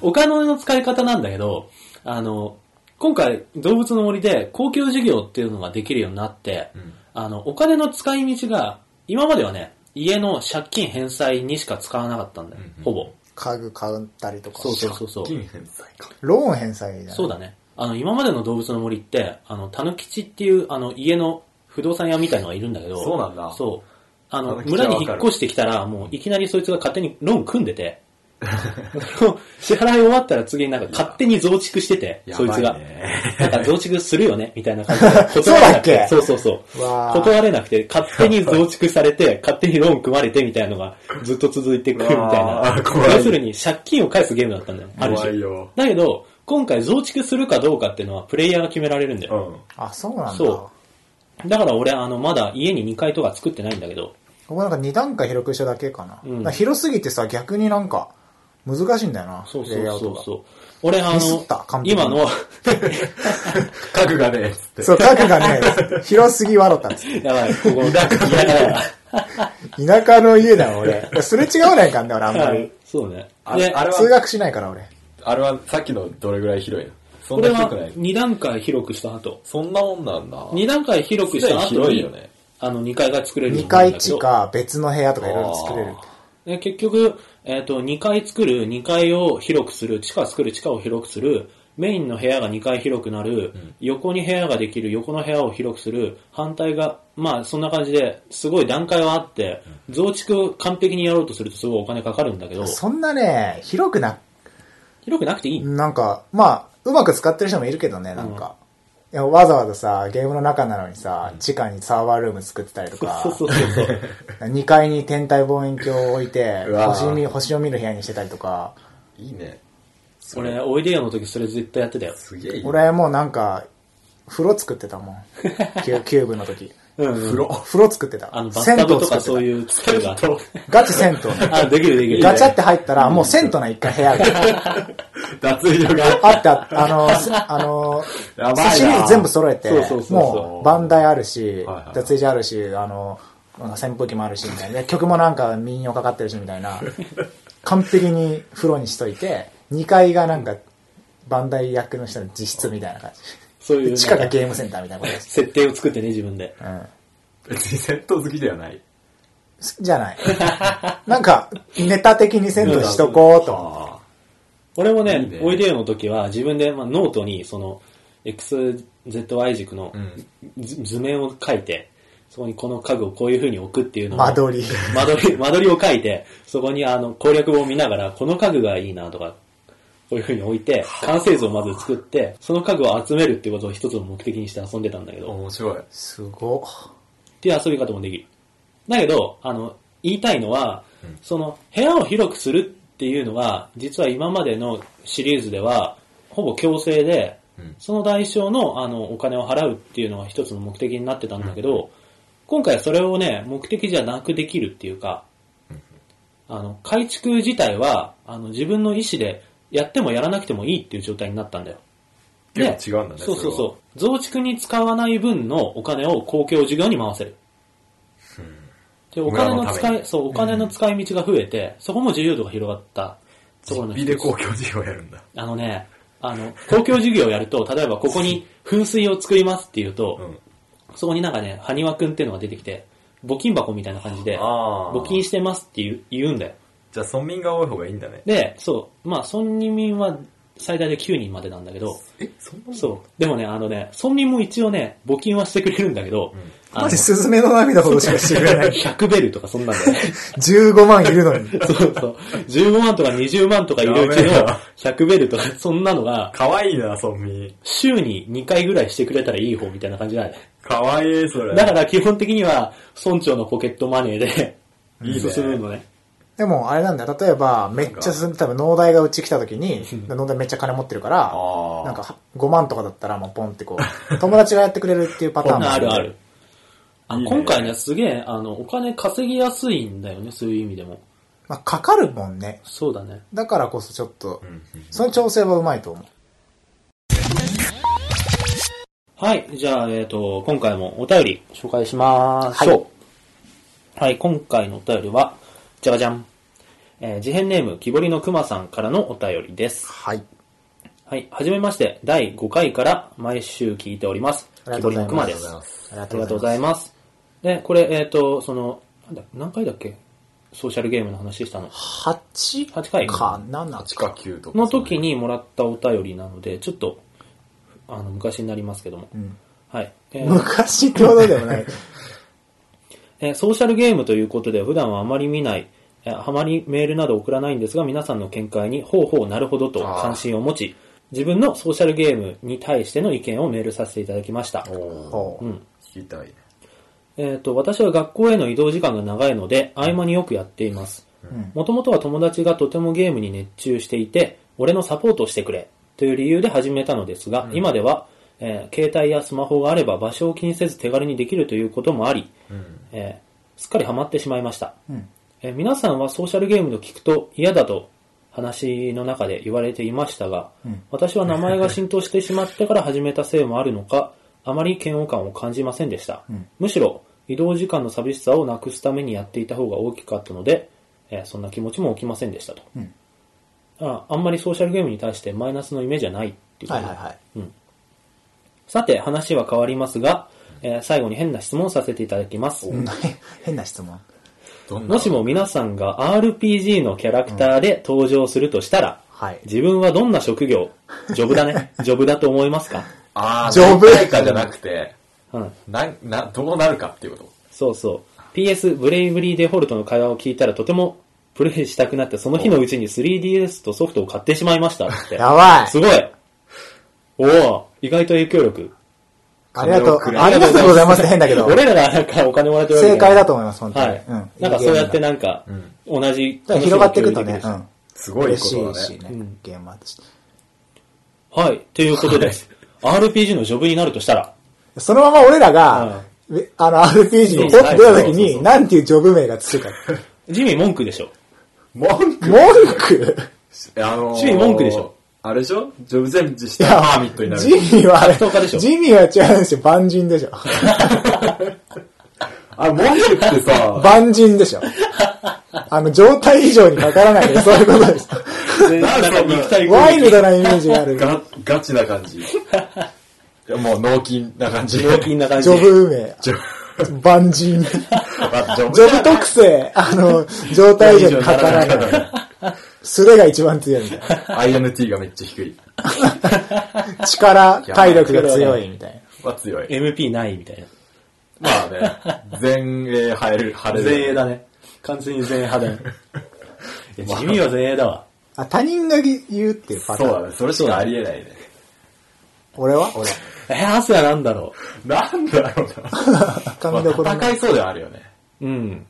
[SPEAKER 1] お金の使い方なんだけど、あの、今回、動物の森で公共事業っていうのができるようになって、あの、お金の使い道が、今まではね、家の借金返済にしか使わなかったんだよ、ほぼ。
[SPEAKER 2] 家具買ったりとか。
[SPEAKER 1] そうそうそうそう。
[SPEAKER 3] 金返済か。
[SPEAKER 2] ローン返済だ、ね。
[SPEAKER 1] そうだね。あの、今までの動物の森って、あの、たぬきちっていう、あの、家の不動産屋みたいのがいるんだけど、
[SPEAKER 3] そうなんだ
[SPEAKER 1] そう。あの、
[SPEAKER 3] 狸ちゃん
[SPEAKER 1] 村
[SPEAKER 3] は
[SPEAKER 1] に引っ越してきたら、もういきなりそいつが勝手にローン組んでて、 それを支払い終わったら次になんか勝手に増築してて、
[SPEAKER 3] や
[SPEAKER 1] そい
[SPEAKER 3] ば
[SPEAKER 1] つ
[SPEAKER 3] い
[SPEAKER 1] が。
[SPEAKER 3] ね。
[SPEAKER 1] なんか増築するよねみたいな感 じで。
[SPEAKER 2] そうだっ
[SPEAKER 1] 断れなくて
[SPEAKER 2] け
[SPEAKER 1] そうそうそう。
[SPEAKER 2] わー
[SPEAKER 1] 断れなくて、勝手に増築され て、勝手にローン組まれてみたいなのがずっと続いてくるみたい
[SPEAKER 3] わ
[SPEAKER 1] な
[SPEAKER 3] ー。怖い
[SPEAKER 1] 要するに借金を返すゲームだったんだよ。ある
[SPEAKER 3] 怖
[SPEAKER 1] 種
[SPEAKER 3] い。よ。
[SPEAKER 1] だけど、今回増築するかどうかっていうのはプレイヤーが決められるんだ
[SPEAKER 3] う
[SPEAKER 1] よ。
[SPEAKER 3] ん。
[SPEAKER 2] あ、そうなんだ。
[SPEAKER 1] そうだから俺、あの、まだ家に2階とか作ってないんだけど、
[SPEAKER 2] ここなんか2段階広くしただけかな。
[SPEAKER 1] ん
[SPEAKER 2] だから広すぎてさ、逆になんか、難しいんだよな。
[SPEAKER 1] そうそ
[SPEAKER 2] レイア
[SPEAKER 1] うそ
[SPEAKER 2] ウト
[SPEAKER 1] う
[SPEAKER 2] が
[SPEAKER 1] そう。俺、あ
[SPEAKER 2] ミス
[SPEAKER 1] の
[SPEAKER 2] った完、璧に
[SPEAKER 1] 今の、
[SPEAKER 3] 家具がね、つって。
[SPEAKER 2] そう、家具がね、広すぎ笑ったんですよ
[SPEAKER 1] やばい、ここ、だから、
[SPEAKER 2] 田舎の家だよ、俺。すれ違わないからね、俺あんま
[SPEAKER 1] は
[SPEAKER 2] り
[SPEAKER 1] い。そうね。
[SPEAKER 3] あ
[SPEAKER 1] で、
[SPEAKER 3] あれ
[SPEAKER 2] 通
[SPEAKER 3] は、
[SPEAKER 2] 学しないから、俺。
[SPEAKER 3] あれはさっきのどれぐらい広いのそ
[SPEAKER 1] こ
[SPEAKER 3] ん
[SPEAKER 1] れ
[SPEAKER 3] な広
[SPEAKER 1] は
[SPEAKER 3] くない
[SPEAKER 1] 2段階広くした後、
[SPEAKER 3] そんなもんなんだ。
[SPEAKER 1] 2段階広くした
[SPEAKER 3] すで
[SPEAKER 1] 後
[SPEAKER 3] に広い
[SPEAKER 1] に
[SPEAKER 3] よね、
[SPEAKER 1] あの、2階が作れるよう
[SPEAKER 2] 2
[SPEAKER 1] になるん
[SPEAKER 2] 階
[SPEAKER 1] だけ
[SPEAKER 2] 地
[SPEAKER 1] ど。
[SPEAKER 2] か別の部屋とかいろいろ作れる。
[SPEAKER 1] で結局、えっ、と、2階作る、2階を広くする、地下作る、地下を広くする、メインの部屋が2階広くなる、横に部屋ができる、横の部屋を広くする、反対が、まあそんな感じで、すごい段階はあって、増築完璧にやろうとするとすごいお金かかるんだけど、
[SPEAKER 2] そんなね、広くな、
[SPEAKER 1] 広くなくていい、
[SPEAKER 2] なんか、まあ、うまく使ってる人もいるけどね、なんか。いやわざわざさ、ゲームの中なのにさ、地下にサーバールーム作ってたりとか。
[SPEAKER 1] そうそうそうそう。
[SPEAKER 2] 2階に天体望遠鏡を置いて
[SPEAKER 3] うわー
[SPEAKER 2] 星見星を見る部屋にしてたりとか
[SPEAKER 3] いいね。
[SPEAKER 1] 俺、おいでよの時それ絶対やってたよ。
[SPEAKER 3] すげえいい。
[SPEAKER 2] 俺もうなんか風呂作ってたもん キュキューブの時
[SPEAKER 1] うん、
[SPEAKER 3] 風呂。
[SPEAKER 2] 風呂作ってた
[SPEAKER 1] あの、バスタブとかそう
[SPEAKER 2] う
[SPEAKER 1] いう作りが。
[SPEAKER 2] ガチ銭
[SPEAKER 1] あ、できるでき
[SPEAKER 2] 湯
[SPEAKER 1] る。
[SPEAKER 2] ガチャって入ったらもう銭湯な一回部屋が
[SPEAKER 3] 脱衣所が。
[SPEAKER 2] あったあのすあの
[SPEAKER 3] やばいな
[SPEAKER 2] シリーズ全部揃えて
[SPEAKER 1] そうそうそうそう
[SPEAKER 2] もうバンダイあるし
[SPEAKER 3] はいはい
[SPEAKER 2] 脱衣所あるしあのなんか扇風機もあるしみたいなで曲もなんか民謡かかってるしみた いな完璧に風呂にしといて2階がなんかバンダイ役の人の自室みたいな感
[SPEAKER 1] そうい
[SPEAKER 2] じ
[SPEAKER 1] う
[SPEAKER 2] で
[SPEAKER 1] ね。
[SPEAKER 2] 地下がゲームセンターみたいなことです、
[SPEAKER 1] 設定を作ってね、自分で。
[SPEAKER 2] うん、
[SPEAKER 3] 別に戦闘好きではない。
[SPEAKER 2] じゃないなんかネタ的に銭湯しとこうと思って
[SPEAKER 3] あ
[SPEAKER 1] 俺もね、
[SPEAKER 3] いいね
[SPEAKER 1] おいでよの時は自分で、まあ、ノートにその XZY 軸の
[SPEAKER 3] ん
[SPEAKER 1] 図,、面を書いて、そこにこの家具をこういう風に置くっていうのを
[SPEAKER 2] 間取り
[SPEAKER 1] 間取り、間 取りを書いて、そこにあの攻略本を見ながら、この家具がいいなとか、こういう風に置いて、完成図をまず作って、その家具を集めるっていうことを一つの目的にして遊んでたんだけ
[SPEAKER 3] あ。
[SPEAKER 1] ど、っ
[SPEAKER 3] 面白い。
[SPEAKER 2] すご
[SPEAKER 1] ていう遊び方もできる。だけど、あの、言いたいのは、その部屋を広くするっていうのが、実は今までのシリーズでは、ほぼ強制で、
[SPEAKER 3] うん
[SPEAKER 1] その代償のあのお金を払うっていうのが一つの目的になってたんだけど、今回はそれをね、目的じゃなくできるっていうか、あの、改築自体は、あの、自分の意思でやってもやらなくてもいいっていう状態になったんだよ。で
[SPEAKER 3] 結構違うんだね
[SPEAKER 1] そうそう
[SPEAKER 3] それは
[SPEAKER 1] そう。増築に使わない分のお金を公共事業に回せる。で、お金の
[SPEAKER 3] 村のた
[SPEAKER 1] 使
[SPEAKER 3] め
[SPEAKER 1] い、
[SPEAKER 3] に
[SPEAKER 1] そう、お金の使い道が増えて、そこも自由度が広がったところの
[SPEAKER 3] ビ
[SPEAKER 1] 一
[SPEAKER 3] デ
[SPEAKER 1] つ
[SPEAKER 3] 公共事業やるんだ。
[SPEAKER 1] あのね、あの、公共事業をやると、例えばここに噴水を作りますっていうと、
[SPEAKER 3] ん
[SPEAKER 1] そこになんかね、埴輪くんっていうのが出てきて、募金箱みたいな感じで、
[SPEAKER 3] あー
[SPEAKER 1] 募金してますって言う言うんだよ。
[SPEAKER 3] じゃあ村民が多い方がいいんだね。
[SPEAKER 1] で、そう、まあ、村民は最大で9人までなんだけど、
[SPEAKER 3] え、そんなもん
[SPEAKER 1] そう。でもね、あのね、村民も一応ね、募金はしてくれるんだけど、あ
[SPEAKER 2] マ
[SPEAKER 1] の
[SPEAKER 2] ジ、 スズメの涙ほどしかしてくれない。
[SPEAKER 1] 100ベルとかそんなんだよね。
[SPEAKER 2] 15万いるのに。
[SPEAKER 1] そうそう。15万とか20万とかいるうち
[SPEAKER 3] やべえ
[SPEAKER 1] の
[SPEAKER 3] な
[SPEAKER 1] 100ベルとか、そんなのが、
[SPEAKER 3] かわいいな、村民。
[SPEAKER 1] 週に2回ぐらいしてくれたらいい方みたいな感じだね。
[SPEAKER 3] かわいい、それ。
[SPEAKER 1] だから基本的には、村長のポケットマネーで、
[SPEAKER 3] いいね
[SPEAKER 1] 進むのね。
[SPEAKER 2] でも、あれなんだよ。例えば、めっちゃ進んで、多分、農大がうち来た時に、農大めっちゃ金持ってるから
[SPEAKER 3] あー、
[SPEAKER 2] なんか、5万とかだったら、もうポンってこう、 友達がやってくれるっていうパターンも
[SPEAKER 1] あるある。あ
[SPEAKER 3] いいね
[SPEAKER 1] 今回ね、すげえ、あの、お金稼ぎやすいんだよね、そういう意味でも。
[SPEAKER 2] まあ、かかるもんね。
[SPEAKER 1] そうだね。
[SPEAKER 2] だからこそちょっと
[SPEAKER 3] ん、
[SPEAKER 2] その調整はうまいと思う。
[SPEAKER 1] はい、じゃあ、えっ、と、今回もお便り紹介しましょう。はい、今回のお便りは、じゃがじゃん。えー、事変ネーム、木彫りのくまさんからのお便りです。
[SPEAKER 2] はい。
[SPEAKER 1] はい、はじめまして、第5回から毎週聞いております。
[SPEAKER 2] あり
[SPEAKER 1] 木彫
[SPEAKER 2] がとう
[SPEAKER 1] り
[SPEAKER 2] ござ
[SPEAKER 1] の
[SPEAKER 2] い
[SPEAKER 1] く
[SPEAKER 2] ま
[SPEAKER 1] ますです。
[SPEAKER 2] ありが
[SPEAKER 1] ありがとうございます。で、これ、えっ、と、その、なんだ、何回だっけソーシャルゲームの話したの。
[SPEAKER 2] 8
[SPEAKER 1] 八回
[SPEAKER 2] か7
[SPEAKER 3] か
[SPEAKER 2] か。
[SPEAKER 3] 9とか。
[SPEAKER 1] の時にもらったお便りなので、ちょっと、あの、昔になりますけども。はい。えー
[SPEAKER 2] 昔ってほどでもない。
[SPEAKER 1] えーソーシャルゲームということで、普段はあまり見ない、えーあまりメールなど送らないんですが、皆さんの見解に、ほうほうなるほどと関心を持ち、自分のソーシャルゲームに対しての意見をメールさせていただきました。
[SPEAKER 3] おお
[SPEAKER 2] ほう
[SPEAKER 1] うん。
[SPEAKER 3] 聞きたいね。
[SPEAKER 1] えっ、と、私は学校への移動時間が長いので、合間によくやっています。もともとは友達がとてもゲームに熱中していて、俺のサポートをしてくれという理由で始めたのですが、今では、えー携帯やスマホがあれば場所を気にせず手軽にできるということもあり、えーすっかりハマってしまいました、えー皆さんはソーシャルゲームの聞くと嫌だと話の中で言われていましたが、私は名前が浸透してしまってから始めたせいもあるのか、あまり嫌悪感を感じませんでした。むしろ、移動時間の寂しさをなくすためにやっていた方が大きかったので、えーそんな気持ちも起きませんでしたと、あ。あんまりソーシャルゲームに対してマイナスのイメージはないっていうことで
[SPEAKER 2] はいはい はい。
[SPEAKER 1] さて、話は変わりますが、えー最後に変な質問をさせていただきます。
[SPEAKER 2] うん変な質問。
[SPEAKER 3] どんな
[SPEAKER 1] もしも皆さんが RPG のキャラクターで登場するとしたら、
[SPEAKER 2] はい
[SPEAKER 1] 自分はどんな職業、ジョブだ ね、ジョブだと思いますか
[SPEAKER 3] ああ、
[SPEAKER 2] 丈夫
[SPEAKER 3] 何回かじゃなくて、
[SPEAKER 1] うん、
[SPEAKER 3] なん、な、どうなるかっていうこと。
[SPEAKER 1] そうそう。PS、ブレイブリーデフォルトの会話を聞いたらとてもプレイしたくなって、その日のうちに 3DS とソフトを買ってしまいましたって。
[SPEAKER 2] やばい
[SPEAKER 1] すごいおお意外と影響力。
[SPEAKER 2] ありがとう、
[SPEAKER 3] 金をくれ
[SPEAKER 2] ありがとうございます。変だけ ど。
[SPEAKER 1] 俺らがなんかお金もらってるわけ
[SPEAKER 2] 正解だと
[SPEAKER 1] 思
[SPEAKER 2] 思います、本当に。
[SPEAKER 1] はい、
[SPEAKER 2] うん。
[SPEAKER 1] なんかそうやってなんか、同じ
[SPEAKER 2] だから広がっていくとね、
[SPEAKER 1] 楽しみを共有できる
[SPEAKER 2] う
[SPEAKER 1] し
[SPEAKER 2] ん。
[SPEAKER 3] すごい
[SPEAKER 2] 嬉
[SPEAKER 3] こ
[SPEAKER 2] し
[SPEAKER 3] と
[SPEAKER 2] い
[SPEAKER 3] だね
[SPEAKER 2] し。ね、ゲーマーとして。
[SPEAKER 1] はい、ということです。RPG のジョブになるとしたら、
[SPEAKER 2] そのまま俺らが、えあの、RPG にポッと出た時
[SPEAKER 3] そうそうそうそ
[SPEAKER 2] に、
[SPEAKER 3] う
[SPEAKER 2] なんていうジョブ名がつ くか。
[SPEAKER 1] ジミー文句でしょ。
[SPEAKER 3] 文句
[SPEAKER 2] 文句
[SPEAKER 3] あのー、
[SPEAKER 1] 趣味文句でしょ。
[SPEAKER 3] あれでしょジョブ全治し
[SPEAKER 2] い
[SPEAKER 3] たらハーミットになる
[SPEAKER 2] ジ。ミーはあれ
[SPEAKER 1] 格闘家でしょ
[SPEAKER 2] ジミーは違うんですよ。万人でしょ。
[SPEAKER 3] あ、文句っ てさ、
[SPEAKER 2] 万人でしょ。あの、状態以上にかからないで、そういうこと です。
[SPEAKER 1] なんか肉体攻撃
[SPEAKER 2] ワイルドなイメージがある。
[SPEAKER 3] ガ、ガチな感じ。いやもう、脳筋な感じ。
[SPEAKER 1] 料金な感じ
[SPEAKER 2] ジ
[SPEAKER 1] で。
[SPEAKER 2] ョブ名。
[SPEAKER 3] ジョ
[SPEAKER 2] 万人。 ジ
[SPEAKER 3] あジョブ
[SPEAKER 2] ョブ特性。あの、状態以上にか から
[SPEAKER 3] な
[SPEAKER 2] ない。
[SPEAKER 3] らない。
[SPEAKER 2] それが一番強いみたい
[SPEAKER 3] INT がめっちゃ低い。
[SPEAKER 2] な。力、体力が強いみたいな。
[SPEAKER 3] は強い。
[SPEAKER 1] MP ないみたいな。
[SPEAKER 3] まあね、全英入る、晴れる。
[SPEAKER 1] 前衛だね。完全に前衛派だよ。いや地味は前衛だわ。
[SPEAKER 2] あ、他人が言うっていうパタ
[SPEAKER 3] そう
[SPEAKER 2] ーン。
[SPEAKER 3] だね、それしかありえないね。
[SPEAKER 2] 俺は俺。
[SPEAKER 1] えー、アスはなんだろ
[SPEAKER 3] なんだろう
[SPEAKER 2] 神どころ
[SPEAKER 3] な。
[SPEAKER 2] の
[SPEAKER 3] 戦いそうではあるよね。
[SPEAKER 1] う。うん。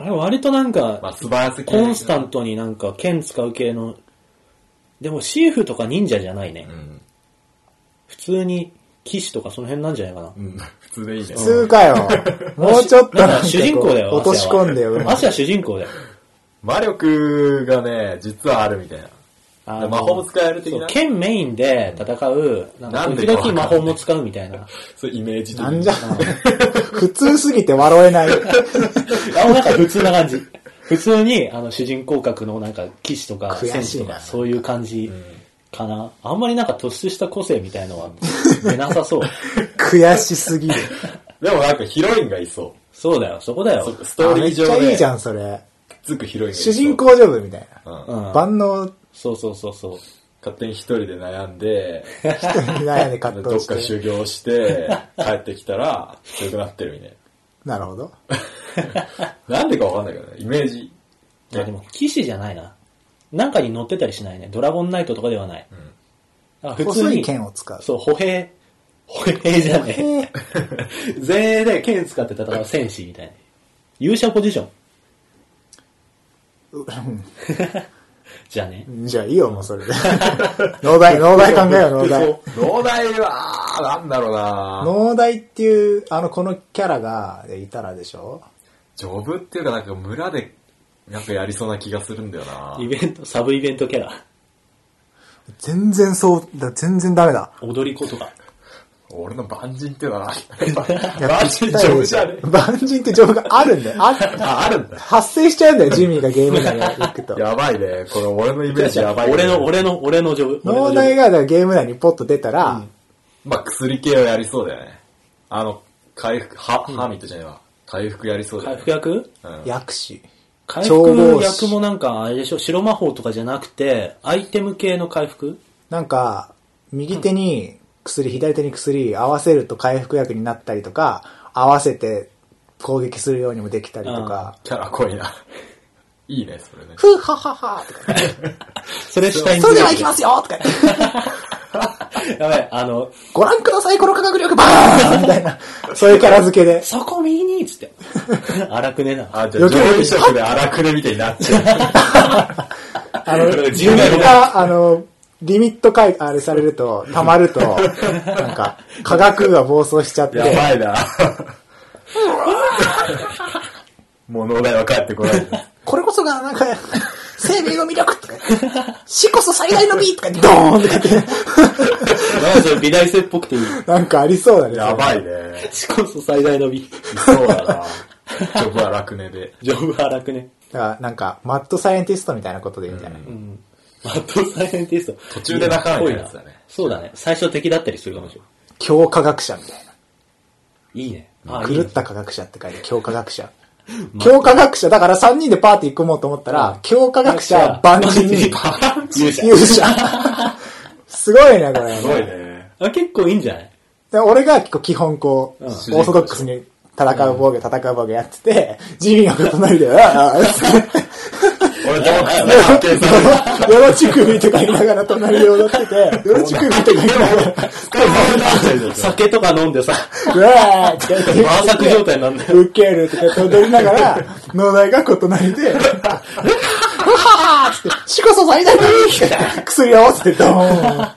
[SPEAKER 1] あれ割となんか、
[SPEAKER 3] まあ、素晴らしい。
[SPEAKER 1] コンスタントになんか剣使う系の、でもシーフとか忍者じゃないね。
[SPEAKER 3] ん
[SPEAKER 1] 普通に騎士とかその辺なんじゃないかな。
[SPEAKER 3] うん、普通でいいね。
[SPEAKER 2] 普通かよ。もうちょっと
[SPEAKER 1] だか
[SPEAKER 2] なん
[SPEAKER 1] ら
[SPEAKER 2] か
[SPEAKER 1] 主人公だよ。
[SPEAKER 2] こう落とし込んでよ、うま
[SPEAKER 1] ア
[SPEAKER 2] く
[SPEAKER 1] スは主人公だよ。
[SPEAKER 3] 魔力がね、実はあるみたいな。
[SPEAKER 1] あの
[SPEAKER 3] 魔法も使える的
[SPEAKER 1] そう
[SPEAKER 3] な。
[SPEAKER 1] 剣メインで戦う、なんか
[SPEAKER 3] なん
[SPEAKER 1] 時
[SPEAKER 3] でか
[SPEAKER 1] 々魔法も使うみたい な。
[SPEAKER 3] そうイメージ的
[SPEAKER 2] なんじゃ、普通すぎて笑えない。
[SPEAKER 1] あ、なんか普通な感じ。普通に、あの、主人公格のなんか、騎士とか、
[SPEAKER 2] 悔しいな
[SPEAKER 1] 戦士とか、そういう感じかな。あんまりなんか突出した個性みたいのは 出なさそう。
[SPEAKER 2] 悔しすぎる。
[SPEAKER 3] でもなんかヒロインがいそ
[SPEAKER 1] そうだよ、そこだ
[SPEAKER 3] う。
[SPEAKER 1] よ。
[SPEAKER 3] そス
[SPEAKER 2] あ
[SPEAKER 3] トー
[SPEAKER 2] めっ
[SPEAKER 3] リー
[SPEAKER 2] ち
[SPEAKER 3] 上
[SPEAKER 2] ゃいい
[SPEAKER 3] で、
[SPEAKER 2] じ
[SPEAKER 3] く
[SPEAKER 2] ゃん、それ。
[SPEAKER 3] っつくヒロインがいそう
[SPEAKER 2] 主人。公ジョブみたいな。
[SPEAKER 3] うん。
[SPEAKER 1] うん。
[SPEAKER 2] 万能、
[SPEAKER 1] そうそうそうそう。
[SPEAKER 3] 勝手に一人で悩んで、
[SPEAKER 2] 悩ん でカット
[SPEAKER 3] どっか
[SPEAKER 2] して。
[SPEAKER 3] 修行して、帰ってきたら強くなってるみたい
[SPEAKER 2] なるほど。
[SPEAKER 3] な。なんでかわかんないけどね、イメージ。
[SPEAKER 1] いやでも、騎士じゃないな。なんかに乗ってたりしないね。ドラゴンナイトとかではない。だから普通
[SPEAKER 2] 細い
[SPEAKER 1] に、
[SPEAKER 2] 剣を使う。
[SPEAKER 1] そう、歩兵、歩兵じゃねえ。
[SPEAKER 2] へえ
[SPEAKER 1] 前衛で剣使って戦う戦士みたいな。勇者ポジションじゃね。
[SPEAKER 2] じゃあいいよ、もうそれで。 農大、農大考えよう、農大。
[SPEAKER 3] 農大は、なんだろうな
[SPEAKER 2] 農大っていう、あの、このキャラがいたらでしょ
[SPEAKER 3] ジョブっていうかなんか村で、なんかやりそうな気がするんだよな
[SPEAKER 1] イベント、サブイベントキャラ。
[SPEAKER 2] 全然そう、だ全然ダメだ。
[SPEAKER 1] 踊り子とか。
[SPEAKER 3] 俺の万人っていうのは、
[SPEAKER 2] い や
[SPEAKER 3] 万人ジョブじゃね
[SPEAKER 2] 万人って情報があるんだよ。
[SPEAKER 3] え。
[SPEAKER 2] あ
[SPEAKER 3] あ、あるんだ。
[SPEAKER 2] 発生しちゃうんだよ、ジミーがゲーム内に行くと。
[SPEAKER 3] やばいね。これ俺のイメージやばい、ね。
[SPEAKER 1] 俺の、。俺の、俺のジョブ。俺の
[SPEAKER 2] 脳
[SPEAKER 1] ジョ
[SPEAKER 2] 内
[SPEAKER 1] ブ
[SPEAKER 2] がだからゲーム内にポッと出たら、
[SPEAKER 3] まあ、薬系はやりそうだよね。あの、回復、は、ハーミットじゃねえわ。回復やりそうだよ
[SPEAKER 1] 回
[SPEAKER 3] ね。
[SPEAKER 1] 復薬
[SPEAKER 3] うん
[SPEAKER 2] 薬師。
[SPEAKER 1] 回
[SPEAKER 2] 調
[SPEAKER 1] 復
[SPEAKER 2] 合士
[SPEAKER 1] 薬もなんか、あれでしょ、白魔法とかじゃなくて、アイテム系の回復
[SPEAKER 2] なんか、右手に薬、左手に薬合わせると回復薬になったりとか、合わせて攻撃するようにもできたりとか、
[SPEAKER 3] キャラ濃いな。いいね、それね。
[SPEAKER 2] ふっはっはっはとか、
[SPEAKER 1] それしたいん
[SPEAKER 2] それでは行きますよとか、
[SPEAKER 1] やばい、あの、
[SPEAKER 2] ご覧ください、この科学力バーンみたいな、そういうキャラ付けで。
[SPEAKER 1] そこ右にっつって。荒くねえな。
[SPEAKER 3] あ、じゃあ、
[SPEAKER 2] 余計
[SPEAKER 3] 上位色で荒くれみたいになっちゃう。
[SPEAKER 2] あの、自
[SPEAKER 1] 10
[SPEAKER 2] 分
[SPEAKER 1] 代の
[SPEAKER 2] が、あの、リミット解、あれされると、溜まると、なんか、科学が暴走しちゃって、
[SPEAKER 3] やば いな。もう脳内は帰ってこない。
[SPEAKER 2] これこそが、なんか、生命の魅力とか、死こそ最大の美とか、ドーンとかって、
[SPEAKER 1] なんかそれ美大生っぽくていい。
[SPEAKER 2] なんかありそうだね。
[SPEAKER 3] やばいね。
[SPEAKER 1] しこそ最大の美。
[SPEAKER 3] いそうだな。ジョブは楽ねで。
[SPEAKER 1] ジョブ荒くね。
[SPEAKER 2] だから、なんか、マッドサイエンティストみたいなことでいいんじゃない、
[SPEAKER 1] マッドサイエンティスト。
[SPEAKER 3] 途中で仲間になるやつだね
[SPEAKER 1] いやそうだね。最初敵だったりするかもしれな
[SPEAKER 2] 強科学者みたい
[SPEAKER 1] い。いいね。あ
[SPEAKER 2] な。
[SPEAKER 1] いいね
[SPEAKER 2] 狂った科学者って書いて、強科学者。強科学者、だから3人でパーティー組もうと思ったら、強科学者、万人に、
[SPEAKER 1] 勇者
[SPEAKER 2] 勇者。すごいね、これ
[SPEAKER 3] す。ごいね。
[SPEAKER 1] あ、結構いいんじゃない
[SPEAKER 2] で俺が結構基本こう、オーソドックスに戦う防御、戦う防御やってて、ジミーが隣で、ああ、ああつって
[SPEAKER 3] 俺、洞窟で発見される。
[SPEAKER 2] よろち首とか言いながら隣で踊ってて、よろち首とか言いながら、
[SPEAKER 1] 酒とか飲んでさ、
[SPEAKER 2] うわーって言って、
[SPEAKER 1] 満作状態になんだよ。
[SPEAKER 2] ウケるとか飛んでりながら、脳内が異なりで、うわーっつって、死こそ最大の意味薬合わせてドーン。
[SPEAKER 3] 仲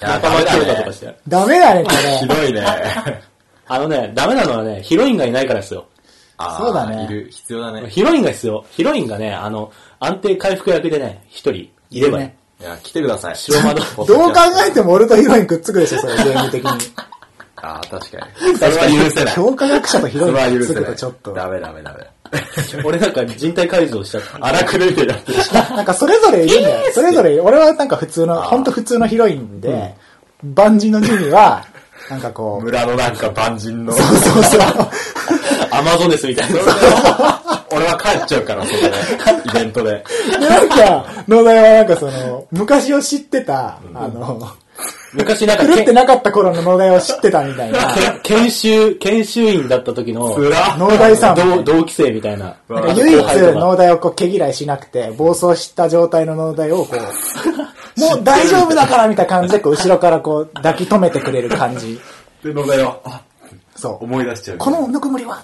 [SPEAKER 1] 仲間強化と
[SPEAKER 3] と
[SPEAKER 1] か
[SPEAKER 3] か
[SPEAKER 1] し
[SPEAKER 3] してて。
[SPEAKER 2] ダメだね、こ
[SPEAKER 3] ひ
[SPEAKER 2] れ。
[SPEAKER 3] どいね。
[SPEAKER 1] あのね、ダメなのはね、ヒロインがいないからですよ。
[SPEAKER 3] あー
[SPEAKER 2] そうだね
[SPEAKER 3] いる、必要だね。
[SPEAKER 1] ヒロインが必要。ヒロインがね、あの、安定回復役でね、一人いればいい。
[SPEAKER 2] ね
[SPEAKER 3] いや、来てください。
[SPEAKER 1] 白窓
[SPEAKER 2] どう考えても俺とヒロインくっつくでしょ、それ、ゲーム的に。
[SPEAKER 3] ああ、確かに。 それは許せない。
[SPEAKER 2] 強化学者とヒ
[SPEAKER 3] そ
[SPEAKER 2] ロイ
[SPEAKER 3] れ
[SPEAKER 2] ン
[SPEAKER 3] は
[SPEAKER 2] くっ
[SPEAKER 3] 許
[SPEAKER 2] つ
[SPEAKER 3] せ
[SPEAKER 2] く
[SPEAKER 3] な
[SPEAKER 2] と
[SPEAKER 3] い。
[SPEAKER 2] ちょっと。
[SPEAKER 3] ダメダメダメ。
[SPEAKER 1] 俺なんか人体改造しちゃった。
[SPEAKER 3] 荒くれみたいになってる。
[SPEAKER 2] なんかそれぞれいるんだよ。それぞれ、俺はなんか普通の、ほんと普通のヒロインで、万人のジミーは、なんかこう、
[SPEAKER 3] 村のなんか万人の。
[SPEAKER 2] そうそう。
[SPEAKER 1] アマゾネスみたいな。
[SPEAKER 3] 俺は帰っちゃうから、そこ で。イベントで。
[SPEAKER 2] で、なんか、農大はなんかその、昔を知ってた、あの、
[SPEAKER 1] 昔なんか
[SPEAKER 2] 狂っ
[SPEAKER 1] け
[SPEAKER 2] てなかった頃の農大を知ってたみたいな、
[SPEAKER 1] け研修、研修員だった時の、
[SPEAKER 3] つら
[SPEAKER 2] 農大さんも
[SPEAKER 1] 同、同期生みたいな。
[SPEAKER 2] なんか唯一 農大をこう毛嫌いしなくて、暴走した状態の農大を こう、もう大丈夫だからみたいな感じで、こう後ろからこう抱き止めてくれる感じ。
[SPEAKER 3] で、野田よ。あ、
[SPEAKER 2] そう。
[SPEAKER 3] 思い出しちゃう。
[SPEAKER 2] このぬくもりは
[SPEAKER 1] も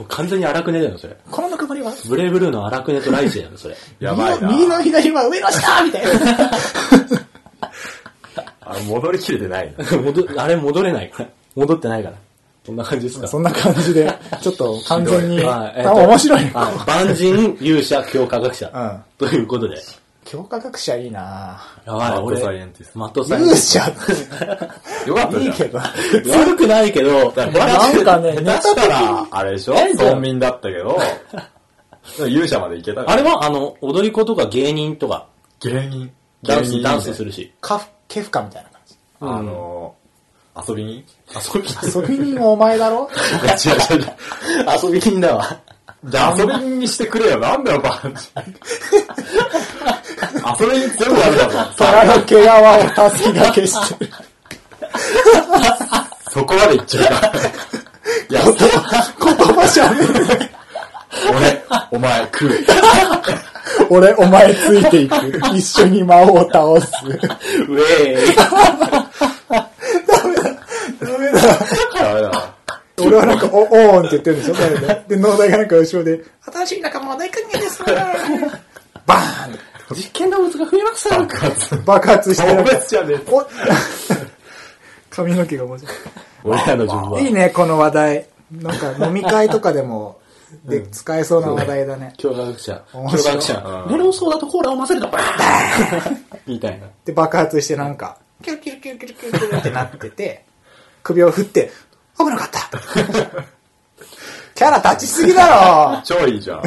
[SPEAKER 1] う完全に荒くねだよ、それ。
[SPEAKER 2] このぬくもりは
[SPEAKER 1] ブレイブルーの荒くねとライジェだよ、それ。
[SPEAKER 3] やばい
[SPEAKER 2] 右
[SPEAKER 3] な。
[SPEAKER 2] の右の左は上の下みたいな。
[SPEAKER 3] あ戻りきれてないな。
[SPEAKER 1] 戻、あれ戻れないから。戻ってないから。そんな感じですか。
[SPEAKER 2] そんな感じで、ちょっと完全に、
[SPEAKER 1] はい
[SPEAKER 2] 多分面白いね。
[SPEAKER 1] はい万人、勇者、強化学者。ということで。
[SPEAKER 2] 強化学者いいな
[SPEAKER 1] やばい、
[SPEAKER 3] マッ
[SPEAKER 1] 俺。
[SPEAKER 3] ドサイエンティスト
[SPEAKER 1] マットサイエンティ
[SPEAKER 2] 勇
[SPEAKER 1] ス
[SPEAKER 2] 者
[SPEAKER 3] よかった
[SPEAKER 2] い
[SPEAKER 3] じ
[SPEAKER 2] い
[SPEAKER 3] ゃん。
[SPEAKER 2] けど。
[SPEAKER 1] ト。悪くないけど、
[SPEAKER 2] なんかね、ネタ
[SPEAKER 3] 下手したら、あれでしょ村民だったけ ど、でも勇者まで行けたか ら。
[SPEAKER 1] あれは、あの、踊り子とか芸人とか、
[SPEAKER 3] 芸人。
[SPEAKER 1] ダンス、ダンスす
[SPEAKER 3] る。
[SPEAKER 1] るし。
[SPEAKER 2] カフ、ケフカみたいな感じ。
[SPEAKER 3] あの、遊びに 遊びに
[SPEAKER 2] 遊び人もお前だろ
[SPEAKER 3] 違う違う違う。
[SPEAKER 1] 遊び人だわ。
[SPEAKER 3] じゃあ遊びにしてくれよ。なんだよ、バンジー。あ、それに全部あるだろ。
[SPEAKER 2] 虎の毛皮をたすきがけしてる。
[SPEAKER 3] そこまでいっちゃ うか。いや、そ
[SPEAKER 2] 言葉しゃべる。
[SPEAKER 3] 俺、お前、食う。
[SPEAKER 2] 俺、お前ついていく。一緒に魔王を倒 す。
[SPEAKER 1] ウェーイ
[SPEAKER 3] ダメだわ。
[SPEAKER 2] 俺はなんか、お、おーんって言ってるんでしょそれで。で、農大がなんか後ろで、
[SPEAKER 5] 新しい仲間は大歓迎です。バーン
[SPEAKER 1] 実験動物が増えました
[SPEAKER 3] 爆発。
[SPEAKER 2] 爆発してなんか
[SPEAKER 3] じゃね
[SPEAKER 2] お髪の毛が面白い。
[SPEAKER 3] 俺らの順番。
[SPEAKER 2] いいね、この話題。なんか飲み会とかでも、で、使えそうな話題だね。
[SPEAKER 3] 教科学者。教
[SPEAKER 2] 面白い
[SPEAKER 3] 科学者。メロンソーダとコーラを混ぜると、バー ンみたいな。
[SPEAKER 2] で、爆発してなんか、キュルキュルキュルキュルキュルキュルってなってて、首を振って、危なかった キャラ立ちすぎだ
[SPEAKER 3] 超いいじゃん。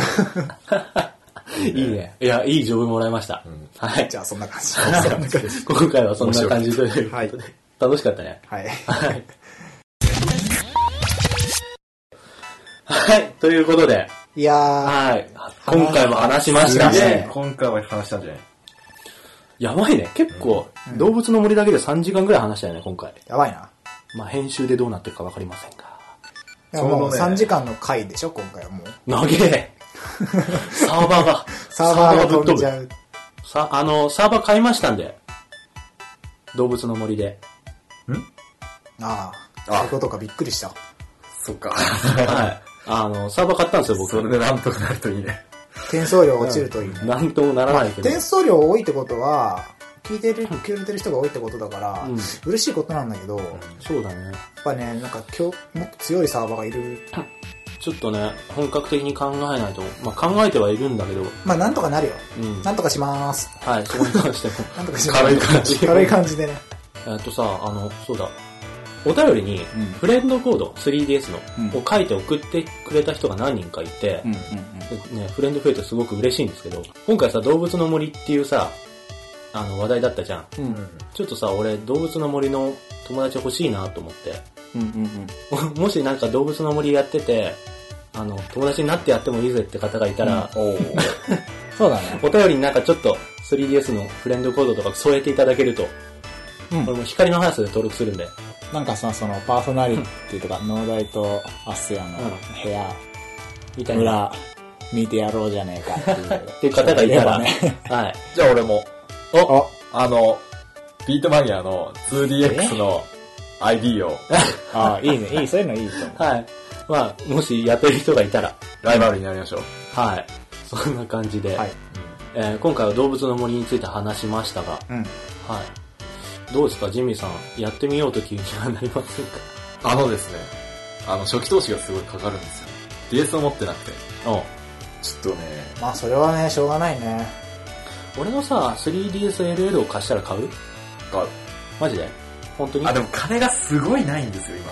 [SPEAKER 1] いいね。いや、いいジョブもらいました。はい
[SPEAKER 2] ろ。じゃあ、そんな感じ。
[SPEAKER 1] 今回はそんな感じという
[SPEAKER 2] はい
[SPEAKER 1] ことで。楽しかったね。
[SPEAKER 2] はい。
[SPEAKER 1] はい。はい。ということで、
[SPEAKER 2] いや
[SPEAKER 1] はい。今回も話しました
[SPEAKER 2] ダメ
[SPEAKER 1] ね。
[SPEAKER 3] 今回は話したんじゃない
[SPEAKER 1] やばいね。結構、動物の森だけで3時間ぐらい話したよね、今回。
[SPEAKER 2] ー、やばいな。
[SPEAKER 1] まあ、編集でどうなってるかわかりませんが。
[SPEAKER 2] いやもう
[SPEAKER 3] そのね
[SPEAKER 2] 3時間の回でしょ、今回はもう。
[SPEAKER 1] 投 げサーバーが、
[SPEAKER 2] サーバーが飛んじ
[SPEAKER 1] ぶっ
[SPEAKER 2] ゃう。
[SPEAKER 1] 飛ぶさ、あの、サーバー買いましたんで。動物の森 で。
[SPEAKER 2] ああ、そういうことか、びっくりした。
[SPEAKER 3] そっか。
[SPEAKER 1] はい。あの、サーバー買ったんですよ、
[SPEAKER 3] それ
[SPEAKER 1] 僕。
[SPEAKER 3] でなんとかなるといいね。
[SPEAKER 2] 転送量落ちるといいね。
[SPEAKER 1] なんともならないけど。
[SPEAKER 2] 転送量多いってことは、聞いてる、聞いてる人が多いってことだから、
[SPEAKER 1] うん
[SPEAKER 2] 嬉しいことなんだけど、やっ
[SPEAKER 1] そうだね。
[SPEAKER 2] ぱね、なんか今日、もっと強いサーバーがいる。
[SPEAKER 1] ちょっとね、本格的に考えないと。まあ、考えてはいるんだけど。
[SPEAKER 2] まあ、なんとかなるよ。
[SPEAKER 1] うん。
[SPEAKER 2] なんとかします。
[SPEAKER 1] はい、そこに関しても。
[SPEAKER 2] なんとかします。
[SPEAKER 3] 軽い感じ。
[SPEAKER 2] 軽い感じでね。
[SPEAKER 1] えっとさ、あの、そうだ。お便りに、フレンドコード、3DS の、
[SPEAKER 5] うん
[SPEAKER 1] を書いて送ってくれた人が何人かいて、
[SPEAKER 5] うんうん
[SPEAKER 1] ね、フレンド増えてすごく嬉しいんですけど、今回さ、動物の森っていうさ、あの、話題だったじゃん。
[SPEAKER 5] うん。
[SPEAKER 1] ちょっとさ、俺、動物の森の友達欲しいなと思って。
[SPEAKER 5] うんうんうん。
[SPEAKER 1] もしなんか動物の森やってて、あの、友達になってやってもいいぜって方がいたら、
[SPEAKER 5] そうだね。
[SPEAKER 1] お便りになんかちょっと 3DS のフレンドコードとか添えていただけると、
[SPEAKER 5] うん
[SPEAKER 1] 俺も光の速さで登録するんで、
[SPEAKER 5] なんかさ、そのパーソナリティとか、農大とアスヤの
[SPEAKER 1] うん
[SPEAKER 5] 部屋、
[SPEAKER 1] みたいな。
[SPEAKER 5] 裏、見てやろうじゃねえか っていう。
[SPEAKER 1] っていう方がいたら、
[SPEAKER 5] ね。
[SPEAKER 1] はい。
[SPEAKER 3] じゃあ俺も、
[SPEAKER 1] お、
[SPEAKER 2] あ、
[SPEAKER 3] あの、ビートマニアの 2DX の ID を
[SPEAKER 5] ああ、いいね。いい、そういうのいいと思う。
[SPEAKER 1] はい。まあ、もしやってる人がいたら、
[SPEAKER 3] ライバルになりましょう。
[SPEAKER 1] はい。そんな感じで、
[SPEAKER 2] はい
[SPEAKER 1] えー今回は動物の森について話しましたが、
[SPEAKER 2] うん
[SPEAKER 1] はい。どうですか、ジミーさん、やってみようと気にはなりませんか
[SPEAKER 3] あのですね、あの、初期投資がすごいかかるんですよ。DS を持ってなくて。
[SPEAKER 1] お
[SPEAKER 3] ちょっとね、
[SPEAKER 2] まあ、それはね、しょうがないね。
[SPEAKER 1] 俺のさ、3DSLL を貸したら買う
[SPEAKER 3] 買う
[SPEAKER 1] マジで本当に
[SPEAKER 3] あ、でも金がすごいないんですよ、今。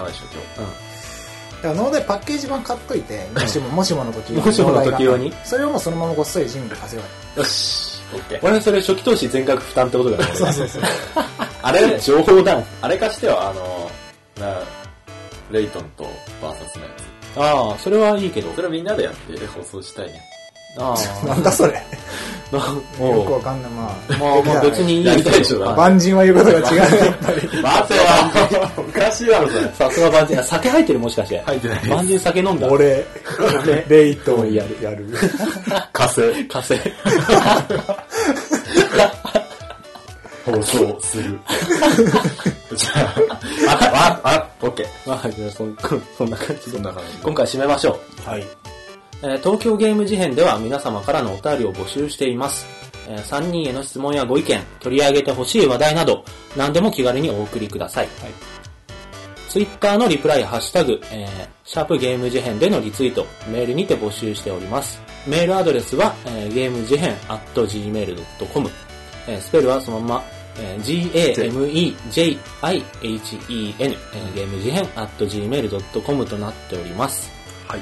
[SPEAKER 3] 27でしょ、
[SPEAKER 2] だから、脳でパッケージ版買っといて、もしも、もしもの時用に
[SPEAKER 1] もしもの時用に
[SPEAKER 2] それをもうそのままごっそりジムに稼が
[SPEAKER 3] 今日。よし。オッケー。
[SPEAKER 1] 俺それ初期投資全額負担ってことだから、ね。そうそうそう。
[SPEAKER 3] あれ、
[SPEAKER 1] 情報だ
[SPEAKER 3] あれかしては、あの、な、レイトンとバーサスのや
[SPEAKER 1] ああ、それはいいけど
[SPEAKER 3] つ。そ。れみんなでやって放送したいね。
[SPEAKER 1] あ
[SPEAKER 2] れば。なんだそれ。
[SPEAKER 1] あ、
[SPEAKER 2] よく
[SPEAKER 1] おう
[SPEAKER 2] わかんない。ま
[SPEAKER 1] まあまあ別にいい
[SPEAKER 3] やりたいで
[SPEAKER 1] け
[SPEAKER 3] しょ
[SPEAKER 1] ど。
[SPEAKER 3] だ
[SPEAKER 2] あ、
[SPEAKER 1] あ
[SPEAKER 2] 万人は言うことが違う。やっぱり
[SPEAKER 3] 待てよおかしいだろ、それ。
[SPEAKER 1] さすが万人、あ酒入ってるもしかして。
[SPEAKER 3] 入ってないです
[SPEAKER 1] 万人酒飲 んだ。
[SPEAKER 2] 俺、レイトン
[SPEAKER 1] や
[SPEAKER 2] や
[SPEAKER 1] る
[SPEAKER 2] る。
[SPEAKER 3] 火星
[SPEAKER 1] 火星。
[SPEAKER 3] 放送する。 じゃあ、あ、あ、あ、オッケー。
[SPEAKER 1] まあ、じゃあそん そんな感じ
[SPEAKER 3] そ
[SPEAKER 1] で
[SPEAKER 3] ん。な感じ。
[SPEAKER 1] 今回締めましょう。
[SPEAKER 2] はい。
[SPEAKER 1] えー東京ゲーム事変では皆様からのお便りを募集しています。えー3人への質問やご意見、取り上げてほしい話題など、何でも気軽にお送りください。
[SPEAKER 2] はい
[SPEAKER 1] ツイッターのリプライ、ハッシュタグ、えーシャープゲーム事変でのリツイート、メールにて募集しております。メールアドレスは、えーゲーム事変 at gmail.com、えースペルはそのまま、えー gamejihien、えーゲーム事変 at gmail.com となっております。
[SPEAKER 3] はい。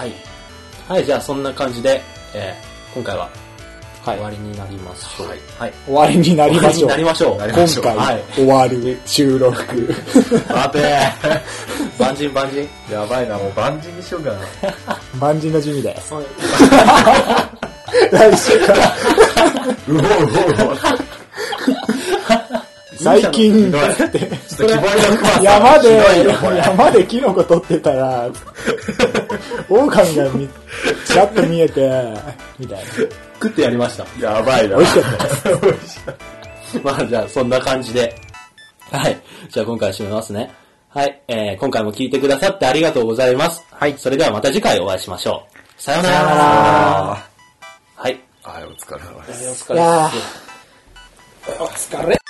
[SPEAKER 1] はい。はい、じゃあそんな感じで、えー今回は
[SPEAKER 2] はい
[SPEAKER 1] 終わりになりましょう。
[SPEAKER 3] はい。
[SPEAKER 2] 終わりになりま
[SPEAKER 1] 終
[SPEAKER 2] しょう
[SPEAKER 1] わ。りになりましょう。
[SPEAKER 3] なりましょう
[SPEAKER 2] 今
[SPEAKER 1] は
[SPEAKER 2] 回
[SPEAKER 1] い、
[SPEAKER 2] 終わる、収録。
[SPEAKER 3] 待て
[SPEAKER 1] 万人万人。
[SPEAKER 3] やばいな、もう万人にしようかな。
[SPEAKER 2] 万人の地味です。来週から。
[SPEAKER 3] うおうおうおう。
[SPEAKER 2] 最近、
[SPEAKER 3] ちょっと希望の熊さん。
[SPEAKER 2] 山で
[SPEAKER 3] ひどいよこ、れ
[SPEAKER 2] 山でキノコ取ってた ら、狼がみ、ちらっと見えて、みたいな。
[SPEAKER 3] 食ってやりました。やばいな。
[SPEAKER 2] 美味しかったです。
[SPEAKER 1] まあじゃあそんな感じで。はい。じゃあ今回締めますね。はい。えー、今回も聞いてくださってありがとうございます。はい。それではまた次回お会いしましょう。さようなら。はい。
[SPEAKER 3] はい、お疲れ様です。
[SPEAKER 1] お疲
[SPEAKER 2] い
[SPEAKER 1] れ様
[SPEAKER 2] や
[SPEAKER 1] です。
[SPEAKER 2] ーお疲れ。